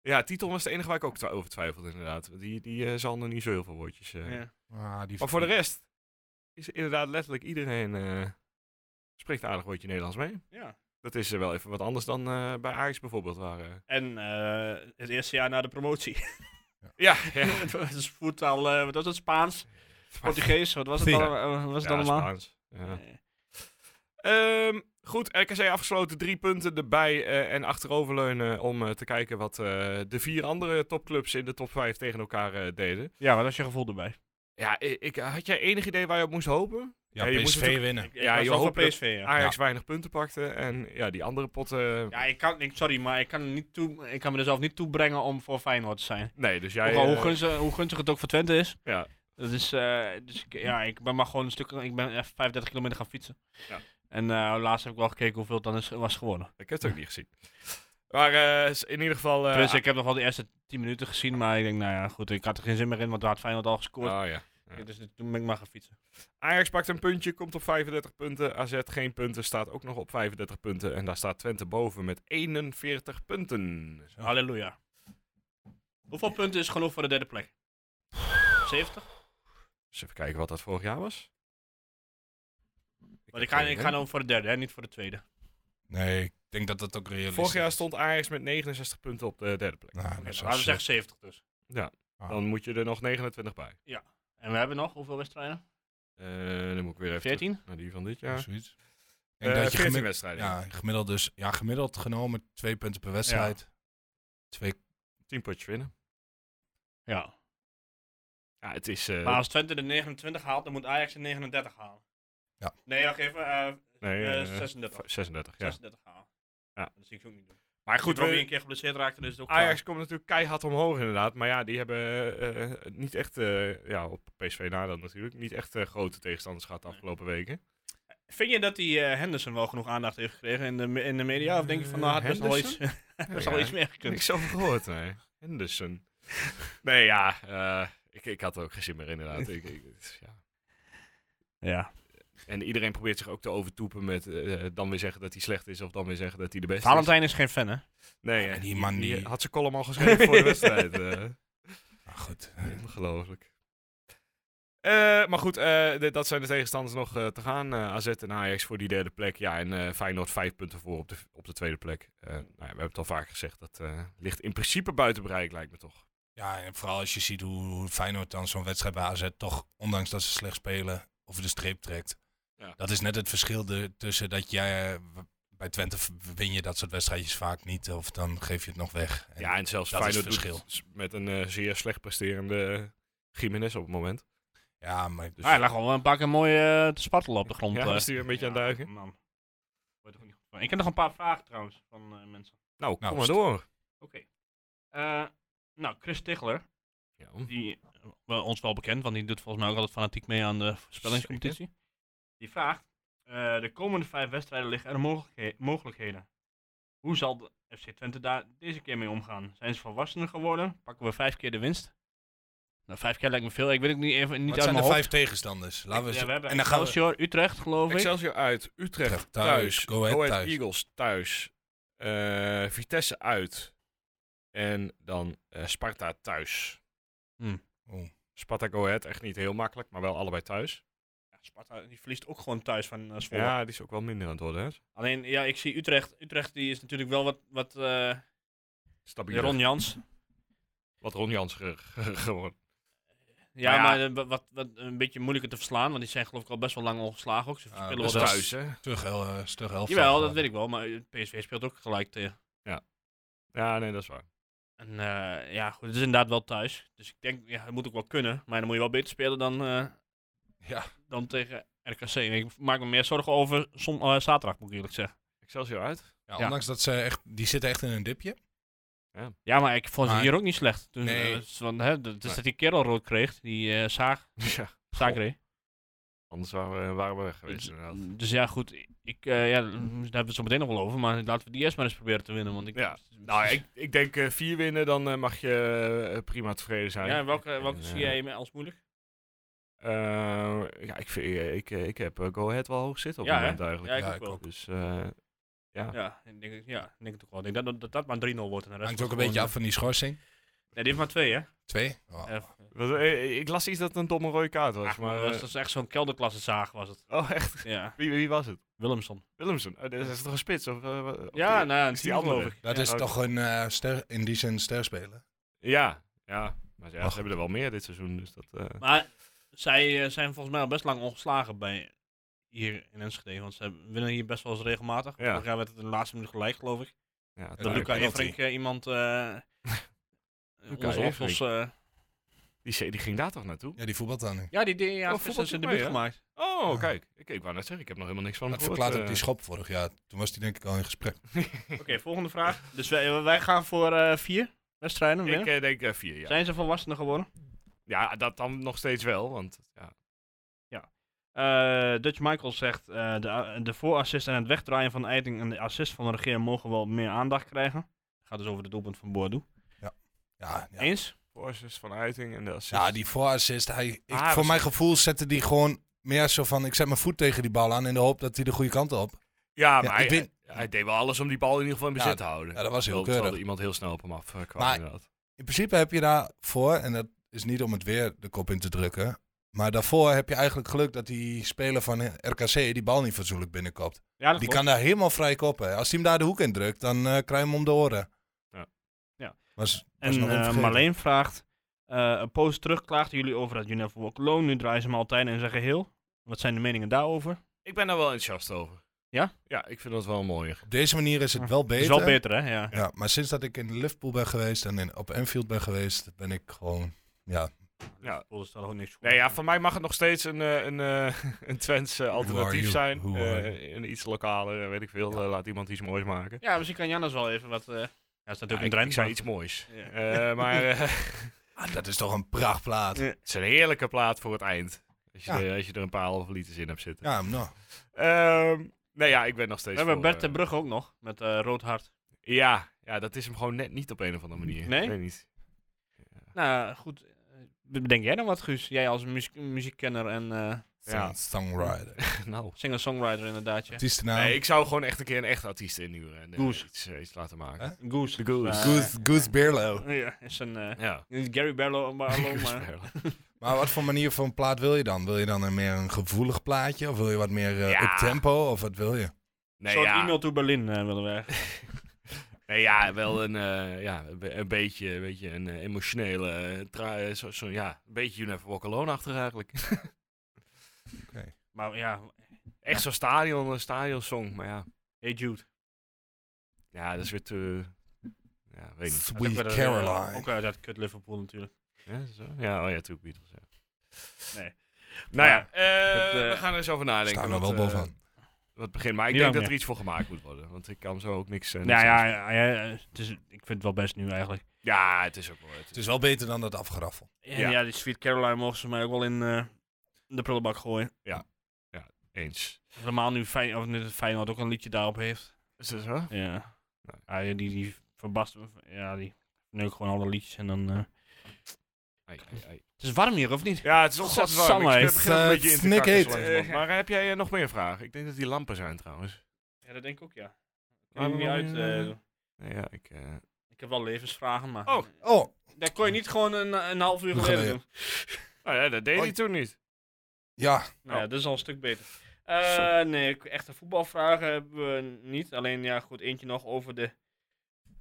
Speaker 1: Ja, Titon was de enige waar ik ook twa- over twijfelde, inderdaad. Die, die eh, zal er niet zo heel veel woordjes. eh.
Speaker 3: Ja.
Speaker 4: Ah, die
Speaker 1: Maar voor de rest is inderdaad letterlijk iedereen eh, spreekt een aardig woordje Nederlands mee.
Speaker 3: ja.
Speaker 1: Dat is eh, wel even wat anders dan eh, bij Ajax bijvoorbeeld. Waar, eh,
Speaker 3: En eh, het eerste jaar na de promotie.
Speaker 1: Ja, ja.
Speaker 3: dat is voertaal, eh, wat was het, Spaans? Portugees, wat was het,
Speaker 4: Ja.
Speaker 3: allemaal- eh, wat was het
Speaker 1: Ja,
Speaker 3: allemaal?
Speaker 1: Spaans. Ja.
Speaker 3: Eh,
Speaker 1: Ehm, goed, RKC afgesloten. Drie punten erbij eh, en achteroverleunen om eh, te kijken wat eh, de vier andere topclubs in de top 5 tegen elkaar eh, deden.
Speaker 3: Ja, wat was je gevoel erbij?
Speaker 1: Ja, i- ik, had jij enig idee waar je op moest hopen?
Speaker 4: Ja,
Speaker 1: Ja, je moet
Speaker 4: PSV
Speaker 1: natuurlijk-
Speaker 4: winnen.
Speaker 1: Ja,
Speaker 3: Ja,
Speaker 1: je
Speaker 3: je hoopt
Speaker 1: hoopt dat-
Speaker 3: PSV, ja.
Speaker 1: Ajax weinig punten pakte en ja, die andere potten...
Speaker 3: Ja, ik kan, ik, sorry, maar ik kan, niet toe, ik kan me er zelf niet toe brengen om voor Feyenoord te zijn.
Speaker 1: Nee, dus jij...
Speaker 3: Ook al hoe,
Speaker 1: eh,
Speaker 3: gunstig, hoe gunstig het ook voor Twente is.
Speaker 1: Ja.
Speaker 3: Dat is, eh, dus ik, ja, ik ben maar gewoon een stuk, ik ben even 35 kilometer gaan fietsen.
Speaker 1: Ja. Eh,
Speaker 3: En eh, laatst heb ik wel gekeken hoeveel het dan is, was geworden.
Speaker 1: Ik heb het ook niet gezien. Maar eh, s- in ieder geval... eh,
Speaker 3: dus ik heb nog wel de eerste 10 minuten gezien, maar ik denk, nou ja, goed, ik had er geen zin meer in, want daar had Feyenoord al gescoord.
Speaker 1: ah, ja. ja.
Speaker 3: Dus toen ben ik maar gaan fietsen.
Speaker 1: Ajax pakt een puntje, komt op 35 punten. AZ geen punten, staat ook nog op 35 punten. En daar staat Twente boven met 41 punten.
Speaker 3: Halleluja. Hoeveel punten is genoeg voor de derde plek? 70?
Speaker 1: Dus even kijken wat dat vorig jaar was.
Speaker 3: Want ik ga, ik ga dan voor de derde, hè, niet voor de tweede.
Speaker 4: Nee, ik denk dat dat ook realistisch
Speaker 1: Vorig jaar
Speaker 4: is.
Speaker 1: stond Ajax met 69 punten op de derde plek.
Speaker 4: Nou,
Speaker 3: Ja,
Speaker 4: dat is
Speaker 3: Laten we
Speaker 4: wel
Speaker 3: zeggen 70 dus.
Speaker 1: Dan moet je er nog 29 bij.
Speaker 3: En we hebben nog hoeveel wedstrijden?
Speaker 1: Eh, dan moet ik weer even
Speaker 3: 14?
Speaker 1: terug naar die van dit
Speaker 4: zo-
Speaker 1: jaar.
Speaker 4: zoiets. Ik
Speaker 1: Eh
Speaker 4: denk Dus- dat je
Speaker 1: 14
Speaker 4: gemi-
Speaker 1: wedstrijden.
Speaker 4: ja, gemiddeld dus, ja, gemiddeld genomen twee punten per wedstrijd. Twee,
Speaker 1: 10 potjes winnen.
Speaker 3: Ja.
Speaker 1: Ja, het is... eh,
Speaker 3: Maar als Twente de 29 haalt, dan moet Ajax de 39 halen.
Speaker 4: Ja.
Speaker 3: Nee, wacht even. eh,
Speaker 1: nee,
Speaker 3: eh,
Speaker 1: eh,
Speaker 3: 36.
Speaker 1: v- 36, ja.
Speaker 3: 36 halen.
Speaker 1: Ja.
Speaker 3: Dat zie ik ook niet doen.
Speaker 1: Maar
Speaker 3: Goed,
Speaker 1: goed,
Speaker 3: Robbie
Speaker 1: we,
Speaker 3: een keer geblesseerd raakte, dus is het ook
Speaker 1: Ajax komt natuurlijk keihard omhoog inderdaad. Maar ja, die hebben eh, eh, niet echt, eh, ja, op PSV na dan natuurlijk, niet echt eh, grote tegenstanders gehad de
Speaker 3: Nee.
Speaker 1: afgelopen weken.
Speaker 3: klaar. Vind je dat die eh, Henderson wel genoeg aandacht heeft gekregen in de, me- in de media? Of denk je van, nou, had best wel iets,
Speaker 1: Henderson?
Speaker 3: best wel
Speaker 1: Ja.
Speaker 3: iets meer
Speaker 1: Ik heb
Speaker 3: gekund?
Speaker 1: niks over gehoord, nee. Henderson. Nee, ja, eh, ik, ik had er ook geen zin meer inderdaad. Ik, ik, het is- ja.
Speaker 3: Ja.
Speaker 1: En iedereen probeert zich ook te overtoepen met eh, dan weer zeggen dat hij slecht is of dan weer zeggen dat hij de beste
Speaker 3: Valentijn is geen fan, hè?
Speaker 1: is. Nee, eh,
Speaker 4: die man die-
Speaker 1: had zijn column al geschreven voor de wedstrijd. eh.
Speaker 4: Maar Ah, goed.
Speaker 1: Ongelooflijk. Eh, maar goed, eh, dit- dat zijn de tegenstanders nog eh, te gaan. Eh, AZ en Ajax voor die derde plek. Ja, en eh, Feyenoord vijf punten voor op de, op de tweede plek. Eh, nou ja, we hebben het al vaak gezegd. Dat eh, ligt in principe buiten bereik, lijkt me toch.
Speaker 4: Ja, en vooral als je ziet hoe, hoe Feyenoord dan zo'n wedstrijd bij AZ toch, ondanks dat ze slecht spelen, over de streep trekt.
Speaker 1: Ja.
Speaker 4: Dat is net het verschil de- tussen dat jij... eh, w- Bij Twente v- win je dat soort wedstrijdjes vaak niet, of dan geef je het nog weg. En
Speaker 1: ja, en zelfs
Speaker 4: dat is
Speaker 1: Feyenoord
Speaker 4: het
Speaker 1: doet s- met een eh, zeer slecht presterende uh, Jiménez op het moment.
Speaker 4: ja maar
Speaker 1: Dus,
Speaker 3: Ah, hij lag al een paar keer mooi eh, te spartelen op de grond.
Speaker 1: ja,
Speaker 3: eh.
Speaker 1: is die weer een beetje aan het duiken. Nou,
Speaker 3: Man. Word er gewoon niet goed van. Ik heb nog een paar vragen trouwens van eh, mensen.
Speaker 1: Nou, kom maar
Speaker 4: st-
Speaker 1: door.
Speaker 3: Oké. Eh, nou, Chris Tichler,
Speaker 1: Ja,
Speaker 3: die eh, wel- ons wel bekend, want die doet volgens mij ook altijd fanatiek mee aan de voorspellingscompetitie. Die vraagt, eh, de komende vijf wedstrijden liggen er mogelijkhe- mogelijkheden. Hoe zal de FC Twente daar deze keer mee omgaan? Zijn ze volwassener geworden? Pakken we vijf keer de winst? Nou, vijf keer lijkt me veel. Ik weet het niet even niet
Speaker 4: wat
Speaker 3: uit
Speaker 4: zijn de
Speaker 3: mijn
Speaker 4: vijf
Speaker 3: hoofd.
Speaker 4: tegenstanders? Laten we
Speaker 3: Ja,
Speaker 4: ze-
Speaker 3: we hebben
Speaker 4: en dan gaan we...
Speaker 3: Excelsior, Utrecht geloof ik.
Speaker 1: Excelsior uit, Utrecht
Speaker 4: Utrecht
Speaker 1: thuis,
Speaker 4: thuis,
Speaker 1: Go
Speaker 4: Go
Speaker 1: Ahead,
Speaker 4: Ahead thuis.
Speaker 1: Eagles thuis, eh, Vitesse uit en dan eh, Sparta thuis.
Speaker 4: Hmm.
Speaker 1: Oh.
Speaker 4: Oeh.
Speaker 1: Sparta Go Ahead, echt niet heel makkelijk, maar wel allebei thuis.
Speaker 3: Ja, Sparta die verliest ook gewoon thuis van eh, Zwolle.
Speaker 1: Ja, die is ook wel minder aan het worden, hè?
Speaker 3: Alleen, ja, ik zie Utrecht. Utrecht die is natuurlijk wel wat, wat eh,
Speaker 1: Stabiel.
Speaker 3: Ron Jans.
Speaker 1: Wat Ron Jans ge- ge- geworden.
Speaker 3: Ja,
Speaker 1: Maar ja.
Speaker 3: maar eh, wa- wat, wat een beetje moeilijker te verslaan, want die zijn geloof ik al best wel lang ongeslagen ook. Ze
Speaker 4: Ah,
Speaker 3: spelen
Speaker 4: dat
Speaker 3: wel
Speaker 1: Dat
Speaker 4: is
Speaker 1: is
Speaker 3: thuis.
Speaker 1: thuis, hè?
Speaker 4: Stug, hel- eh, stug helft.
Speaker 3: Jawel, dat weet ik wel, maar eh, PSV speelt ook gelijk tegen.
Speaker 1: Ja, nee, dat is waar.
Speaker 3: En eh, ja, goed, het is inderdaad wel thuis. Dus ik denk, ja, het moet ook wel kunnen. Maar dan moet je wel beter spelen dan, eh,
Speaker 4: Ja.
Speaker 3: dan tegen RKC. Ik maak me meer zorgen over zon, eh, zaterdag, moet ik eerlijk zeggen.
Speaker 1: Excelsior uit.
Speaker 4: Ja, ondanks dat ze echt... Die zitten echt in een dipje.
Speaker 3: Ja, maar ik vond ze
Speaker 4: Maar-
Speaker 3: hier ook niet slecht. Toen,
Speaker 4: Nee.
Speaker 3: eh, s- want, hè, d- dus dat die kerel rood kreeg, die eh, zaag,
Speaker 1: ja,
Speaker 3: zaag
Speaker 1: Goh.
Speaker 3: kreeg.
Speaker 1: anders waren we, waren we weg geweest,
Speaker 3: Dus-
Speaker 1: inderdaad.
Speaker 3: Dus ja, goed. Ik, eh, ja, mm, daar hebben we het zo meteen nog wel over. Maar laten we die eerst maar eens proberen te winnen. Want ik,
Speaker 1: Ja. Nou, ik, ik denk eh, vier winnen, dan eh, mag je eh, prima tevreden zijn.
Speaker 3: Ja, en welke, welke
Speaker 1: En,
Speaker 3: zie
Speaker 1: eh,
Speaker 3: jij me als moeilijk?
Speaker 1: Eh, ja, ik, vind, eh, ik, eh, ik heb eh, Go Ahead wel hoog zitten op
Speaker 3: Ja,
Speaker 1: het
Speaker 3: hè?
Speaker 1: moment eigenlijk.
Speaker 3: Ja, ik
Speaker 4: Ja,
Speaker 3: ook
Speaker 4: ik
Speaker 3: wel.
Speaker 4: ook.
Speaker 1: Dus eh,
Speaker 3: Ja, ik denk, het- ja, ik denk het ook wel. Ik denk dat dat, dat maar 3-0 wordt. En de rest
Speaker 4: Hangt ook
Speaker 3: wordt
Speaker 4: een beetje
Speaker 3: gewoon,
Speaker 4: af van die schorsing.
Speaker 3: eh, Nee, die heeft maar twee, hè?
Speaker 4: Twee? Oh.
Speaker 3: Eh,
Speaker 1: wat- eh, ik las iets dat het een domme rode kaart was.
Speaker 3: ach,
Speaker 1: maar,
Speaker 3: maar
Speaker 1: eh,
Speaker 3: dat was dus- echt zo'n kelderklasse zaag, was het.
Speaker 1: oh, echt?
Speaker 3: Ja,
Speaker 1: Wie, wie was het?
Speaker 3: Willemson.
Speaker 1: Willemsen. Oh, dat is toch een spits? Of, eh, wa- of
Speaker 3: Ja,
Speaker 1: die-
Speaker 3: nou, een
Speaker 1: is die
Speaker 3: team,
Speaker 1: andere.
Speaker 3: geloof ik.
Speaker 4: Dat
Speaker 3: Ja.
Speaker 4: is
Speaker 1: ook.
Speaker 4: toch een eh, ster, in die zin sterspeler.
Speaker 1: ja, ja. Maar ja, ze
Speaker 4: Wacht.
Speaker 1: hebben er wel meer dit seizoen. Dus dat, eh,
Speaker 3: Maar zij eh, zijn volgens mij al best lang ongeslagen bij hier in Enschede. Want ze hebben- winnen hier best wel eens regelmatig.
Speaker 1: Ja.
Speaker 3: Vorig jaar werd het in de laatste minuut gelijk, geloof ik.
Speaker 1: ja,
Speaker 4: Ja,
Speaker 3: Dat
Speaker 1: tuurlijk.
Speaker 3: Luca
Speaker 4: penalty.
Speaker 3: Everink eh, iemand... eh
Speaker 1: Luca
Speaker 3: onze
Speaker 1: Everink.
Speaker 3: offels, eh,
Speaker 1: die, C- die ging daar toch naartoe?
Speaker 4: Ja, die voetbalt dan nu.
Speaker 3: ja, die deed ja,
Speaker 1: Oh,
Speaker 3: Vissers
Speaker 1: voetbaltje
Speaker 3: in de
Speaker 1: mee,
Speaker 3: buurt
Speaker 1: hè?
Speaker 3: gemaakt.
Speaker 1: Oh,
Speaker 4: Ja.
Speaker 1: kijk. Ik, ik wou net zeggen, ik heb nog helemaal niks van
Speaker 4: Dat
Speaker 1: hem gehoord,
Speaker 4: verklaart ook
Speaker 1: eh.
Speaker 4: die schop vorig jaar. Toen was die denk ik al ingesprek.
Speaker 3: Oké, volgende vraag. Dus wij, wij gaan voor eh, vier wedstrijden.
Speaker 1: ik
Speaker 3: winnen.
Speaker 1: eh, denk eh, vier, ja.
Speaker 3: Zijn ze volwassenen geworden?
Speaker 1: Ja, dat dan nog steeds wel. Want ja,
Speaker 3: Eh, Dutch Michael zegt, eh, de, de voorassist en het wegdraaien van Eiting en de assist van de regeer mogen wel meer aandacht krijgen. Gaat dus over de doelpunt van Boadu.
Speaker 4: Ja, ja.
Speaker 3: Eens?
Speaker 1: Voorzes van Uiting en de assist.
Speaker 4: ja die voorassist. Hij, ik,
Speaker 1: Ah, dat
Speaker 4: voor
Speaker 1: is-
Speaker 4: mijn gevoel zette die gewoon meer zo van... Ik zet mijn voet tegen die bal aan in de hoop dat hij de goede kant op.
Speaker 1: Ja,
Speaker 4: Ja,
Speaker 1: maar
Speaker 4: ik
Speaker 1: hij,
Speaker 4: vind-
Speaker 1: hij- hij deed wel alles om die bal in ieder geval in
Speaker 4: Ja,
Speaker 1: bezit te houden.
Speaker 4: ja, dat was heel
Speaker 1: Terwijl- terwijl
Speaker 4: keurig.
Speaker 1: er iemand heel snel op hem af eh, kwam,
Speaker 4: Maar-
Speaker 1: inderdaad.
Speaker 4: In principe heb je daarvoor... En dat is niet om het weer de kop in te drukken. Maar daarvoor heb je eigenlijk geluk dat die speler van RKC die bal niet fatsoenlijk binnenkopt.
Speaker 3: Ja, dat
Speaker 4: Die
Speaker 3: klopt.
Speaker 4: kan daar helemaal vrij koppen. Als hij hem daar de hoek in drukt, dan eh krijg je hem om de oren.
Speaker 1: Ja.
Speaker 3: Ja.
Speaker 4: Was, was
Speaker 3: En
Speaker 4: nog
Speaker 3: eh
Speaker 4: onvergeten.
Speaker 3: Marleen vraagt, eh een poos terug klaagden jullie over het Unifor Walk Loan. Nu draaien ze hem altijd in zijn geheel. Wat zijn de meningen daarover?
Speaker 1: Ik ben daar wel enthousiast over.
Speaker 3: Ja?
Speaker 1: Ja, ik vind dat wel mooi.
Speaker 4: Op deze manier is het wel beter.
Speaker 3: Is wel beter, hè? Ja.
Speaker 4: Ja, maar sinds dat ik in Liverpool ben geweest en in, op Anfield ben geweest, ben ik gewoon... Ja,
Speaker 1: Ja.
Speaker 3: Liverpool is daar ook niks voor.
Speaker 1: Nee, ja, van mij mag het nog steeds een, eh, een, eh, een Twents eh,
Speaker 4: are
Speaker 1: alternatief
Speaker 4: you?
Speaker 1: zijn.
Speaker 4: Who
Speaker 1: Eh,
Speaker 4: are
Speaker 1: een iets lokaler, eh, weet ik veel. Eh, laat iemand iets moois maken.
Speaker 3: Ja, misschien kan Jannes wel even wat... eh ja, dat is
Speaker 1: Ja, ik,
Speaker 3: natuurlijk een
Speaker 1: ik zei
Speaker 3: Drenthe.
Speaker 1: iets moois.
Speaker 3: Ja.
Speaker 1: Eh, maar eh,
Speaker 4: ah, dat is toch een prachtplaat.
Speaker 3: Ja.
Speaker 1: het is een heerlijke plaat voor het eind. Als je,
Speaker 4: Ja.
Speaker 1: er, als je er een paar halve liters in hebt zitten.
Speaker 4: Ja, nou.
Speaker 1: Ehm, nee, ja, ik ben nog steeds
Speaker 3: We hebben
Speaker 1: voor,
Speaker 3: Bert de
Speaker 1: eh,
Speaker 3: Brugge ook nog, met eh rood hart.
Speaker 1: ja, ja, dat is hem gewoon net niet op een of andere manier.
Speaker 3: Nee?
Speaker 1: Ik weet niet.
Speaker 3: Nou, goed. eh, Bedenk jij dan wat, Guus? Jij als muziek, muziekkenner en eh,
Speaker 1: Ja.
Speaker 4: Songwriter.
Speaker 1: Nou.
Speaker 3: singer-songwriter inderdaad. Ja.
Speaker 4: Het is de naam.
Speaker 1: Nee, ik zou gewoon echt een keer een echt artiest inhuren. En, eh,
Speaker 3: Goose.
Speaker 1: Iets, eh, iets laten maken.
Speaker 4: Hè?
Speaker 3: Goose.
Speaker 1: De Goose.
Speaker 3: Eh,
Speaker 4: Goose, Goose Beerlo.
Speaker 3: Ja, is een... eh,
Speaker 1: Ja.
Speaker 3: Gary Barlow, Barlow
Speaker 1: Goose
Speaker 3: maar...
Speaker 1: Barrel.
Speaker 4: Maar wat voor manier van plaat wil je dan? Wil je dan een meer een gevoelig plaatje? Of wil je wat meer eh,
Speaker 1: Ja.
Speaker 4: up-tempo? Of wat wil je?
Speaker 3: Een
Speaker 1: Nee,
Speaker 3: soort
Speaker 1: ja.
Speaker 3: e-mail to Berlin eh, willen we eigenlijk.
Speaker 1: nee, ja, wel een, eh, ja, een be- een beetje, een, beetje een eh, emotionele, eh, tra- eh, zo, zo, ja, een beetje You Never Walk Alone-achtig eigenlijk.
Speaker 3: Maar ja,
Speaker 1: Echt zo'n stadion, een stadionsong, maar ja.
Speaker 3: hey Jude.
Speaker 1: Ja, dat is weer te... Ja, weet niet.
Speaker 3: Dat is
Speaker 4: Sweet
Speaker 3: ook weer, eh,
Speaker 4: Caroline.
Speaker 3: Ook uit dat kut Liverpool natuurlijk.
Speaker 1: Ja, zo? ja oh ja, True Beatles, ja.
Speaker 3: Nee.
Speaker 1: Nou ja,
Speaker 3: Maar
Speaker 1: eh,
Speaker 3: dat, eh,
Speaker 1: we gaan er eens over nadenken.
Speaker 4: Staan er wel
Speaker 1: wat, eh,
Speaker 4: bovenaan.
Speaker 1: wat begin, maar ik
Speaker 3: Niet
Speaker 1: denk
Speaker 3: lang
Speaker 1: dat er
Speaker 3: meer.
Speaker 1: iets voor gemaakt moet worden. Want ik kan zo ook niks... eh, niks
Speaker 3: Nou ja,
Speaker 1: zeggen.
Speaker 3: ja, ja, eh, het is, ik vind het wel best nu eigenlijk.
Speaker 1: ja, het is ook wel... het
Speaker 4: Het is wel beter dan dat afgeraffel.
Speaker 3: En
Speaker 1: Ja.
Speaker 3: ja, die Sweet Caroline mogen ze mij ook wel in eh, de prullenbak gooien.
Speaker 1: is eens.
Speaker 3: Helemaal nu Fijn, of nu dat Feyenoord ook een liedje daarop heeft.
Speaker 1: Is dat zo?
Speaker 3: Ja.
Speaker 1: Nee.
Speaker 3: Ah, ja, die, die verbast, ja, die neuk gewoon alle liedjes en dan... eh,
Speaker 1: Ai, ai, ai.
Speaker 3: Het is warm hier, of niet?
Speaker 1: Ja, het is ontzettend warm.
Speaker 3: Godsamme,
Speaker 1: Ik
Speaker 3: het
Speaker 1: begin ook een
Speaker 4: is,
Speaker 1: beetje in te
Speaker 4: eh,
Speaker 1: kakken zo
Speaker 4: snikheet.
Speaker 1: langzamerhand. Maar heb jij eh, nog meer vragen? Ik denk dat die lampen zijn trouwens.
Speaker 3: Ja, dat denk ik ook, ja.
Speaker 1: Laat me
Speaker 3: niet
Speaker 1: maar
Speaker 3: uit.
Speaker 1: even,
Speaker 3: eh,
Speaker 1: eh, Ja, ik... eh,
Speaker 3: ik heb wel levensvragen, maar...
Speaker 1: Oh.
Speaker 4: Oh,
Speaker 3: Daar kon je niet gewoon een, een half uur
Speaker 4: Hoe
Speaker 3: geleden
Speaker 4: geleden?
Speaker 3: doen.
Speaker 1: Nou ja, dat deed
Speaker 4: Hoi.
Speaker 1: hij toen niet.
Speaker 4: ja.
Speaker 3: Nou ja, dat is al een stuk beter. Eh,
Speaker 1: Zo.
Speaker 3: nee, k- echte voetbalvragen hebben we niet. Alleen, ja, goed, eentje nog over de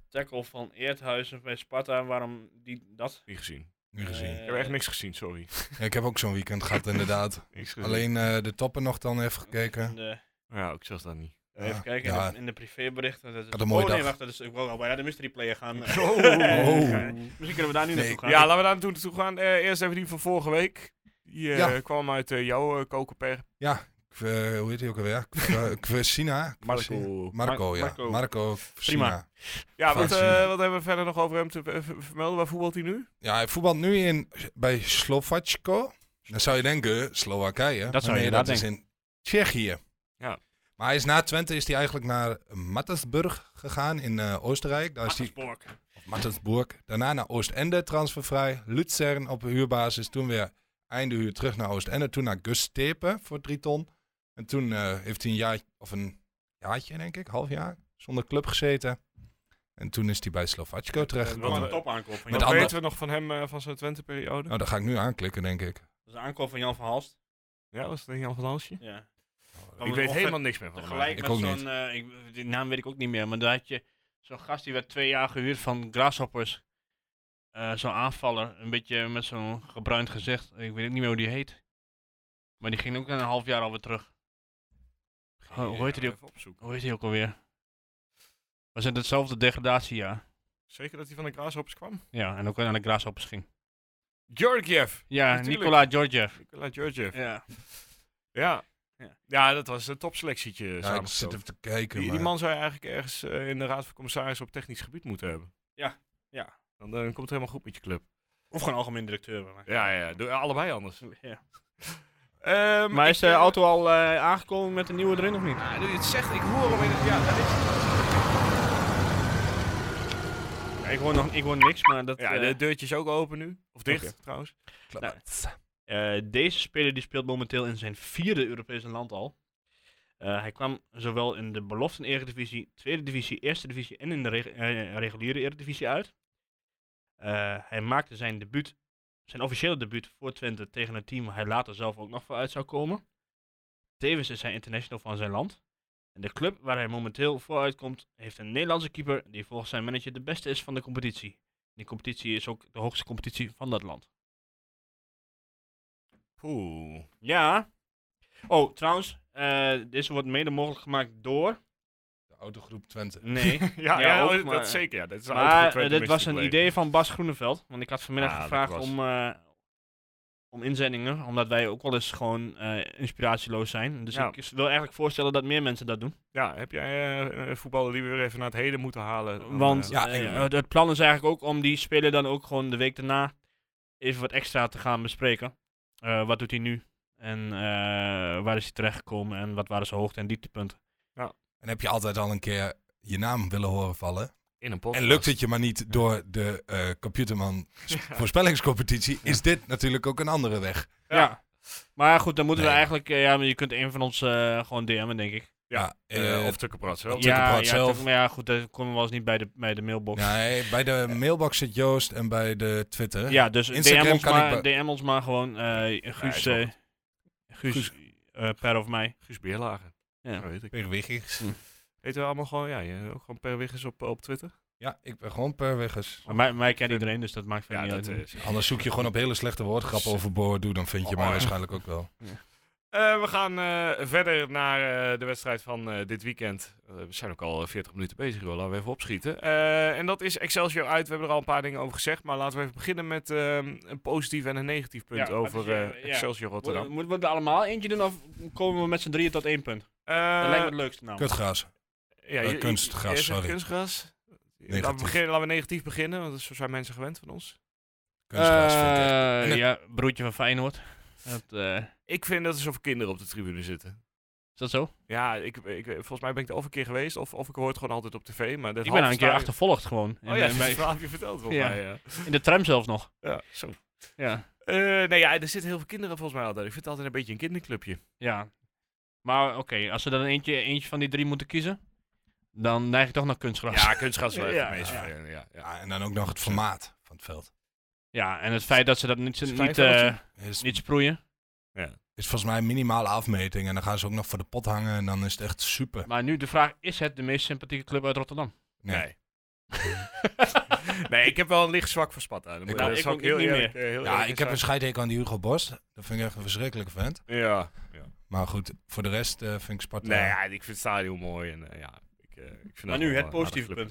Speaker 3: tackle van Eerthuizen bij Sparta. Waarom die dat?
Speaker 1: Niet gezien.
Speaker 4: Nu gezien.
Speaker 3: Eh,
Speaker 1: Ik heb echt niks gezien, sorry.
Speaker 4: Ja, ik heb ook zo'n weekend gehad, inderdaad.
Speaker 1: Niks gezien.
Speaker 4: Alleen eh, de toppen nog dan even
Speaker 3: in
Speaker 1: Mm.
Speaker 4: gekeken.
Speaker 3: de-
Speaker 1: Ja, ik zag dat niet.
Speaker 4: Ja,
Speaker 3: even kijken, in
Speaker 4: ja.
Speaker 3: de- in de privéberichten. Dat is,
Speaker 4: Had een mooie
Speaker 3: oh nee,
Speaker 4: dag.
Speaker 3: wacht, dat is, ik wou al bijna de mystery player gaan. eh.
Speaker 1: Oh.
Speaker 4: Oh.
Speaker 3: Misschien kunnen we daar nu
Speaker 4: Nee.
Speaker 3: naartoe gaan.
Speaker 1: Ja, laten we daar naartoe toe gaan. Eh, eerst even die van vorige week. Die eh,
Speaker 4: Ja.
Speaker 1: kwam uit eh, jouw eh, kokenper.
Speaker 4: Ja, Kw- eh, hoe heet hij ook alweer? Kw- Kwesina?
Speaker 1: Marco.
Speaker 4: Marco, ja.
Speaker 3: Marco.
Speaker 4: Marco Kwesina.
Speaker 1: Ja, wat,
Speaker 4: Vaccin.
Speaker 1: eh, wat hebben we verder nog over hem te eh, ver- vermelden? Waar voetbalt hij nu?
Speaker 4: Ja, hij voetbalt nu in, bij Slovacko. Dan zou je denken, Slowakije.
Speaker 3: Dat zou je
Speaker 4: Maar
Speaker 3: inderdaad
Speaker 4: dat is in Tsjechië.
Speaker 1: Ja.
Speaker 4: Maar hij is na Twente is hij eigenlijk naar Mattersburg gegaan in eh, Oostenrijk. Daar is hij,
Speaker 3: Spork.
Speaker 4: of Mattersburg. Daarna naar Oostende transfervrij. Luzern op huurbasis. Toen weer einde huur terug naar Oostende. Toen naar Gustepe voor drie ton. En toen eh, heeft hij een jaar, of een jaartje denk ik, half jaar, zonder club gezeten. En toen is hij bij Slovacko
Speaker 3: Wat een
Speaker 4: terechtgekomen.
Speaker 3: top aankoop van
Speaker 4: Met
Speaker 1: Wat
Speaker 3: Jan.
Speaker 4: alle-
Speaker 1: weten we nog van hem eh, van zijn Twente-periode?
Speaker 4: Nou, daar ga ik nu aanklikken, denk ik.
Speaker 3: Dat is een aankoop van Jan van Halst.
Speaker 1: Ja, was dat Jan van Halsje?
Speaker 3: Ja.
Speaker 4: Oh,
Speaker 1: Ik weet helemaal niks meer van hem.
Speaker 3: Tegelijk
Speaker 4: Ik
Speaker 3: met
Speaker 4: ook
Speaker 3: zo'n,
Speaker 4: niet.
Speaker 3: eh, ik- die naam weet ik ook niet meer, maar daar had je zo'n gast die werd twee jaar gehuurd van Grasshoppers. Eh, zo'n aanvaller, een beetje met zo'n gebruind gezicht. Ik weet ook niet meer hoe die heet. Maar die ging ook na een half jaar alweer terug. Oh,
Speaker 1: Geen idee,
Speaker 3: hoe heette die
Speaker 1: even opzoeken.
Speaker 3: Hoe heet die ook alweer? Was het hetzelfde degradatiejaar?
Speaker 1: Zeker dat hij van de graashoppers kwam?
Speaker 3: Ja, en ook naar de Grasshoppers ging.
Speaker 1: Georgiev.
Speaker 3: Ja,
Speaker 1: Natuurlijk.
Speaker 3: Nicola Georgiev.
Speaker 1: Nicola Georgiev.
Speaker 3: Ja.
Speaker 1: Ja.
Speaker 3: Ja.
Speaker 1: Ja, dat was een topselectietje
Speaker 4: Ja, Nou, ik
Speaker 1: samengesteld.
Speaker 4: zit even te kijken.
Speaker 1: Die, die
Speaker 4: maar-
Speaker 1: man zou je eigenlijk ergens eh, in de Raad van Commissarissen op technisch gebied moeten hebben.
Speaker 3: Ja, ja.
Speaker 1: Dan, eh, komt het helemaal goed met je club.
Speaker 3: Of gewoon algemeen directeur. Maar,
Speaker 1: Ja, ja, doe allebei anders.
Speaker 3: Ja.
Speaker 1: Ehm,
Speaker 3: maar
Speaker 1: ik,
Speaker 3: is de
Speaker 1: eh,
Speaker 3: auto al eh, aangekomen met de nieuwe erin of niet?
Speaker 1: ja, nu je het zegt, ik hoor hem in het... Ja, dat is...
Speaker 3: Ja, ik, hoor nog, ik hoor niks, maar dat...
Speaker 1: ja
Speaker 3: eh,
Speaker 1: de deurtje is ook open nu. Of dicht,
Speaker 3: Oké.
Speaker 1: trouwens.
Speaker 3: Eh, deze speler die speelt momenteel in zijn vierde Europese land al. Eh, hij kwam zowel in de beloften Eredivisie, tweede divisie, eerste divisie en in de reg- eh, reguliere Eredivisie uit. Eh, hij maakte zijn debuut, zijn officiële debuut voor Twente tegen een team waar hij later zelf ook nog voor uit zou komen. Tevens is hij international van zijn land. En de club waar hij momenteel voor uitkomt heeft een Nederlandse keeper die volgens zijn manager de beste is van de competitie. Die competitie is ook de hoogste competitie van dat land.
Speaker 1: Oeh.
Speaker 3: Ja. Oh, trouwens, eh, deze wordt mede mogelijk gemaakt door.
Speaker 4: De autogroep Twente.
Speaker 3: Nee.
Speaker 1: Ja, ja,
Speaker 3: Ja, ook,
Speaker 1: dat
Speaker 3: maar-
Speaker 1: zeker. Ja, dat is een oude
Speaker 3: maar
Speaker 1: Twente
Speaker 3: eh, dit was
Speaker 1: mystery
Speaker 3: een
Speaker 1: play.
Speaker 3: idee van Bas Groeneveld. Want ik had vanmiddag
Speaker 1: Ah, dat
Speaker 3: gevraagd
Speaker 1: was-
Speaker 3: om, eh, om inzendingen. Omdat wij ook wel eens gewoon eh, inspiratieloos zijn. Dus
Speaker 1: Ja.
Speaker 3: ik s- wil eigenlijk voorstellen dat meer mensen dat doen.
Speaker 1: Ja, heb jij eh, een voetballer die we weer even naar het heden moeten halen? Dan,
Speaker 3: Want
Speaker 1: eh,
Speaker 4: Ja,
Speaker 3: eh,
Speaker 4: ik-
Speaker 3: het- het plan is eigenlijk ook om die speler dan ook gewoon de week daarna even wat extra te gaan bespreken. Eh, wat doet hij nu? En eh, waar is hij terechtgekomen? En wat waren zijn hoogte- en dieptepunten?
Speaker 4: En heb je altijd al een keer je naam willen horen vallen?
Speaker 1: in een podcast.
Speaker 4: En lukt het je maar niet door de eh, computerman voorspellingscompetitie, is dit natuurlijk ook een andere weg.
Speaker 3: Ja. Maar goed, dan moeten we
Speaker 4: Nee.
Speaker 3: eigenlijk... eh, ja, maar je kunt een van ons eh, gewoon DM'en, denk ik.
Speaker 1: Ja,
Speaker 4: eh,
Speaker 1: Eh, of
Speaker 4: het-
Speaker 1: Tukkenpraat zelf.
Speaker 4: Ja. Tukkenpraat zelf.
Speaker 3: Maar ja, goed, dat komen we wel eens niet bij de, bij de mailbox. Ja,
Speaker 4: nee, bij de mailbox zit Joost en bij de Twitter.
Speaker 3: dus
Speaker 4: Instagram
Speaker 3: DM ons,
Speaker 4: kan
Speaker 3: maar,
Speaker 4: ik
Speaker 3: DM ons maar gewoon. eh Guus,
Speaker 1: is wel
Speaker 3: eh, Guus, eh, per of mij.
Speaker 1: Guus Beerlagen.
Speaker 3: Ja.
Speaker 1: Zo heet ik.
Speaker 4: Per Wiggins.
Speaker 1: Heten we allemaal gewoon, ja, je- ook gewoon per Wiggins op, op Twitter?
Speaker 4: Ja, ik ben gewoon per Wiggins.
Speaker 3: Maar mij, mij kent iedereen, dus dat maakt verder
Speaker 1: Ja,
Speaker 3: niet
Speaker 1: dat eh,
Speaker 3: uit.
Speaker 1: is.
Speaker 4: Anders zoek je gewoon op hele slechte woordgrappen over Boer Doe, dan vind je mij
Speaker 1: Oh.
Speaker 4: waarschijnlijk ook wel.
Speaker 1: Eh, we gaan eh, verder naar eh, de wedstrijd van eh, dit weekend. Eh, we zijn ook al eh, 40 minuten bezig, joh. laten we even opschieten. Eh, en dat is Excelsior uit. We hebben er al een paar dingen over gezegd. Maar laten we even beginnen met eh, een positief en een negatief punt
Speaker 3: Ja,
Speaker 1: over
Speaker 3: wat is je-
Speaker 1: eh,
Speaker 3: ja.
Speaker 1: Excelsior Rotterdam.
Speaker 3: Moeten we er allemaal eentje doen of komen we met z'n drieën tot één punt? dat
Speaker 1: Eh,
Speaker 3: lijkt me het leukste nou.
Speaker 4: Kutgras.
Speaker 1: ja,
Speaker 4: eh,
Speaker 1: je- je-
Speaker 4: kunstgras,
Speaker 1: eerst even
Speaker 4: sorry.
Speaker 1: Kunstgras. Laten we,
Speaker 4: Negatief.
Speaker 1: beginnen, laten we negatief beginnen, want zo zijn mensen gewend van ons.
Speaker 4: Kunstgras vind ik echt.
Speaker 3: Eh,
Speaker 4: En-
Speaker 3: ja, broertje van Feyenoord. Dat, eh,
Speaker 1: Ik vind dat alsof kinderen op de tribune zitten.
Speaker 3: is dat zo?
Speaker 1: Ja, ik, ik, volgens mij ben ik er of een keer geweest, of, of ik hoor het gewoon altijd op tv. Maar dat
Speaker 3: ik ben nou een keer
Speaker 1: halve
Speaker 3: achtervolgd gewoon.
Speaker 1: stadion- Oh ja,
Speaker 3: En-
Speaker 1: dat
Speaker 3: en
Speaker 1: is het
Speaker 3: bij-
Speaker 1: verhaal heb je verteld volgens
Speaker 3: Ja.
Speaker 1: mij. Ja.
Speaker 3: in de tram zelf nog.
Speaker 1: Ja, zo.
Speaker 3: Ja.
Speaker 1: Eh, nee, ja, er zitten heel veel kinderen volgens mij altijd. Ik vind het altijd een beetje een kinderclubje.
Speaker 3: ja. Maar oké, als ze dan eentje, eentje van die drie moeten kiezen, dan neig ik toch naar kunstgras.
Speaker 1: Ja, kunstgras is wel even
Speaker 3: Ja,
Speaker 1: het meest
Speaker 3: ja.
Speaker 1: vervelende, ja. ja.
Speaker 4: Ja, en dan ook nog het formaat van het veld.
Speaker 3: Ja, en het feit dat ze dat niet,
Speaker 1: Is het
Speaker 3: niet,
Speaker 1: vijf
Speaker 3: eh,
Speaker 1: veldje?
Speaker 4: Is,
Speaker 3: niet sproeien.
Speaker 4: is volgens mij een minimale afmeting. En dan gaan ze ook nog voor de pot hangen. En dan is het echt super.
Speaker 3: Maar nu de vraag, is het de meest sympathieke club uit Rotterdam?
Speaker 4: Nee.
Speaker 1: Nee. Nee, ik heb wel een licht zwak voor Sparta. Dat
Speaker 4: Ik
Speaker 1: moet- dat
Speaker 3: ook.
Speaker 1: zou
Speaker 3: Ik ook niet
Speaker 1: eerlijk, eh, heel
Speaker 4: Ja,
Speaker 1: eerlijk
Speaker 4: ik heb een
Speaker 1: zijn.
Speaker 4: scheidhekel aan die Hugo Bos. Dat vind ik echt een verschrikkelijke vent.
Speaker 1: Ja.
Speaker 4: Maar goed, voor de rest eh, vind ik Sparta...
Speaker 1: Nee, ja, ik vind het stadion mooi. En, eh, ja, ik, eh, ik vind dat wel een aardige club.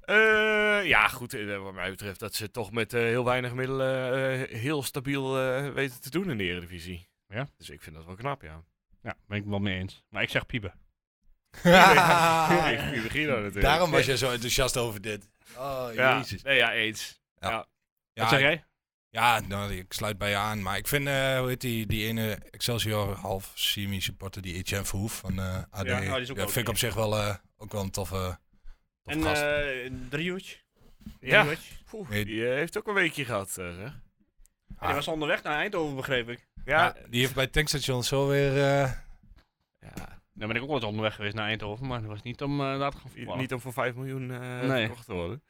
Speaker 1: Eh, ja, goed. eh, wat mij betreft dat ze toch met eh, heel weinig middelen eh, heel stabiel eh, weten te doen in de Eredivisie.
Speaker 3: Ja.
Speaker 1: Dus ik vind dat wel knap, ja.
Speaker 3: Ja, ben ik wel mee eens. Maar ik zeg piepen.
Speaker 1: ik vind Guido natuurlijk.
Speaker 4: Daarom was jij zo enthousiast over dit. Oh,
Speaker 1: ja.
Speaker 4: jezus.
Speaker 1: Nee, ja, eens.
Speaker 3: Wat zeg
Speaker 4: Ja,
Speaker 3: jij?
Speaker 4: ja nou, ik sluit bij je aan. Maar ik vind, eh, hoe heet die, die ene Excelsior half semi-supporter, die Etienne Verhoef van eh, AD.
Speaker 3: Ja,
Speaker 4: Ja,
Speaker 3: oh, die is ook wel
Speaker 4: vind ik op
Speaker 3: oké.
Speaker 4: zich wel, eh, ook wel een toffe, toffe
Speaker 3: En
Speaker 4: gast.
Speaker 3: eh driehoedje.
Speaker 1: Ja.
Speaker 3: Driehoedje.
Speaker 1: Poeh,
Speaker 4: Nee.
Speaker 1: die eh, heeft ook een weekje gehad, eh, zeg.
Speaker 3: En Die was onderweg naar Eindhoven, begreep ik.
Speaker 1: Ja.
Speaker 4: Ja, die heeft bij het tankstation zo weer... eh,
Speaker 1: ja.
Speaker 3: Nou ben ik ook wel eens onderweg geweest naar Eindhoven, maar dat was niet om eh laat gaan
Speaker 1: Niet,
Speaker 3: voetballen.
Speaker 1: niet om voor 5 miljoen eh
Speaker 3: Nee.
Speaker 1: verkocht te worden.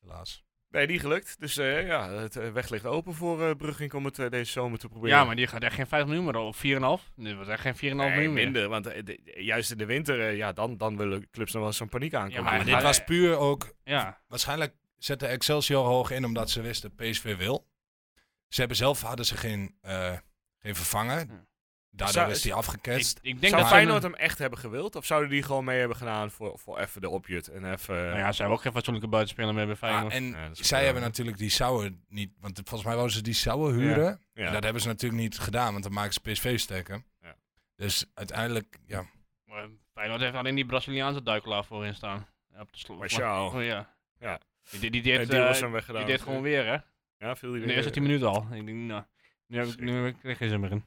Speaker 4: helaas.
Speaker 1: Nee, niet gelukt. Dus eh, ja, het eh, weg ligt open voor eh Brugging om het eh, deze zomer te proberen.
Speaker 3: Ja, maar die gaat echt geen 5 miljoen meer op. 4,5? Dit was echt geen 4,5
Speaker 1: Nee,
Speaker 3: miljoen meer.
Speaker 1: minder, want eh, de- juist in de winter, eh, ja, dan, dan willen clubs nog wel eens zo'n paniek aankomen. Dus
Speaker 3: maar
Speaker 4: Maar
Speaker 3: Maar
Speaker 4: dit was
Speaker 3: hij-
Speaker 4: puur ook
Speaker 3: Ja.
Speaker 4: waarschijnlijk zette Excelsior hoog in omdat ze wisten PSV wil. Ze hebben zelf hadden ze geen, eh, geen
Speaker 3: Ja.
Speaker 4: vervanger. Daardoor
Speaker 1: Hm. Zou-
Speaker 4: is hij
Speaker 3: Ik,
Speaker 4: afgeketst.
Speaker 3: ik denk
Speaker 1: Zou
Speaker 3: dat
Speaker 1: Feyenoord
Speaker 3: ze...
Speaker 1: hem echt hebben gewild? Of zouden die gewoon mee hebben gedaan voor, voor even de opjut en even...
Speaker 3: Nou ja, ze hebben ook geen fatsoenlijke buitenspeler meer bij
Speaker 4: Ja,
Speaker 3: Feyenoord.
Speaker 4: Ah, en
Speaker 1: Ja, dat is
Speaker 4: zij
Speaker 1: wel-
Speaker 4: hebben natuurlijk die Sauer niet. Want volgens mij wouden ze die Sauer huren.
Speaker 1: ja.
Speaker 4: En dat hebben ze natuurlijk niet gedaan, want dan maken ze PSV sterker.
Speaker 1: Ja.
Speaker 4: Dus uiteindelijk, ja.
Speaker 3: Maar Feyenoord heeft alleen die Braziliaanse duikelaar voorin staan. Ja, Op de slot.
Speaker 1: Martial.
Speaker 3: Oh, ja.
Speaker 1: Ja.
Speaker 3: Die, die, die,
Speaker 1: En
Speaker 3: deed,
Speaker 1: die
Speaker 3: eh,
Speaker 1: was hem weggedaan.
Speaker 3: die deed gewoon weer, hè?
Speaker 1: Ja, viel die eh,
Speaker 3: In de eerste 10 minuten al. Ik denk, nou, nu heb ik, nu heb ik er geen zin meer in.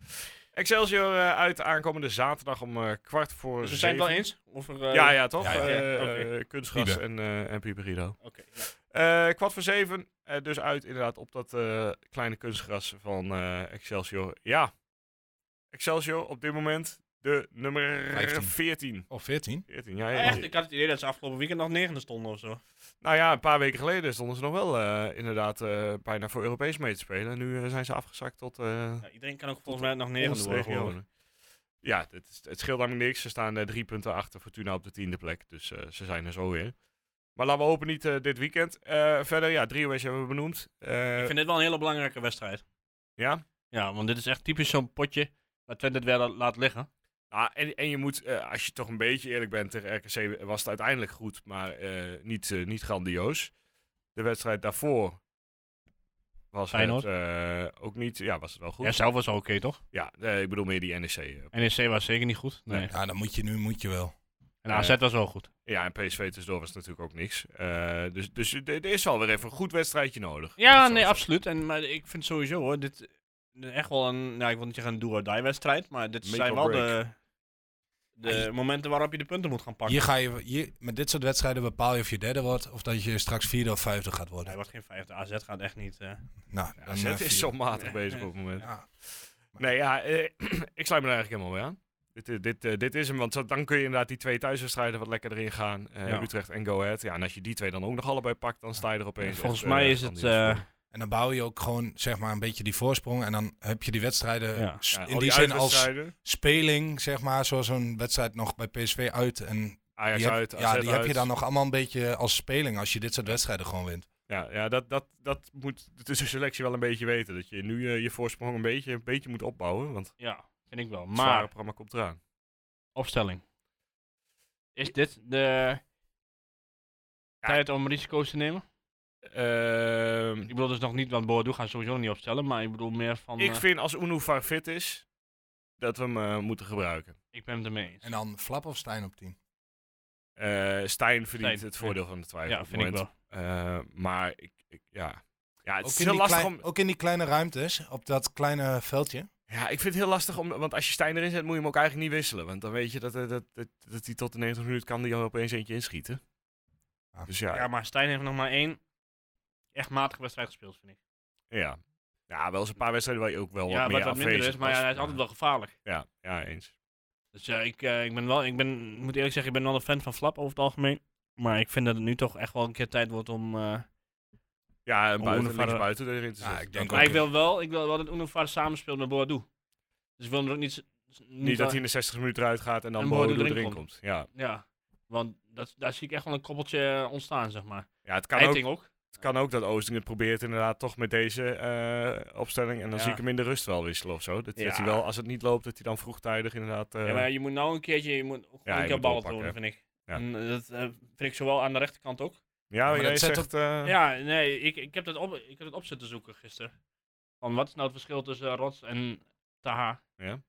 Speaker 1: Excelsior eh, uit aankomende zaterdag om eh, kwart voor
Speaker 3: Dus we zijn het wel
Speaker 1: zeven.
Speaker 3: eens? Over, eh,
Speaker 1: Ja, ja, toch?
Speaker 4: Ja, ja.
Speaker 1: Eh,
Speaker 3: Oké.
Speaker 1: eh, kunstgras
Speaker 4: Pieper.
Speaker 1: en, eh en Pieper Guido.
Speaker 3: Oké.
Speaker 1: Eh, kwart voor zeven, eh, dus uit inderdaad op dat eh, kleine kunstgras van eh, Excelsior. Ja, Excelsior op dit moment de nummer
Speaker 4: Vijftien.
Speaker 1: 14.
Speaker 4: Of 14.
Speaker 1: 14 ja, ja,
Speaker 3: Ja,
Speaker 1: ja.
Speaker 3: echt, ik had het idee dat ze afgelopen weekend nog negende stonden of zo.
Speaker 1: Nou ja, een paar weken geleden stonden ze nog wel eh, inderdaad eh, bijna voor Europees mee te spelen. En nu eh, zijn ze afgezakt tot eh
Speaker 3: Ja, iedereen kan ook volgens mij nog negende
Speaker 1: onze
Speaker 3: worden.
Speaker 1: regio.
Speaker 3: gewoon.
Speaker 1: Ja, het, is- het scheelt namelijk niks. Ze staan eh, drie punten achter Fortuna op de tiende plek. Dus eh, ze zijn er zo weer. Maar laten we hopen niet eh, dit weekend. Eh, verder, ja, Drieways hebben we benoemd. Eh,
Speaker 3: Ik vind dit wel een hele belangrijke wedstrijd.
Speaker 1: Ja,
Speaker 3: Ja, want dit is echt typisch zo'n potje waar Twente het weer la- laat liggen.
Speaker 1: Ah, en, en je moet, eh, als je toch een beetje eerlijk bent, tegen RKC was het uiteindelijk goed, maar eh, niet, eh, niet grandioos. De wedstrijd daarvoor was
Speaker 3: Feyenoord.
Speaker 1: het eh, ook niet, ja, was het wel goed.
Speaker 3: Ja,
Speaker 1: Ja,
Speaker 3: zelf was al oké, toch?
Speaker 1: eh, ik bedoel meer die NEC. eh.
Speaker 3: NEC was zeker niet goed. Nee.
Speaker 4: Ja, dan moet je nu, moet je wel.
Speaker 3: En AZ was wel goed.
Speaker 1: Ja, en PSV tussendoor was natuurlijk ook niks. Eh, dus dus er er is alweer even een goed wedstrijdje nodig. Dat
Speaker 3: Ja,
Speaker 1: is
Speaker 3: nee,
Speaker 1: wel zo.
Speaker 3: absoluut. En, maar ik vind sowieso hoor, dit eh, echt wel een, nou ik wil niet zeggen een do-or-die wedstrijd, maar dit
Speaker 1: Make
Speaker 3: zijn
Speaker 1: or
Speaker 3: wel
Speaker 1: break.
Speaker 3: de, De momenten waarop je de punten moet gaan pakken.
Speaker 4: Hier ga je, hier, met dit soort wedstrijden bepaal je of je derde wordt of dat je straks vierde of vijfde gaat worden.
Speaker 3: Hij wordt geen vijfde. AZ gaat echt niet. eh.
Speaker 4: Nou,
Speaker 1: Ja,
Speaker 4: dan,
Speaker 1: AZ
Speaker 4: eh, vierde.
Speaker 1: is zo matig bezig op het moment.
Speaker 4: Ja.
Speaker 1: Nee, ja, eh, ik sluit me daar eigenlijk helemaal mee aan. Dit, eh, dit, eh, dit is hem, want zo- dan kun je inderdaad die twee thuiswedstrijden wat lekker erin gaan. Eh,
Speaker 3: Ja.
Speaker 1: Utrecht en Go Ahead. Ja, en als je die twee dan ook nog allebei pakt, dan sta je er opeens.
Speaker 3: Volgens
Speaker 1: echt,
Speaker 3: mij
Speaker 1: eh,
Speaker 3: is het.
Speaker 1: grandioos voor.
Speaker 3: eh,
Speaker 4: En dan bouw je ook gewoon zeg maar een beetje die voorsprong. En dan heb je die wedstrijden
Speaker 3: Ja.
Speaker 4: s-
Speaker 1: Ja, al
Speaker 4: in die zin als
Speaker 1: uitwedstrijden,
Speaker 4: speling, zeg maar. Zoals een wedstrijd nog bij PSV uit. En
Speaker 1: Ajax
Speaker 4: die heb,
Speaker 1: uit,
Speaker 4: ja,
Speaker 1: AZ
Speaker 4: die heb je
Speaker 1: uit.
Speaker 4: dan nog allemaal een beetje als speling als je dit soort wedstrijden gewoon wint.
Speaker 1: Ja, ja dat, dat, dat moet de selectie wel een beetje weten. Dat je nu eh, je voorsprong een beetje, een beetje moet opbouwen. Want
Speaker 3: ja, vind ik wel.
Speaker 1: het zware
Speaker 3: Maar,
Speaker 1: programma komt eraan.
Speaker 3: opstelling. Is dit de tijd om risico's te nemen?
Speaker 1: Ehm,
Speaker 3: Ik bedoel dus nog niet, want Boadu gaan sowieso niet opstellen. Maar ik bedoel meer van. eh,
Speaker 1: ik vind als Unufar fit is, dat we hem eh, moeten gebruiken.
Speaker 3: ik ben het ermee eens.
Speaker 4: En dan Flap of Stijn op 10.
Speaker 1: Eh, Stijn verdient
Speaker 3: Stijn,
Speaker 1: het voordeel van de twijfel.
Speaker 3: Ja,
Speaker 1: op het
Speaker 3: vind ik
Speaker 1: moment.
Speaker 3: wel.
Speaker 1: Eh, maar ik, ik- ja. ja, het
Speaker 4: Ook
Speaker 1: is
Speaker 4: in,
Speaker 1: heel
Speaker 4: die
Speaker 1: lastig
Speaker 4: klein-
Speaker 1: om.
Speaker 4: ook in die kleine ruimtes, op dat kleine veldje.
Speaker 1: Ja, ik vind het heel lastig om. Want als je Stijn erin zet, moet je hem ook eigenlijk niet wisselen. Want dan weet je dat hij dat, dat, dat hij tot de 90 minuten kan, die al opeens eentje inschieten.
Speaker 4: Ja.
Speaker 1: Dus ja,
Speaker 3: Ja,
Speaker 1: ja.
Speaker 3: maar Stijn heeft nog maar één echt matige wedstrijd gespeeld, vind ik.
Speaker 1: ja. wel eens een paar wedstrijden waar je ook wel
Speaker 3: ja,
Speaker 1: wat meer
Speaker 3: wat wat minder
Speaker 1: afwezig
Speaker 3: is, maar ja,
Speaker 1: was.
Speaker 3: hij is altijd wel gevaarlijk.
Speaker 1: Ja, ja, eens.
Speaker 3: Dus ja, ik, eh, ik ben wel, ik ben, ik moet eerlijk zeggen, ik ben wel een fan van Flap over het algemeen. Maar ik vind dat het nu toch echt wel een keer tijd wordt om... eh,
Speaker 1: Ja, en
Speaker 3: Om
Speaker 1: buiten,
Speaker 3: Oenevare-
Speaker 1: links buiten erin te
Speaker 4: Ja,
Speaker 1: zetten.
Speaker 4: ik denk
Speaker 1: Dat-
Speaker 3: maar
Speaker 4: ook.
Speaker 3: ik wil wel, ik wil wel dat Unovar samenspeelt met Boadu. Dus ik wil er ook niet... z- Niet,
Speaker 1: Niet dat hij in de 60 minuten eruit gaat en dan
Speaker 3: En
Speaker 1: Bodo
Speaker 3: Bodo
Speaker 1: erin,
Speaker 3: erin
Speaker 1: komt. Ja.
Speaker 3: Ja, want dat, daar zie ik echt wel een koppeltje eh, ontstaan, zeg maar.
Speaker 1: ja, het kan ook
Speaker 3: Eiting ook.
Speaker 1: Het kan ook dat Oosting het probeert inderdaad toch met deze eh, opstelling. En dan
Speaker 3: Ja.
Speaker 1: zie ik hem in de rust wel wisselen of zo. Dat, dat
Speaker 3: Ja.
Speaker 1: hij wel, als het niet loopt, dat hij dan vroegtijdig inderdaad... eh,
Speaker 3: Ja, maar je moet nou een keertje, je moet ook
Speaker 1: Ja,
Speaker 3: een
Speaker 1: je
Speaker 3: keer
Speaker 1: moet
Speaker 3: ballen
Speaker 1: oppakken,
Speaker 3: tonen, vind ik.
Speaker 1: Ja.
Speaker 3: En, eh, dat eh, vind ik zowel aan de rechterkant ook.
Speaker 4: maar
Speaker 1: jij
Speaker 4: dat zet
Speaker 1: zegt... eh, ja.
Speaker 3: Ja, nee, ik, ik, heb dat op, ik heb dat op zitten zoeken gisteren. Van wat is nou het verschil tussen eh, Rots en Taha?
Speaker 1: Ja.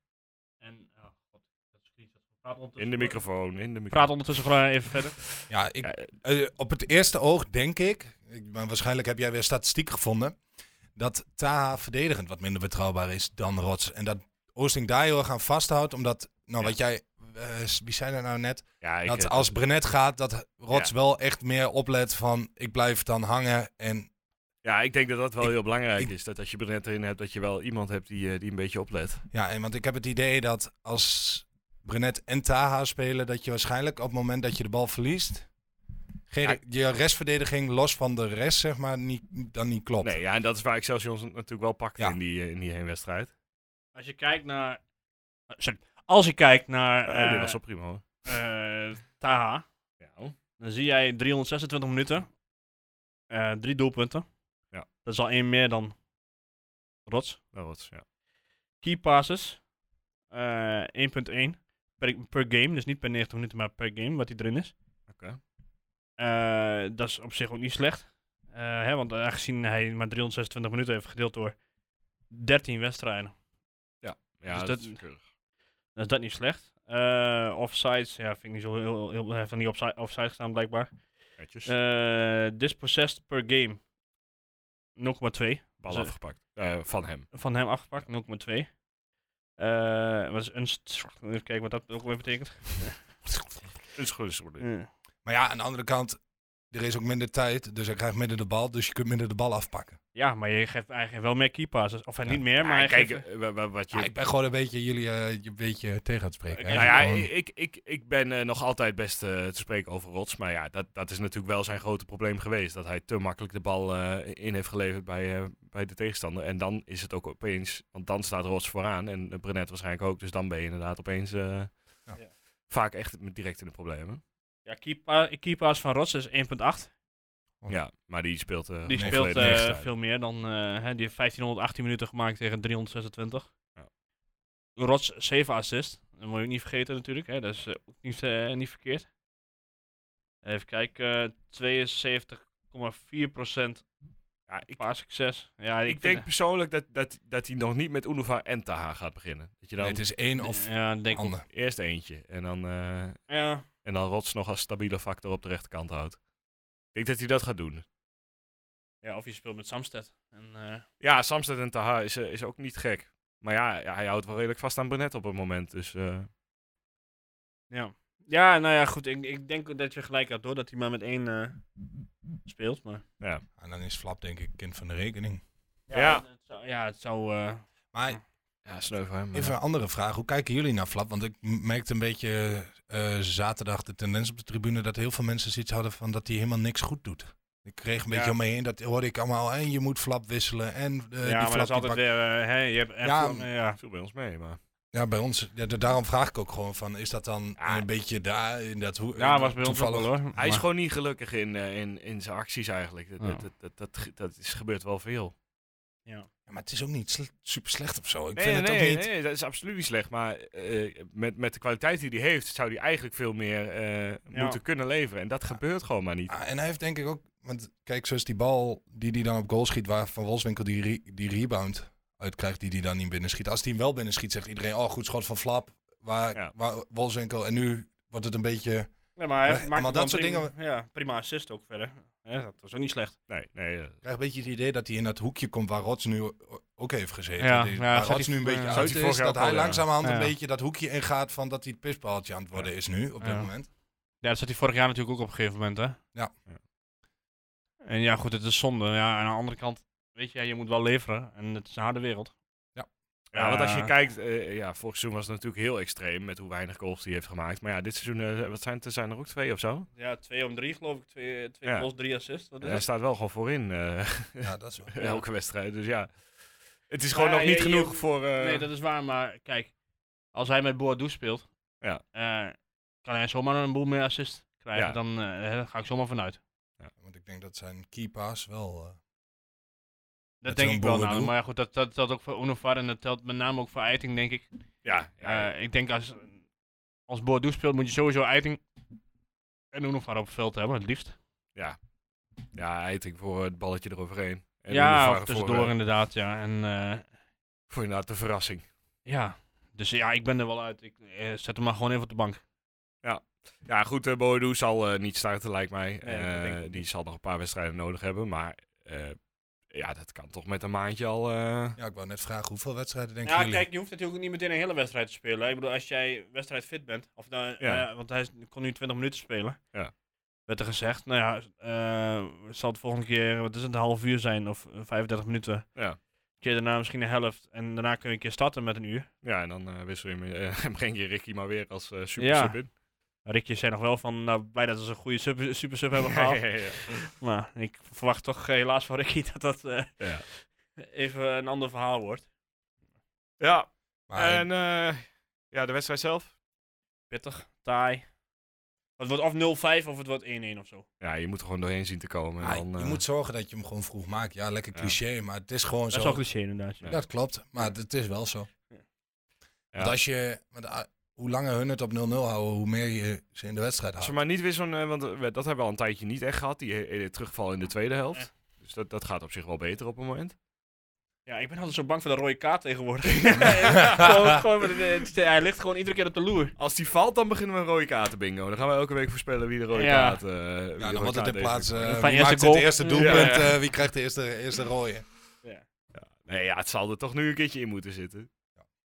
Speaker 3: En, oh god, dat is screenshot. Praat ondertussen
Speaker 1: In de
Speaker 3: gewoon-
Speaker 1: microfoon, in de
Speaker 3: Praat
Speaker 1: microfoon.
Speaker 3: ondertussen gewoon even verder.
Speaker 4: Ja, ik,
Speaker 1: Ja, eh,
Speaker 4: eh, op het eerste oog denk ik, ik- maar waarschijnlijk heb jij weer statistiek gevonden, dat Taha verdedigend wat minder betrouwbaar is dan Rots. En dat Oosting daar heel erg aan vasthoudt, omdat, nou
Speaker 1: Ja.
Speaker 4: wat jij, eh, s- wie zei dat nou net?
Speaker 1: ja, ik,
Speaker 4: dat
Speaker 1: eh,
Speaker 4: als Brenet gaat, dat Rots
Speaker 1: Ja.
Speaker 4: wel echt meer oplet van ik blijf dan hangen en
Speaker 1: ja, ik denk dat dat wel
Speaker 4: Ik-
Speaker 1: heel belangrijk
Speaker 4: ik-
Speaker 1: is. Dat als je Brenet erin hebt, dat je wel iemand hebt die, eh, die een beetje oplet.
Speaker 4: Ja, en want ik heb het idee dat als Brenet en Taha spelen, dat je waarschijnlijk op het moment dat je de bal verliest, geen,
Speaker 1: Ja.
Speaker 4: je restverdediging los van de rest, zeg maar, niet, dan niet klopt.
Speaker 1: Nee, ja, en dat is waar Excelsior ons natuurlijk wel pakte
Speaker 4: Ja.
Speaker 1: in die, eh, in die heenwedstrijd.
Speaker 3: Als je kijkt naar... eh, sorry. Als je kijkt naar
Speaker 1: Eh, dit
Speaker 3: eh,
Speaker 1: was al prima hoor.
Speaker 3: eh, Taha,
Speaker 1: Ja.
Speaker 3: Dan zie jij 326 minuten. eh drie doelpunten.
Speaker 1: Ja.
Speaker 3: Dat is al één meer dan Rots.
Speaker 1: Dat was, ja.
Speaker 3: Key passes. eh, 1.1 per, per game. Dus niet per 90 minuten, maar per game wat hij erin is.
Speaker 1: Oké.
Speaker 3: Eh, dat is op zich ook niet slecht. Eh, hè, want aangezien hij maar 326 minuten heeft gedeeld door 13 wedstrijden.
Speaker 1: Ja,
Speaker 3: Dus
Speaker 1: dat,
Speaker 3: dat-
Speaker 1: is keurig.
Speaker 3: Dan is dat niet slecht. Eh offsides, ja, vind ik niet zo heel... heel, heel hij heeft dan niet opsi- offside gestaan blijkbaar.
Speaker 1: Netjes.
Speaker 3: Eh dispossessed per game. 0,2.
Speaker 1: Bal
Speaker 3: ze-
Speaker 1: afgepakt. Eh, van hem.
Speaker 3: Van hem afgepakt, 0,2. Eh wat is een... Even kijken wat dat ook weer betekent. Eh.
Speaker 1: Een schuldig.
Speaker 4: Maar ja, aan de andere kant, er is ook minder tijd, dus hij krijgt minder de bal, dus je kunt minder de bal afpakken.
Speaker 3: Ja, maar je geeft eigenlijk wel meer key passes. Of hij
Speaker 4: Ja.
Speaker 3: niet meer, maar
Speaker 1: Ja,
Speaker 3: hij
Speaker 1: kijk,
Speaker 3: geeft...
Speaker 1: eh, wa- wa- wat je
Speaker 4: Ja, ik ben gewoon een beetje jullie eh, een beetje tegen aan het spreken. hè.
Speaker 3: Ja,
Speaker 1: Nou ja,
Speaker 4: Gewoon-
Speaker 1: ik, ik, ik ben eh, nog altijd best eh, te spreken over Rots. Maar ja, dat, dat is natuurlijk wel zijn grote probleem geweest. Dat hij te makkelijk de bal eh, in heeft geleverd bij, eh, bij de tegenstander. En dan is het ook opeens... Want dan staat Rots vooraan en eh, Brenet waarschijnlijk ook. Dus dan ben je inderdaad opeens eh,
Speaker 4: Ja.
Speaker 1: vaak echt met- direct in de problemen.
Speaker 3: Ja, key, pa- key pass van Rots is 1,8.
Speaker 4: Oh.
Speaker 1: Ja, maar die speelt... eh,
Speaker 3: Die
Speaker 1: nee,
Speaker 3: speelt
Speaker 1: verleden
Speaker 3: eh,
Speaker 1: wedstrijd.
Speaker 3: veel meer dan... eh, hè, die heeft 1518 minuten gemaakt tegen 326.
Speaker 1: Ja.
Speaker 3: Rots 7 assist. Dat moet je ook niet vergeten natuurlijk. Hè. Dat is eh, ook niet, eh, niet verkeerd. Even kijken. eh 72,4%
Speaker 1: Ja, ik,
Speaker 3: paassucces. Ja, ik,
Speaker 1: ik
Speaker 3: vind-
Speaker 1: denk persoonlijk dat, dat, dat hij nog niet met Unuva en Taha gaat beginnen. Dat je dan
Speaker 4: Nee, eh, het is één of
Speaker 3: Ja, ik denk
Speaker 4: ander.
Speaker 1: eerst eentje en dan... eh,
Speaker 3: Ja.
Speaker 1: En dan Rots nog als stabiele factor op de rechterkant houdt. Ik denk dat hij dat gaat doen.
Speaker 3: ja, of je speelt met Samsted. En, eh,
Speaker 1: Ja, Samsted en Taha is, eh, is ook niet gek. Maar ja, ja, hij houdt wel redelijk vast aan Brenet op het moment. Dus eh,
Speaker 3: Ja. ja, nou ja, goed. Ik, ik denk dat je gelijk had, hoor. Dat hij maar met één eh, speelt. Maar,
Speaker 4: En dan is Flap denk ik kind van de rekening.
Speaker 1: Ja. Ja.
Speaker 3: Het zou, ja, het zou... eh,
Speaker 4: Maar
Speaker 1: Ja, sneu voor hem.
Speaker 4: even een andere vraag. Hoe kijken jullie naar Flap? Want ik m- merkte een beetje eh, zaterdag de tendens op de tribune dat heel veel mensen zoiets hadden van dat hij helemaal niks goed doet. Ik kreeg een beetje
Speaker 3: Ja.
Speaker 4: om me heen, dat hoorde ik allemaal. En je moet Flap wisselen. En eh, die
Speaker 3: ja,
Speaker 4: Flap
Speaker 3: maar dat is
Speaker 4: die
Speaker 3: altijd
Speaker 4: pakt-
Speaker 3: weer... eh, hè, je hebt echt...
Speaker 4: Ja,
Speaker 3: wel- eh, ja.
Speaker 1: Viel bij ons mee, maar...
Speaker 4: Ja, bij ons. ja, da- daarom vraag ik ook gewoon van, is dat dan
Speaker 1: Ja.
Speaker 4: een beetje daar in dat hoe?
Speaker 3: Ah. ja, was bij ons ook wel,
Speaker 4: toevallig.
Speaker 3: hoor.
Speaker 1: Hij is
Speaker 4: Maar-
Speaker 1: gewoon niet gelukkig in, eh, in, in zijn acties eigenlijk. Dat,
Speaker 3: Ja.
Speaker 1: dat, dat, dat, dat, dat is, gebeurt wel veel.
Speaker 4: Ja, maar het is ook niet sle- super slecht of zo. Ik
Speaker 1: Nee,
Speaker 4: vind het
Speaker 1: nee,
Speaker 4: ook
Speaker 1: nee,
Speaker 4: niet.
Speaker 1: nee, dat is absoluut niet slecht. Maar eh, met, met de kwaliteit die hij heeft, zou hij eigenlijk veel meer eh, moeten kunnen leveren. En dat gebeurt gewoon maar niet.
Speaker 4: Ah, en hij heeft denk ik ook, want kijk, zoals die bal die hij dan op goal schiet, waar Van Wolfswinkel die, re- die rebound uitkrijgt, die hij dan niet binnen schiet. Als hij hem wel binnen schiet, zegt iedereen, oh, goed schot van Flap, waar,
Speaker 1: Ja.
Speaker 4: waar Wolfswinkel. En nu wordt het een beetje,
Speaker 3: Ja, maar hij
Speaker 4: Maar-
Speaker 3: maakt
Speaker 4: maar
Speaker 3: wel
Speaker 4: dat soort
Speaker 3: prima-
Speaker 4: dingen-
Speaker 3: Ja, prima assist ook verder. Ja, dat was ook niet slecht.
Speaker 1: Nee, nee. eh,
Speaker 4: ik krijg een beetje het idee dat hij in dat hoekje komt waar Rots nu o- ook heeft gezeten.
Speaker 3: Ja,
Speaker 4: Die-
Speaker 3: ja,
Speaker 4: waar
Speaker 3: zat
Speaker 4: Rots
Speaker 3: hij-
Speaker 4: nu een beetje
Speaker 3: ja.
Speaker 1: Zat
Speaker 4: uit
Speaker 1: hij
Speaker 4: is,
Speaker 1: vorig jaar
Speaker 4: dat
Speaker 1: ook
Speaker 4: hij
Speaker 1: al, ja.
Speaker 4: langzamerhand
Speaker 3: Ja.
Speaker 4: een beetje dat hoekje ingaat van dat hij het pisballetje aan het worden is nu, op dit
Speaker 3: Ja.
Speaker 4: moment.
Speaker 3: Ja, dat zat hij vorig jaar natuurlijk ook op een gegeven moment, hè?
Speaker 4: Ja.
Speaker 3: En ja, goed, het is zonde. Ja, aan de andere kant, weet je, je moet wel leveren. En het is een harde wereld.
Speaker 1: Ja, want als je
Speaker 3: Eh.
Speaker 1: kijkt, eh, ja, vorig seizoen was het natuurlijk heel extreem met hoe weinig goals hij heeft gemaakt. Maar ja, dit seizoen, eh, wat zijn, het? er zijn er ook twee of zo.
Speaker 3: Ja, twee om drie, geloof ik. Twee, twee
Speaker 1: Ja.
Speaker 3: goals, drie assists. Wat
Speaker 1: En hij staat wel gewoon voorin eh,
Speaker 4: Ja, dat is wel.
Speaker 1: elke wedstrijd. Dus ja, het is gewoon
Speaker 3: Ja,
Speaker 1: nog niet
Speaker 3: je- je-
Speaker 1: genoeg voor... eh,
Speaker 3: Nee, dat is waar, maar kijk, als hij met Boadou speelt,
Speaker 1: Ja.
Speaker 3: eh, kan hij zomaar een boel meer assist krijgen.
Speaker 1: Ja.
Speaker 3: Dan eh, daar ga ik zomaar vanuit.
Speaker 4: Want ik denk dat zijn key pass wel. eh,
Speaker 3: Dat
Speaker 4: zo'n
Speaker 3: denk ik wel. Nou,
Speaker 4: Boadou?
Speaker 3: maar ja, goed, dat telt dat, ook voor Onovar en dat telt met name ook voor Eiting, denk ik.
Speaker 1: Ja, ja,
Speaker 3: Eh, ik denk als, als Boadou speelt, moet je sowieso Eiting en Onovar op het veld hebben, het liefst.
Speaker 1: ja, hij denkt voor het balletje eroverheen. En
Speaker 3: ja,
Speaker 1: Oenevar
Speaker 3: of
Speaker 1: Voor,
Speaker 3: tussendoor
Speaker 1: eh,
Speaker 3: inderdaad, ja. En, eh,
Speaker 1: voor inderdaad de verrassing.
Speaker 3: ja. Dus ja, ik ben er wel uit. Ik eh, zet hem maar gewoon even op de bank.
Speaker 1: Ja, goed, eh Boadu zal eh, niet starten, lijkt mij.
Speaker 3: Nee, dat
Speaker 1: Eh,
Speaker 3: denk ik ook
Speaker 1: die zal nog een paar wedstrijden nodig hebben. Maar eh, ja, dat kan toch met een maandje al. eh,
Speaker 4: Ja, ik wou net vragen hoeveel wedstrijden denken
Speaker 3: Ja,
Speaker 4: jullie?
Speaker 3: kijk, je hoeft natuurlijk ook niet meteen een hele wedstrijd te spelen. hè. Ik bedoel, als jij wedstrijd fit bent, of nou,
Speaker 1: Ja.
Speaker 3: eh, want hij is- kon nu 20 minuten spelen.
Speaker 1: Ja.
Speaker 3: Werd er gezegd, nou ja, eh, zal het volgende keer, wat is het, een half uur zijn of eh, 35 minuten.
Speaker 1: Ja.
Speaker 3: Een keer daarna misschien een helft en daarna kun je een keer starten met een uur.
Speaker 1: ja, en dan eh, wissel je hem, eh, en breng je Ricky maar weer als eh super
Speaker 3: Ja.
Speaker 1: sub in.
Speaker 3: Rikje zei nog wel van, nou, blij dat ze een goede sub, super sub hebben
Speaker 1: Ja,
Speaker 3: gehaald.
Speaker 1: ja, ja.
Speaker 3: Maar ik verwacht toch eh, helaas van Ricky dat dat eh,
Speaker 1: Ja.
Speaker 3: even een ander verhaal wordt.
Speaker 1: Ja,
Speaker 4: Maar
Speaker 1: en eh, ja, de wedstrijd zelf.
Speaker 3: Pittig, taai. Het wordt of 0-5 of het wordt 1-1 of zo.
Speaker 1: Ja, je moet er gewoon doorheen zien te komen. en
Speaker 4: hij-
Speaker 1: dan,
Speaker 4: je
Speaker 1: eh,
Speaker 4: moet zorgen dat je hem gewoon vroeg maakt. Ja, lekker
Speaker 1: Ja.
Speaker 4: cliché, maar het is gewoon
Speaker 3: Dat is
Speaker 4: zo.
Speaker 3: wel cliché inderdaad. ja.
Speaker 1: Ja.
Speaker 4: Dat klopt, maar het is wel zo.
Speaker 3: Ja.
Speaker 4: Want als je, want, ah, hoe langer hun het op 0-0 houden, hoe meer je ze in de wedstrijd
Speaker 1: Als
Speaker 4: houdt.
Speaker 1: we maar niet weer zo'n. eh, want eh, we- dat hebben we al een tijdje niet echt gehad. Die eh, terugval in de tweede helft. Dus dat, dat gaat op zich wel beter op het moment.
Speaker 3: Ja, ik ben altijd zo bang voor de rode kaart tegenwoordig. gewoon, gewoon, met de- het- hij ligt gewoon iedere keer op de loer.
Speaker 1: Als die valt, dan beginnen we een rode kaarten bingo. Dan gaan we elke week voorspellen wie de rode
Speaker 3: Ja.
Speaker 1: kaart. eh, wie de
Speaker 4: Ja,
Speaker 1: rode
Speaker 4: dan wordt het
Speaker 1: kaart
Speaker 4: in
Speaker 1: heeft.
Speaker 4: plaats eh,
Speaker 3: Van
Speaker 4: wie
Speaker 3: eerste
Speaker 4: maakt het
Speaker 3: goal.
Speaker 4: eerste
Speaker 3: Ja.
Speaker 4: doelpunt,
Speaker 1: Ja.
Speaker 4: eh, wie krijgt de eerste, eerste rode.
Speaker 1: Nee, ja, het zal er toch nu een keertje in moeten zitten.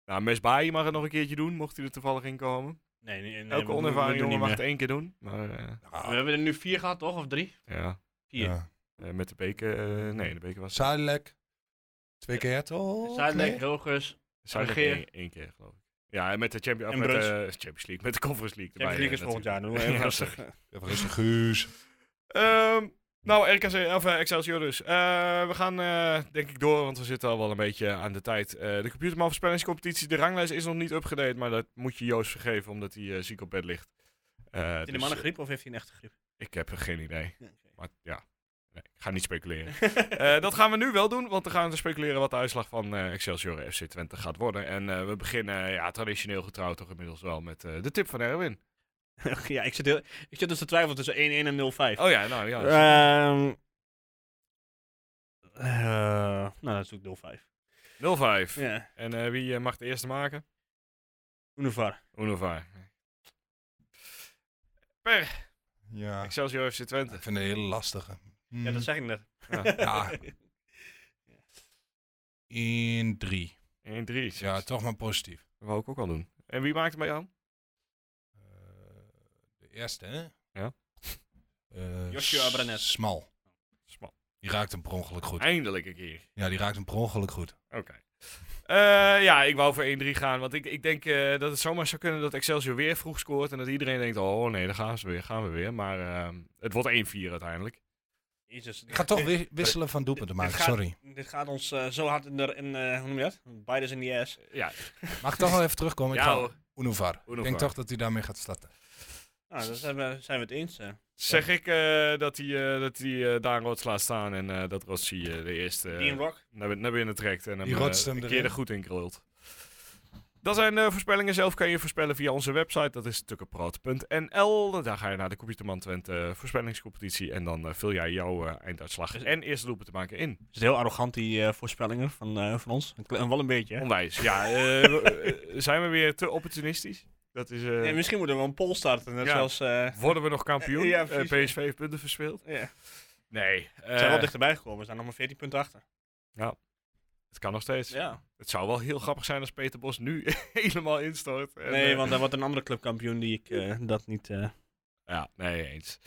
Speaker 1: Nou, Mesbaai mag het nog een keertje doen, mocht hij er toevallig in komen.
Speaker 3: Nee, nee, nee.
Speaker 1: Elke onervaren jongen mag het één keer doen. Maar eh,
Speaker 3: We hebben er nu vier gehad, toch? Of drie?
Speaker 1: ja,
Speaker 3: Vier.
Speaker 4: Ja.
Speaker 1: Eh, met de beker... eh, nee, de beker was...
Speaker 4: Zadelijk, twee keer Oh, toch?
Speaker 3: Zuidelijk,
Speaker 4: Nee?
Speaker 3: Hilgers.
Speaker 1: Zuidelijk
Speaker 3: Regeer.
Speaker 1: één, één keer, geloof ik. Ja, en met de Champions,
Speaker 3: En
Speaker 1: met, de
Speaker 3: Bruns.
Speaker 1: Champions League, met de Conference League erbij.
Speaker 3: Champions League is
Speaker 1: eh,
Speaker 3: volgend jaar. Doen we
Speaker 1: natuurlijk.
Speaker 3: even
Speaker 1: Ja,
Speaker 3: rustig.
Speaker 1: sorry.
Speaker 4: Even rustig, Guus.
Speaker 1: Ehm, nou, RKC, of eh, Excelsior dus. Eh, we gaan eh, denk ik door, want we zitten al wel een beetje aan de tijd. Eh, de computerman voorspellingscompetitie, de ranglijst is nog niet upgedate, maar dat moet je Joost vergeven, omdat hij eh, ziek op bed ligt. Eh,
Speaker 3: Heeft hij de
Speaker 1: dus,
Speaker 3: mannengriep of heeft hij een echte griep?
Speaker 1: Ik heb er geen idee.
Speaker 3: Ja, oké.
Speaker 1: Maar ja, nee, ik ga niet speculeren. Eh, dat gaan we nu wel doen, want dan gaan we speculeren wat de uitslag van eh, Excelsior FC Twente gaat worden. En eh, we beginnen, ja, traditioneel getrouw toch inmiddels wel met eh, de tip van Erwin.
Speaker 3: ja, ik zit, heel, ik zit dus te twijfelen tussen 1-1 en 0-5.
Speaker 1: Oh ja, nou ja. dat is-
Speaker 3: Ehm, eh, nou, dat is ook 0-5.
Speaker 1: 0-5.
Speaker 3: Ja,
Speaker 1: En eh, wie eh, mag de eerste maken?
Speaker 3: Univar.
Speaker 1: Unovar.
Speaker 4: Ja, ik
Speaker 1: Excelsior FC Twente.
Speaker 4: vind het een hele lastige.
Speaker 3: Ja, dat zeg ik net.
Speaker 4: Ja. In drie.
Speaker 1: 1-3.
Speaker 4: Ja, toch maar positief.
Speaker 1: Dat wou ik ook al doen. En wie maakt het mij aan?
Speaker 4: Eh, Eerste, hè?
Speaker 1: Ja.
Speaker 4: Eh,
Speaker 5: Joshua
Speaker 4: S-
Speaker 5: Brenet.
Speaker 4: Smal.
Speaker 1: Smal.
Speaker 4: Die raakt hem per ongeluk goed.
Speaker 1: Eindelijk een keer.
Speaker 4: Ja, die raakt hem per ongeluk goed.
Speaker 1: Oké. Eh, ja, ik wou voor 1-3 gaan. Want ik, ik denk eh, dat het zomaar zou kunnen dat Excelsior weer vroeg scoort. En dat iedereen denkt, oh nee, daar gaan, ze weer, gaan we weer. Maar ehm, het wordt 1-4 uiteindelijk.
Speaker 5: Jezus.
Speaker 4: Ik ga
Speaker 3: Eh,
Speaker 4: toch wi- wisselen van doelpunt te
Speaker 5: Dit
Speaker 4: maken,
Speaker 5: gaat-
Speaker 4: sorry.
Speaker 5: Dit gaat ons eh, zo hard in de... In, eh, hoe noem je dat? Biders in the ass.
Speaker 1: Ja,
Speaker 4: Mag ik toch wel even terugkomen? Ik
Speaker 1: ja
Speaker 4: ga-
Speaker 1: hoor.
Speaker 4: Unuvar. Ik
Speaker 1: Unuvar.
Speaker 4: denk toch dat hij daarmee gaat starten.
Speaker 5: Nou, daar zijn we, zijn we het eens. eh.
Speaker 1: Zeg ik eh, dat hij eh, dat hij eh, Daan Rots laat staan en eh, dat Rossi eh, de eerste eh,
Speaker 5: Dean Rock.
Speaker 1: naar, bin- naar binnen trekt en hem,
Speaker 4: Die
Speaker 1: eh,
Speaker 4: rotst hem
Speaker 1: een keer
Speaker 4: erin.
Speaker 1: er goed in krult. Dat zijn eh, voorspellingen. Zelf kan je voorspellen via onze website. Dat is tukkenproot.nl. Daar ga je naar de Computerman Twente eh, voorspellingscompetitie. En dan eh, vul jij jouw eh, einduitslag
Speaker 5: Is-
Speaker 1: en eerste doelpunt te maken in.
Speaker 5: Is het heel arrogant, die eh, voorspellingen van, eh, van ons? Een kle- wel een beetje, hè?
Speaker 1: Onwijs. Ja, eh, we- eh, zijn we weer te opportunistisch? Dat is, eh,
Speaker 5: Nee, misschien moeten we een poll starten, net
Speaker 1: Ja.
Speaker 5: zoals... eh,
Speaker 1: worden we nog kampioen?
Speaker 5: Eh, ja,
Speaker 1: Eh,
Speaker 5: precies.
Speaker 1: PSV heeft punten verspeeld.
Speaker 5: ja.
Speaker 3: Eh.
Speaker 1: Nee.
Speaker 5: We zijn wel
Speaker 1: eh,
Speaker 5: dichterbij gekomen, we staan nog maar 14 punten achter.
Speaker 1: het kan nog steeds.
Speaker 5: Ja.
Speaker 1: Het zou wel heel grappig zijn als Peter Bos nu helemaal instort. En,
Speaker 5: Nee,
Speaker 1: eh,
Speaker 5: want er wordt een andere clubkampioen die ik eh, dat niet... eh,
Speaker 1: Ja, nee, eens.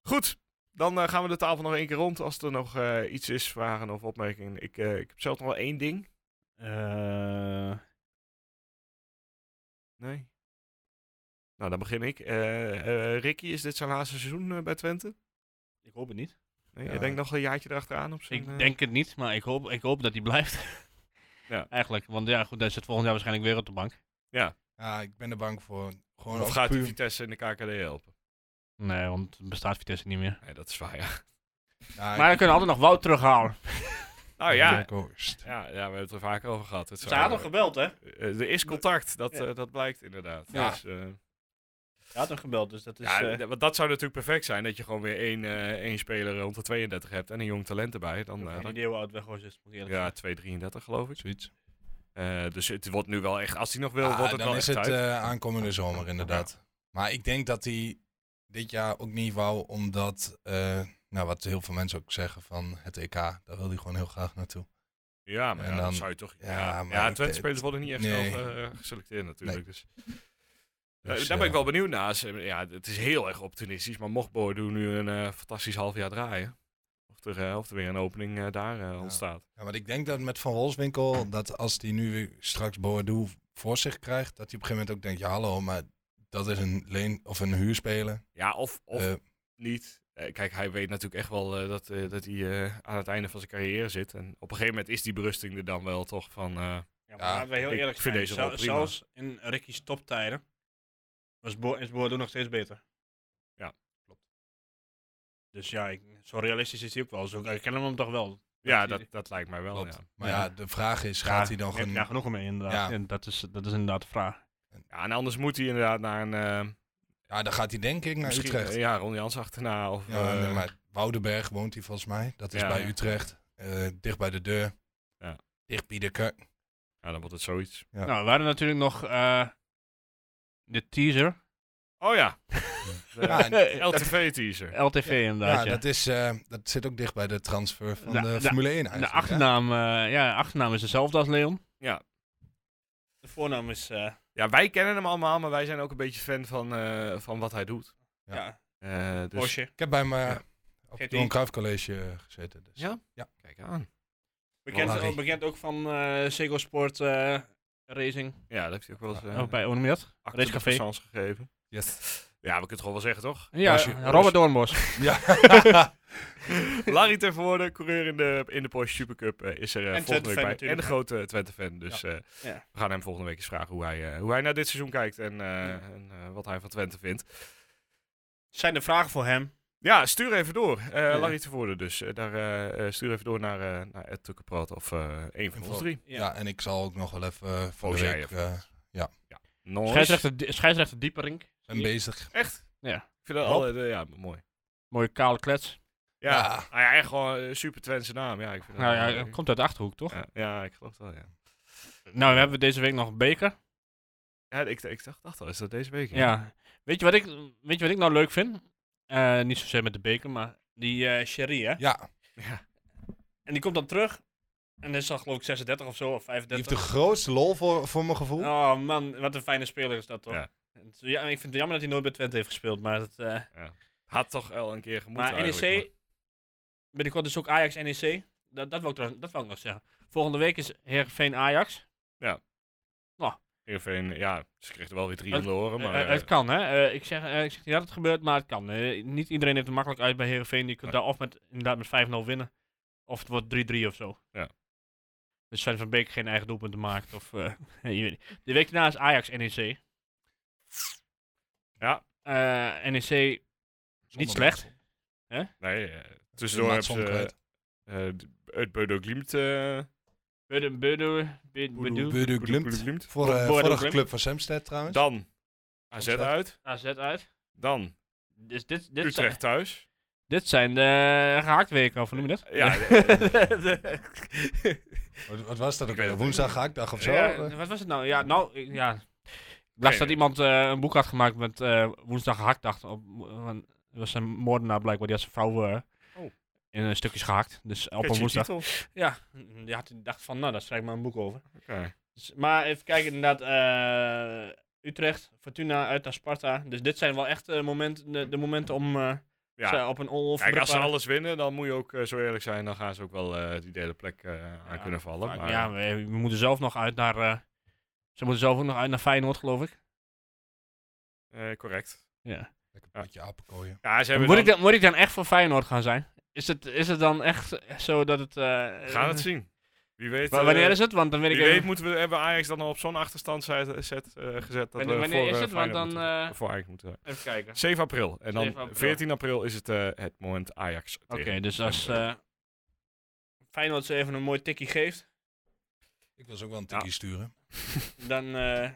Speaker 1: Goed, dan eh, gaan we de tafel nog één keer rond. Als er nog eh, iets is, vragen of opmerkingen. Ik, eh, ik heb zelf nog wel één ding.
Speaker 5: eh,
Speaker 1: Nee. Nou, dan begin ik. Eh, eh, Ricky, is dit zijn laatste seizoen eh, bij Twente?
Speaker 5: ik hoop het niet.
Speaker 1: Nee,
Speaker 4: Ja.
Speaker 1: Ik denk nog een jaartje erachteraan op zijn...
Speaker 3: Ik
Speaker 1: eh,
Speaker 3: denk het niet, maar ik hoop, ik hoop dat hij blijft.
Speaker 1: Ja.
Speaker 3: Eigenlijk, want ja, goed, hij zit volgend jaar waarschijnlijk weer op de bank.
Speaker 4: Ja, ik ben er bang voor. Gewoon
Speaker 1: Of
Speaker 4: ook
Speaker 1: gaat hij
Speaker 4: puur-
Speaker 1: Vitesse in de KKD helpen?
Speaker 3: Nee, want het bestaat Vitesse niet meer.
Speaker 1: Nee, dat is waar, ja.
Speaker 4: Ja, ik-
Speaker 3: Maar we kunnen altijd nog Wout terughalen.
Speaker 1: Nou ja,
Speaker 4: Jack Horst.
Speaker 1: ja, ja, we hebben het er vaker over gehad. Het
Speaker 5: Ze
Speaker 1: zou-
Speaker 5: had hem gebeld, hè?
Speaker 1: Eh, er is contact, dat,
Speaker 5: Ja.
Speaker 1: eh, dat blijkt inderdaad.
Speaker 4: Ja.
Speaker 1: Dus, eh,
Speaker 5: Ze had hem gebeld, dus dat is...
Speaker 1: ja,
Speaker 5: eh,
Speaker 1: d- want dat zou natuurlijk perfect zijn, dat je gewoon weer één, eh, één speler rond de 32 hebt en een jong talent erbij. Dan, eh,
Speaker 5: geen
Speaker 1: dan-
Speaker 5: idee hoe oud Weghorst is, moet ik eerlijk
Speaker 1: ja,
Speaker 5: zeggen.
Speaker 1: 2,33 geloof ik.
Speaker 4: Zoiets.
Speaker 1: Eh, dus het wordt nu wel echt, als hij nog wil,
Speaker 4: Ah,
Speaker 1: wordt het
Speaker 4: dan
Speaker 1: wel
Speaker 4: is
Speaker 1: echt
Speaker 4: het
Speaker 1: tijd.
Speaker 4: eh, aankomende zomer inderdaad. Maar ik denk dat hij dit jaar ook niet wou, omdat, eh, nou wat heel veel mensen ook zeggen van het EK, daar wil hij gewoon heel graag naartoe.
Speaker 1: ja, maar
Speaker 4: eh, en
Speaker 1: ja, dan,
Speaker 4: dan-
Speaker 1: zou je toch... Ja,
Speaker 4: ja,
Speaker 1: ja,
Speaker 4: maar ik-
Speaker 1: Twente-spelers worden niet echt
Speaker 4: nee.
Speaker 1: snel eh, geselecteerd natuurlijk. Dus. Eh,
Speaker 4: Dus,
Speaker 1: daar ben ik
Speaker 4: eh,
Speaker 1: wel benieuwd naar. Ze- Ja, het is heel erg opportunistisch, maar mocht Bordeaux nu een eh, fantastisch half jaar draaien, of er, eh, of er weer een opening eh, daar eh, ontstaat.
Speaker 4: Ja, maar ik denk dat met Van Wolfswinkel, dat als hij nu weer straks Boadu voor zich krijgt, dat hij op een gegeven moment ook denkt, ja hallo, maar dat is een leen of een huurspeler.
Speaker 1: Ja, of, of oh,
Speaker 4: Eh,
Speaker 1: niet. Eh, kijk, hij weet natuurlijk echt wel eh, dat, eh, dat hij eh, aan het einde van zijn carrière zit. En op een gegeven moment is die berusting er dan wel toch van. eh,
Speaker 5: Ja,
Speaker 4: Ja,
Speaker 5: maar laten we heel
Speaker 1: ik
Speaker 5: eerlijk
Speaker 1: vind
Speaker 5: zijn.
Speaker 1: deze wel
Speaker 5: Zel-
Speaker 1: prima.
Speaker 5: Zelfs in Ricky's toptijden was Bo is Boadu nog steeds beter.
Speaker 1: Ja.
Speaker 5: klopt. Dus ja, ik, zo realistisch is hij ook wel. Zo, ik ken hem toch wel.
Speaker 1: ja,
Speaker 5: zie
Speaker 1: dat,
Speaker 5: je.
Speaker 1: dat lijkt mij wel.
Speaker 4: Klopt.
Speaker 1: Ja.
Speaker 4: maar
Speaker 5: Ja.
Speaker 4: ja. de vraag is, gaat hij dan
Speaker 5: gewoon...
Speaker 4: gewoon...
Speaker 5: Ja, genoeg mee inderdaad.
Speaker 4: Ja.
Speaker 5: En dat, is, dat is inderdaad de vraag.
Speaker 1: ja, en anders moet hij inderdaad naar een. eh,
Speaker 4: Ja, dan gaat hij denk ik naar
Speaker 1: misschien,
Speaker 4: Utrecht.
Speaker 1: eh, ja, Ron Jans achterna. Of,
Speaker 4: Ja,
Speaker 1: eh,
Speaker 4: nee, maar Woudenberg woont hij volgens mij. Dat is
Speaker 1: Ja.
Speaker 4: bij Utrecht. Eh, dicht bij de deur.
Speaker 1: Ja.
Speaker 4: Dicht bij de keu-
Speaker 1: ja, dan wordt het zoiets.
Speaker 4: Ja.
Speaker 3: Nou, we hadden natuurlijk nog eh, de teaser.
Speaker 1: Oh ja.
Speaker 4: Ja,
Speaker 1: De
Speaker 4: en-
Speaker 1: LTV-teaser.
Speaker 3: LTV
Speaker 4: Ja,
Speaker 3: inderdaad, ja.
Speaker 4: dat, is, eh, dat zit ook dicht bij de transfer van
Speaker 3: De-
Speaker 4: de,
Speaker 3: de-
Speaker 4: Formule 1
Speaker 3: de
Speaker 4: eigenlijk. hè?
Speaker 3: achternaam, eh, ja, de achternaam is dezelfde als Leon.
Speaker 5: De voornaam is... eh,
Speaker 1: Ja, wij kennen hem allemaal, maar wij zijn ook een beetje fan van, eh, van wat hij doet.
Speaker 4: Ja.
Speaker 5: ja,
Speaker 1: Eh, dus-
Speaker 5: Porsche.
Speaker 4: Ik heb bij me
Speaker 1: Ja.
Speaker 4: op
Speaker 5: GT.
Speaker 4: het Johan Cruijff College eh, gezeten. Dus.
Speaker 1: Ja?
Speaker 4: Ja.
Speaker 1: Kijk aan.
Speaker 5: Bekend,
Speaker 4: Ferrari.
Speaker 5: ook, bekend ook van eh Sego Sport eh, Racing.
Speaker 1: Ja, dat heeft hij ook wel eens eh,
Speaker 3: Of Oh, bij hoe noem je dat?
Speaker 1: achter de
Speaker 3: Racecafé.
Speaker 1: croissants gegeven.
Speaker 4: Yes.
Speaker 1: Ja, we kunnen het gewoon wel zeggen, toch?
Speaker 3: Ja,
Speaker 4: Porsche.
Speaker 3: Robert Doornbos.
Speaker 4: ja.
Speaker 1: Larry Tervoorde, coureur in de, in de Porsche Supercup, eh, is er eh,
Speaker 5: En
Speaker 1: volgende
Speaker 5: Twente-fan
Speaker 1: week bij. En
Speaker 5: natuurlijk,
Speaker 1: de
Speaker 5: hè?
Speaker 1: grote Twente-fan. Dus eh,
Speaker 5: Ja.
Speaker 1: we gaan hem volgende week eens vragen hoe hij, eh, hoe hij naar dit seizoen kijkt en, eh, en eh, wat hij van Twente vindt.
Speaker 5: Zijn er vragen voor hem?
Speaker 1: Ja, stuur even door. Eh Larry Tervoorde dus. Eh, daar, eh, eh, stuur even door naar, eh naar Ed Tukkenproot of eh een van
Speaker 4: Info.
Speaker 1: ons drie.
Speaker 5: Ja.
Speaker 4: ja, en ik zal ook nog wel even eh, voor
Speaker 1: Oh,
Speaker 4: de
Speaker 1: jij
Speaker 4: week
Speaker 1: even.
Speaker 4: eh,
Speaker 1: Nice.
Speaker 3: Scheidsrechter, Di- scheidsrechter Dieperink.
Speaker 4: ben bezig.
Speaker 1: Echt?
Speaker 3: Ja.
Speaker 1: Ik vind dat
Speaker 3: Rob?
Speaker 1: al, eh, ja, mooi.
Speaker 3: Mooie kale klets.
Speaker 1: Ja,
Speaker 4: Ja.
Speaker 1: Nou ja echt gewoon eh, super Twentse naam. Ja, ik vind dat
Speaker 3: Nou
Speaker 1: wel
Speaker 3: ja,
Speaker 1: leuk.
Speaker 3: hij komt uit de Achterhoek, toch?
Speaker 1: ja, ja, ik geloof het wel, ja.
Speaker 3: Nou, we hebben deze week nog Beker.
Speaker 1: ja ik, ik dacht, dacht al, is dat deze week?
Speaker 3: Ja. Weet, je wat ik, weet je wat ik nou leuk vind? Eh, niet zozeer met de Beker, maar die eh Sherry, hè?
Speaker 4: Ja,
Speaker 1: Ja.
Speaker 5: En die komt dan terug. En dat is al geloof ik 36 of zo, of
Speaker 4: die heeft
Speaker 5: 35.
Speaker 1: Nou,
Speaker 4: de grootste lol voor, voor mijn gevoel.
Speaker 5: Oh man, wat een fijne speler is dat toch?
Speaker 1: Ja.
Speaker 5: Ja.
Speaker 3: Het- Ja, ik vind het jammer dat hij nooit bij Twente heeft gespeeld. Maar, dat, eh,
Speaker 1: Had toch al een keer gemoeten
Speaker 3: maar E NEC.
Speaker 1: eigenlijk,
Speaker 3: Binnenkort dus ook Ajax NEC. Dat, dat, wil ik trouwens- dat wil ik nog zeggen. Volgende week is Heerenveen Ajax.
Speaker 1: maar Heerenveen, ja, ze kregen er wel weer drie
Speaker 3: Het-
Speaker 1: verloren, maar...
Speaker 3: Eh, eh,
Speaker 1: eh,
Speaker 3: het kan, hè? Eh, ik, zeg, eh, ik zeg niet dat het gebeurt, maar het kan. Eh, niet iedereen heeft het makkelijk uit bij Heerenveen. Je kunt daar of met, inderdaad met 5-0 winnen. Of het wordt 3-3 of zo.
Speaker 1: Ja.
Speaker 3: Dus Sven van Beek geen eigen doelpunten maakt. Of, eh, je weet niet. De week daarna is Ajax E NEC.
Speaker 1: Ja.
Speaker 3: Eh, NEC niet slecht.
Speaker 1: nee, eh, tussendoor hebben ze eh, d- het Beudo Glimt... eh,
Speaker 3: Bedu, bedu, bedu, bedu,
Speaker 4: Beurdu
Speaker 1: Boedo- Boedo
Speaker 4: Glimt.
Speaker 1: Glimt.
Speaker 4: Voor, eh,
Speaker 3: Boedo
Speaker 4: vorige
Speaker 3: Glimt.
Speaker 4: club van Semsted trouwens.
Speaker 1: Dan AZ
Speaker 4: Utrecht.
Speaker 1: uit.
Speaker 3: AZ uit.
Speaker 1: Dan
Speaker 3: Dus dit, dit,
Speaker 1: Utrecht
Speaker 3: zijn,
Speaker 1: thuis.
Speaker 3: dit zijn de gehaaktweken, of hoe noem je dat?
Speaker 1: Ja,
Speaker 4: Wat, wat was dat ook
Speaker 1: Ik weet
Speaker 4: weer?
Speaker 1: het
Speaker 4: Woensdag haakdag of zo?
Speaker 3: Ja, wat was het nou? Ja, nou, ik- ja. Ik las dat iemand eh, een boek had gemaakt met eh, woensdag gehaktdag. Op, want er was een moordenaar blijkbaar, die had zijn vrouw eh,
Speaker 1: Oh.
Speaker 3: in eh, stukjes gehakt. Dus op een
Speaker 1: Catchy
Speaker 3: woensdag.
Speaker 1: titel.
Speaker 3: Ja, die had die dacht van, nou, daar schrijf ik maar een boek over.
Speaker 1: Oké.
Speaker 3: Dus- maar even kijken, inderdaad. eh, Utrecht, Fortuna uit naar Sparta. Dus dit zijn wel echt eh, momenten, de, de momenten om eh,
Speaker 1: Ja,
Speaker 3: ze op een
Speaker 1: Kijk, als ze
Speaker 3: onoverbrugbare...
Speaker 1: alles winnen, dan moet je ook eh, zo eerlijk zijn. Dan gaan ze ook wel eh, die derde plek eh, aan
Speaker 3: Ja,
Speaker 1: kunnen vallen. Maar,
Speaker 3: Ja, we, we moeten zelf nog uit naar... eh, ze moeten zelf ook nog uit naar Feyenoord, geloof ik.
Speaker 1: eh, correct.
Speaker 3: Ja.
Speaker 4: Lekker een beetje apenkooien.
Speaker 1: Ja, ze hebben
Speaker 3: Moet, ik
Speaker 1: dan-
Speaker 3: dan, moet ik dan echt voor Feyenoord gaan zijn? Is het, is het dan echt zo dat het... eh,
Speaker 1: Gaan we het zien. Wie weet.
Speaker 3: wa- wanneer
Speaker 1: eh,
Speaker 3: is het? Want dan weet ik
Speaker 1: Wie weet
Speaker 3: even-
Speaker 1: moeten we, hebben we Ajax dan al op zo'n achterstand zet, zet, eh, gezet dat
Speaker 3: Wanneer-
Speaker 1: we
Speaker 3: wanneer
Speaker 1: voor,
Speaker 3: is
Speaker 1: eh,
Speaker 3: het? Want
Speaker 1: Feyenoord
Speaker 3: dan,
Speaker 1: moeten-
Speaker 3: eh,
Speaker 1: voor Ajax moeten zijn.
Speaker 3: even kijken.
Speaker 1: 7 april. En dan
Speaker 3: 7 april.
Speaker 1: 14 april is het, eh, het moment Ajax
Speaker 3: Oké,
Speaker 1: tegen.
Speaker 3: dus als eh Feyenoord ze even een mooi tikkie geeft,
Speaker 4: Ik wil ze ook wel een
Speaker 1: Ja.
Speaker 4: tikkie sturen.
Speaker 3: dan... eh
Speaker 1: Wie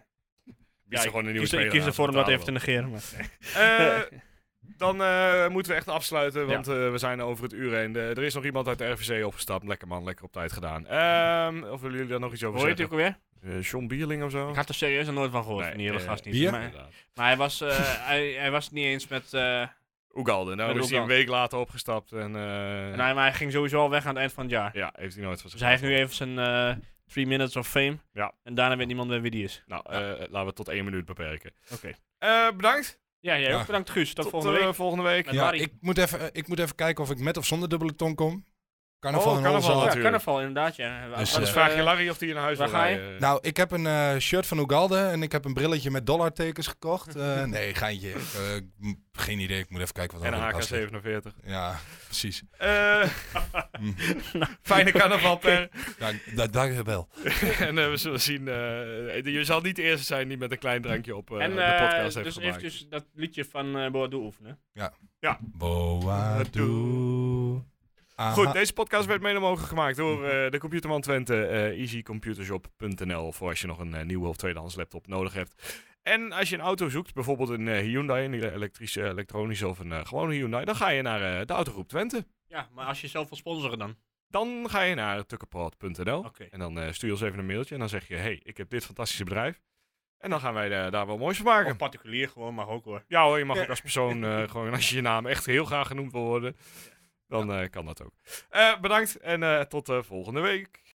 Speaker 1: is er gewoon een nieuwe
Speaker 3: kies,
Speaker 1: speler
Speaker 3: ik kies
Speaker 1: aan,
Speaker 3: ervoor om dat
Speaker 1: want
Speaker 3: even te
Speaker 1: daar
Speaker 3: negeren. Maar.
Speaker 1: wel. Eh, Dan eh, moeten we echt afsluiten, want eh, we zijn over het uur heen. De- er is nog iemand uit de RVC opgestapt. Lekker man, lekker op tijd gedaan. Ehm, of willen jullie daar nog iets over
Speaker 3: Hoor je het
Speaker 1: zeggen?
Speaker 3: ook alweer?
Speaker 1: Eh, John Bierling of zo?
Speaker 3: Ik had er serieus nog nooit van gehoord,
Speaker 1: Nee,
Speaker 3: van die hele
Speaker 1: eh,
Speaker 3: gast niet.
Speaker 4: bier?
Speaker 3: Maar,
Speaker 1: Inderdaad.
Speaker 3: maar hij, was, eh, hij, hij was het niet eens met... eh,
Speaker 1: Oegalde. Nou,
Speaker 3: Met
Speaker 1: is hij een
Speaker 3: Oegalde.
Speaker 1: week later opgestapt. En, eh,
Speaker 3: en hij, maar hij ging sowieso al weg aan het eind van het jaar.
Speaker 1: Ja, heeft hij nooit van
Speaker 3: Dus
Speaker 1: zich
Speaker 3: hij heeft nu even zijn eh three minutes of fame.
Speaker 1: Ja.
Speaker 3: En daarna weet niemand meer wie die is.
Speaker 1: Nou, eh, laten we het tot één minuut beperken.
Speaker 3: Oké.
Speaker 1: Eh, bedankt.
Speaker 3: Ja, jij ook
Speaker 4: Ja.
Speaker 3: bedankt Guus. Tot,
Speaker 1: Tot,
Speaker 3: volgende
Speaker 1: eh,
Speaker 3: week.
Speaker 1: volgende week.
Speaker 3: Met
Speaker 4: Ja,
Speaker 3: Barry.
Speaker 4: ik moet, even, eh, ik moet even kijken of ik met of zonder dubbele tong kom. Carnaval
Speaker 1: Oh,
Speaker 4: en
Speaker 1: carnaval,
Speaker 4: Holzaal.
Speaker 1: ja.
Speaker 3: Ja,
Speaker 1: natuurlijk.
Speaker 3: carnaval inderdaad, ja.
Speaker 4: Dus,
Speaker 3: Wat,
Speaker 1: Anders
Speaker 4: eh,
Speaker 1: vraag je Larry of hij naar huis
Speaker 3: waar
Speaker 1: wil
Speaker 3: ga je?
Speaker 1: rijden.
Speaker 4: Nou, ik heb een eh, shirt van Ugalde en ik heb een brilletje met dollartekens gekocht. Eh, nee, geintje. Eh, ik- m- geen idee, ik moet even kijken wat
Speaker 1: en
Speaker 4: er
Speaker 1: een
Speaker 4: aan de kast ligt.
Speaker 1: HK47.
Speaker 4: Ja, precies.
Speaker 1: Eh, Nou. Fijne carnaval, Per.
Speaker 4: Ja, dat dank je wel.
Speaker 1: en eh, we zullen zien. eh, je zal niet de eerste zijn die met een klein drankje op eh,
Speaker 3: en
Speaker 1: de
Speaker 3: eh,
Speaker 1: podcast heeft
Speaker 3: dus
Speaker 1: gemaakt.
Speaker 3: eventjes dat liedje van eh Boadu oefenen.
Speaker 4: Ah, Boadu. Aha.
Speaker 1: Eh, Goed, deze podcast werd mede mogelijk gemaakt door eh, de Computerman Twente, eh easycomputershop.nl voor als je nog een eh, nieuwe of tweedehands laptop nodig hebt. En als je een auto zoekt, bijvoorbeeld een eh, Hyundai, een elektrische, elektronische of een eh, gewone Hyundai, dan ga je naar eh, de Autogroep Twente.
Speaker 3: Ja, maar als je zelf wil sponsoren dan.
Speaker 1: Dan ga je naar tukkenproot.nl
Speaker 3: Oké.
Speaker 1: en dan eh, stuur je ons even een mailtje en dan zeg je, hey, ik heb dit fantastische bedrijf. En dan gaan wij eh, daar wel moois van maken.
Speaker 3: Of particulier gewoon, mag ook hoor.
Speaker 1: Ja hoor, je mag ook als persoon eh, gewoon, als je je naam echt heel graag genoemd wil worden, dan eh, kan dat ook. Eh, bedankt en eh, tot eh, volgende week.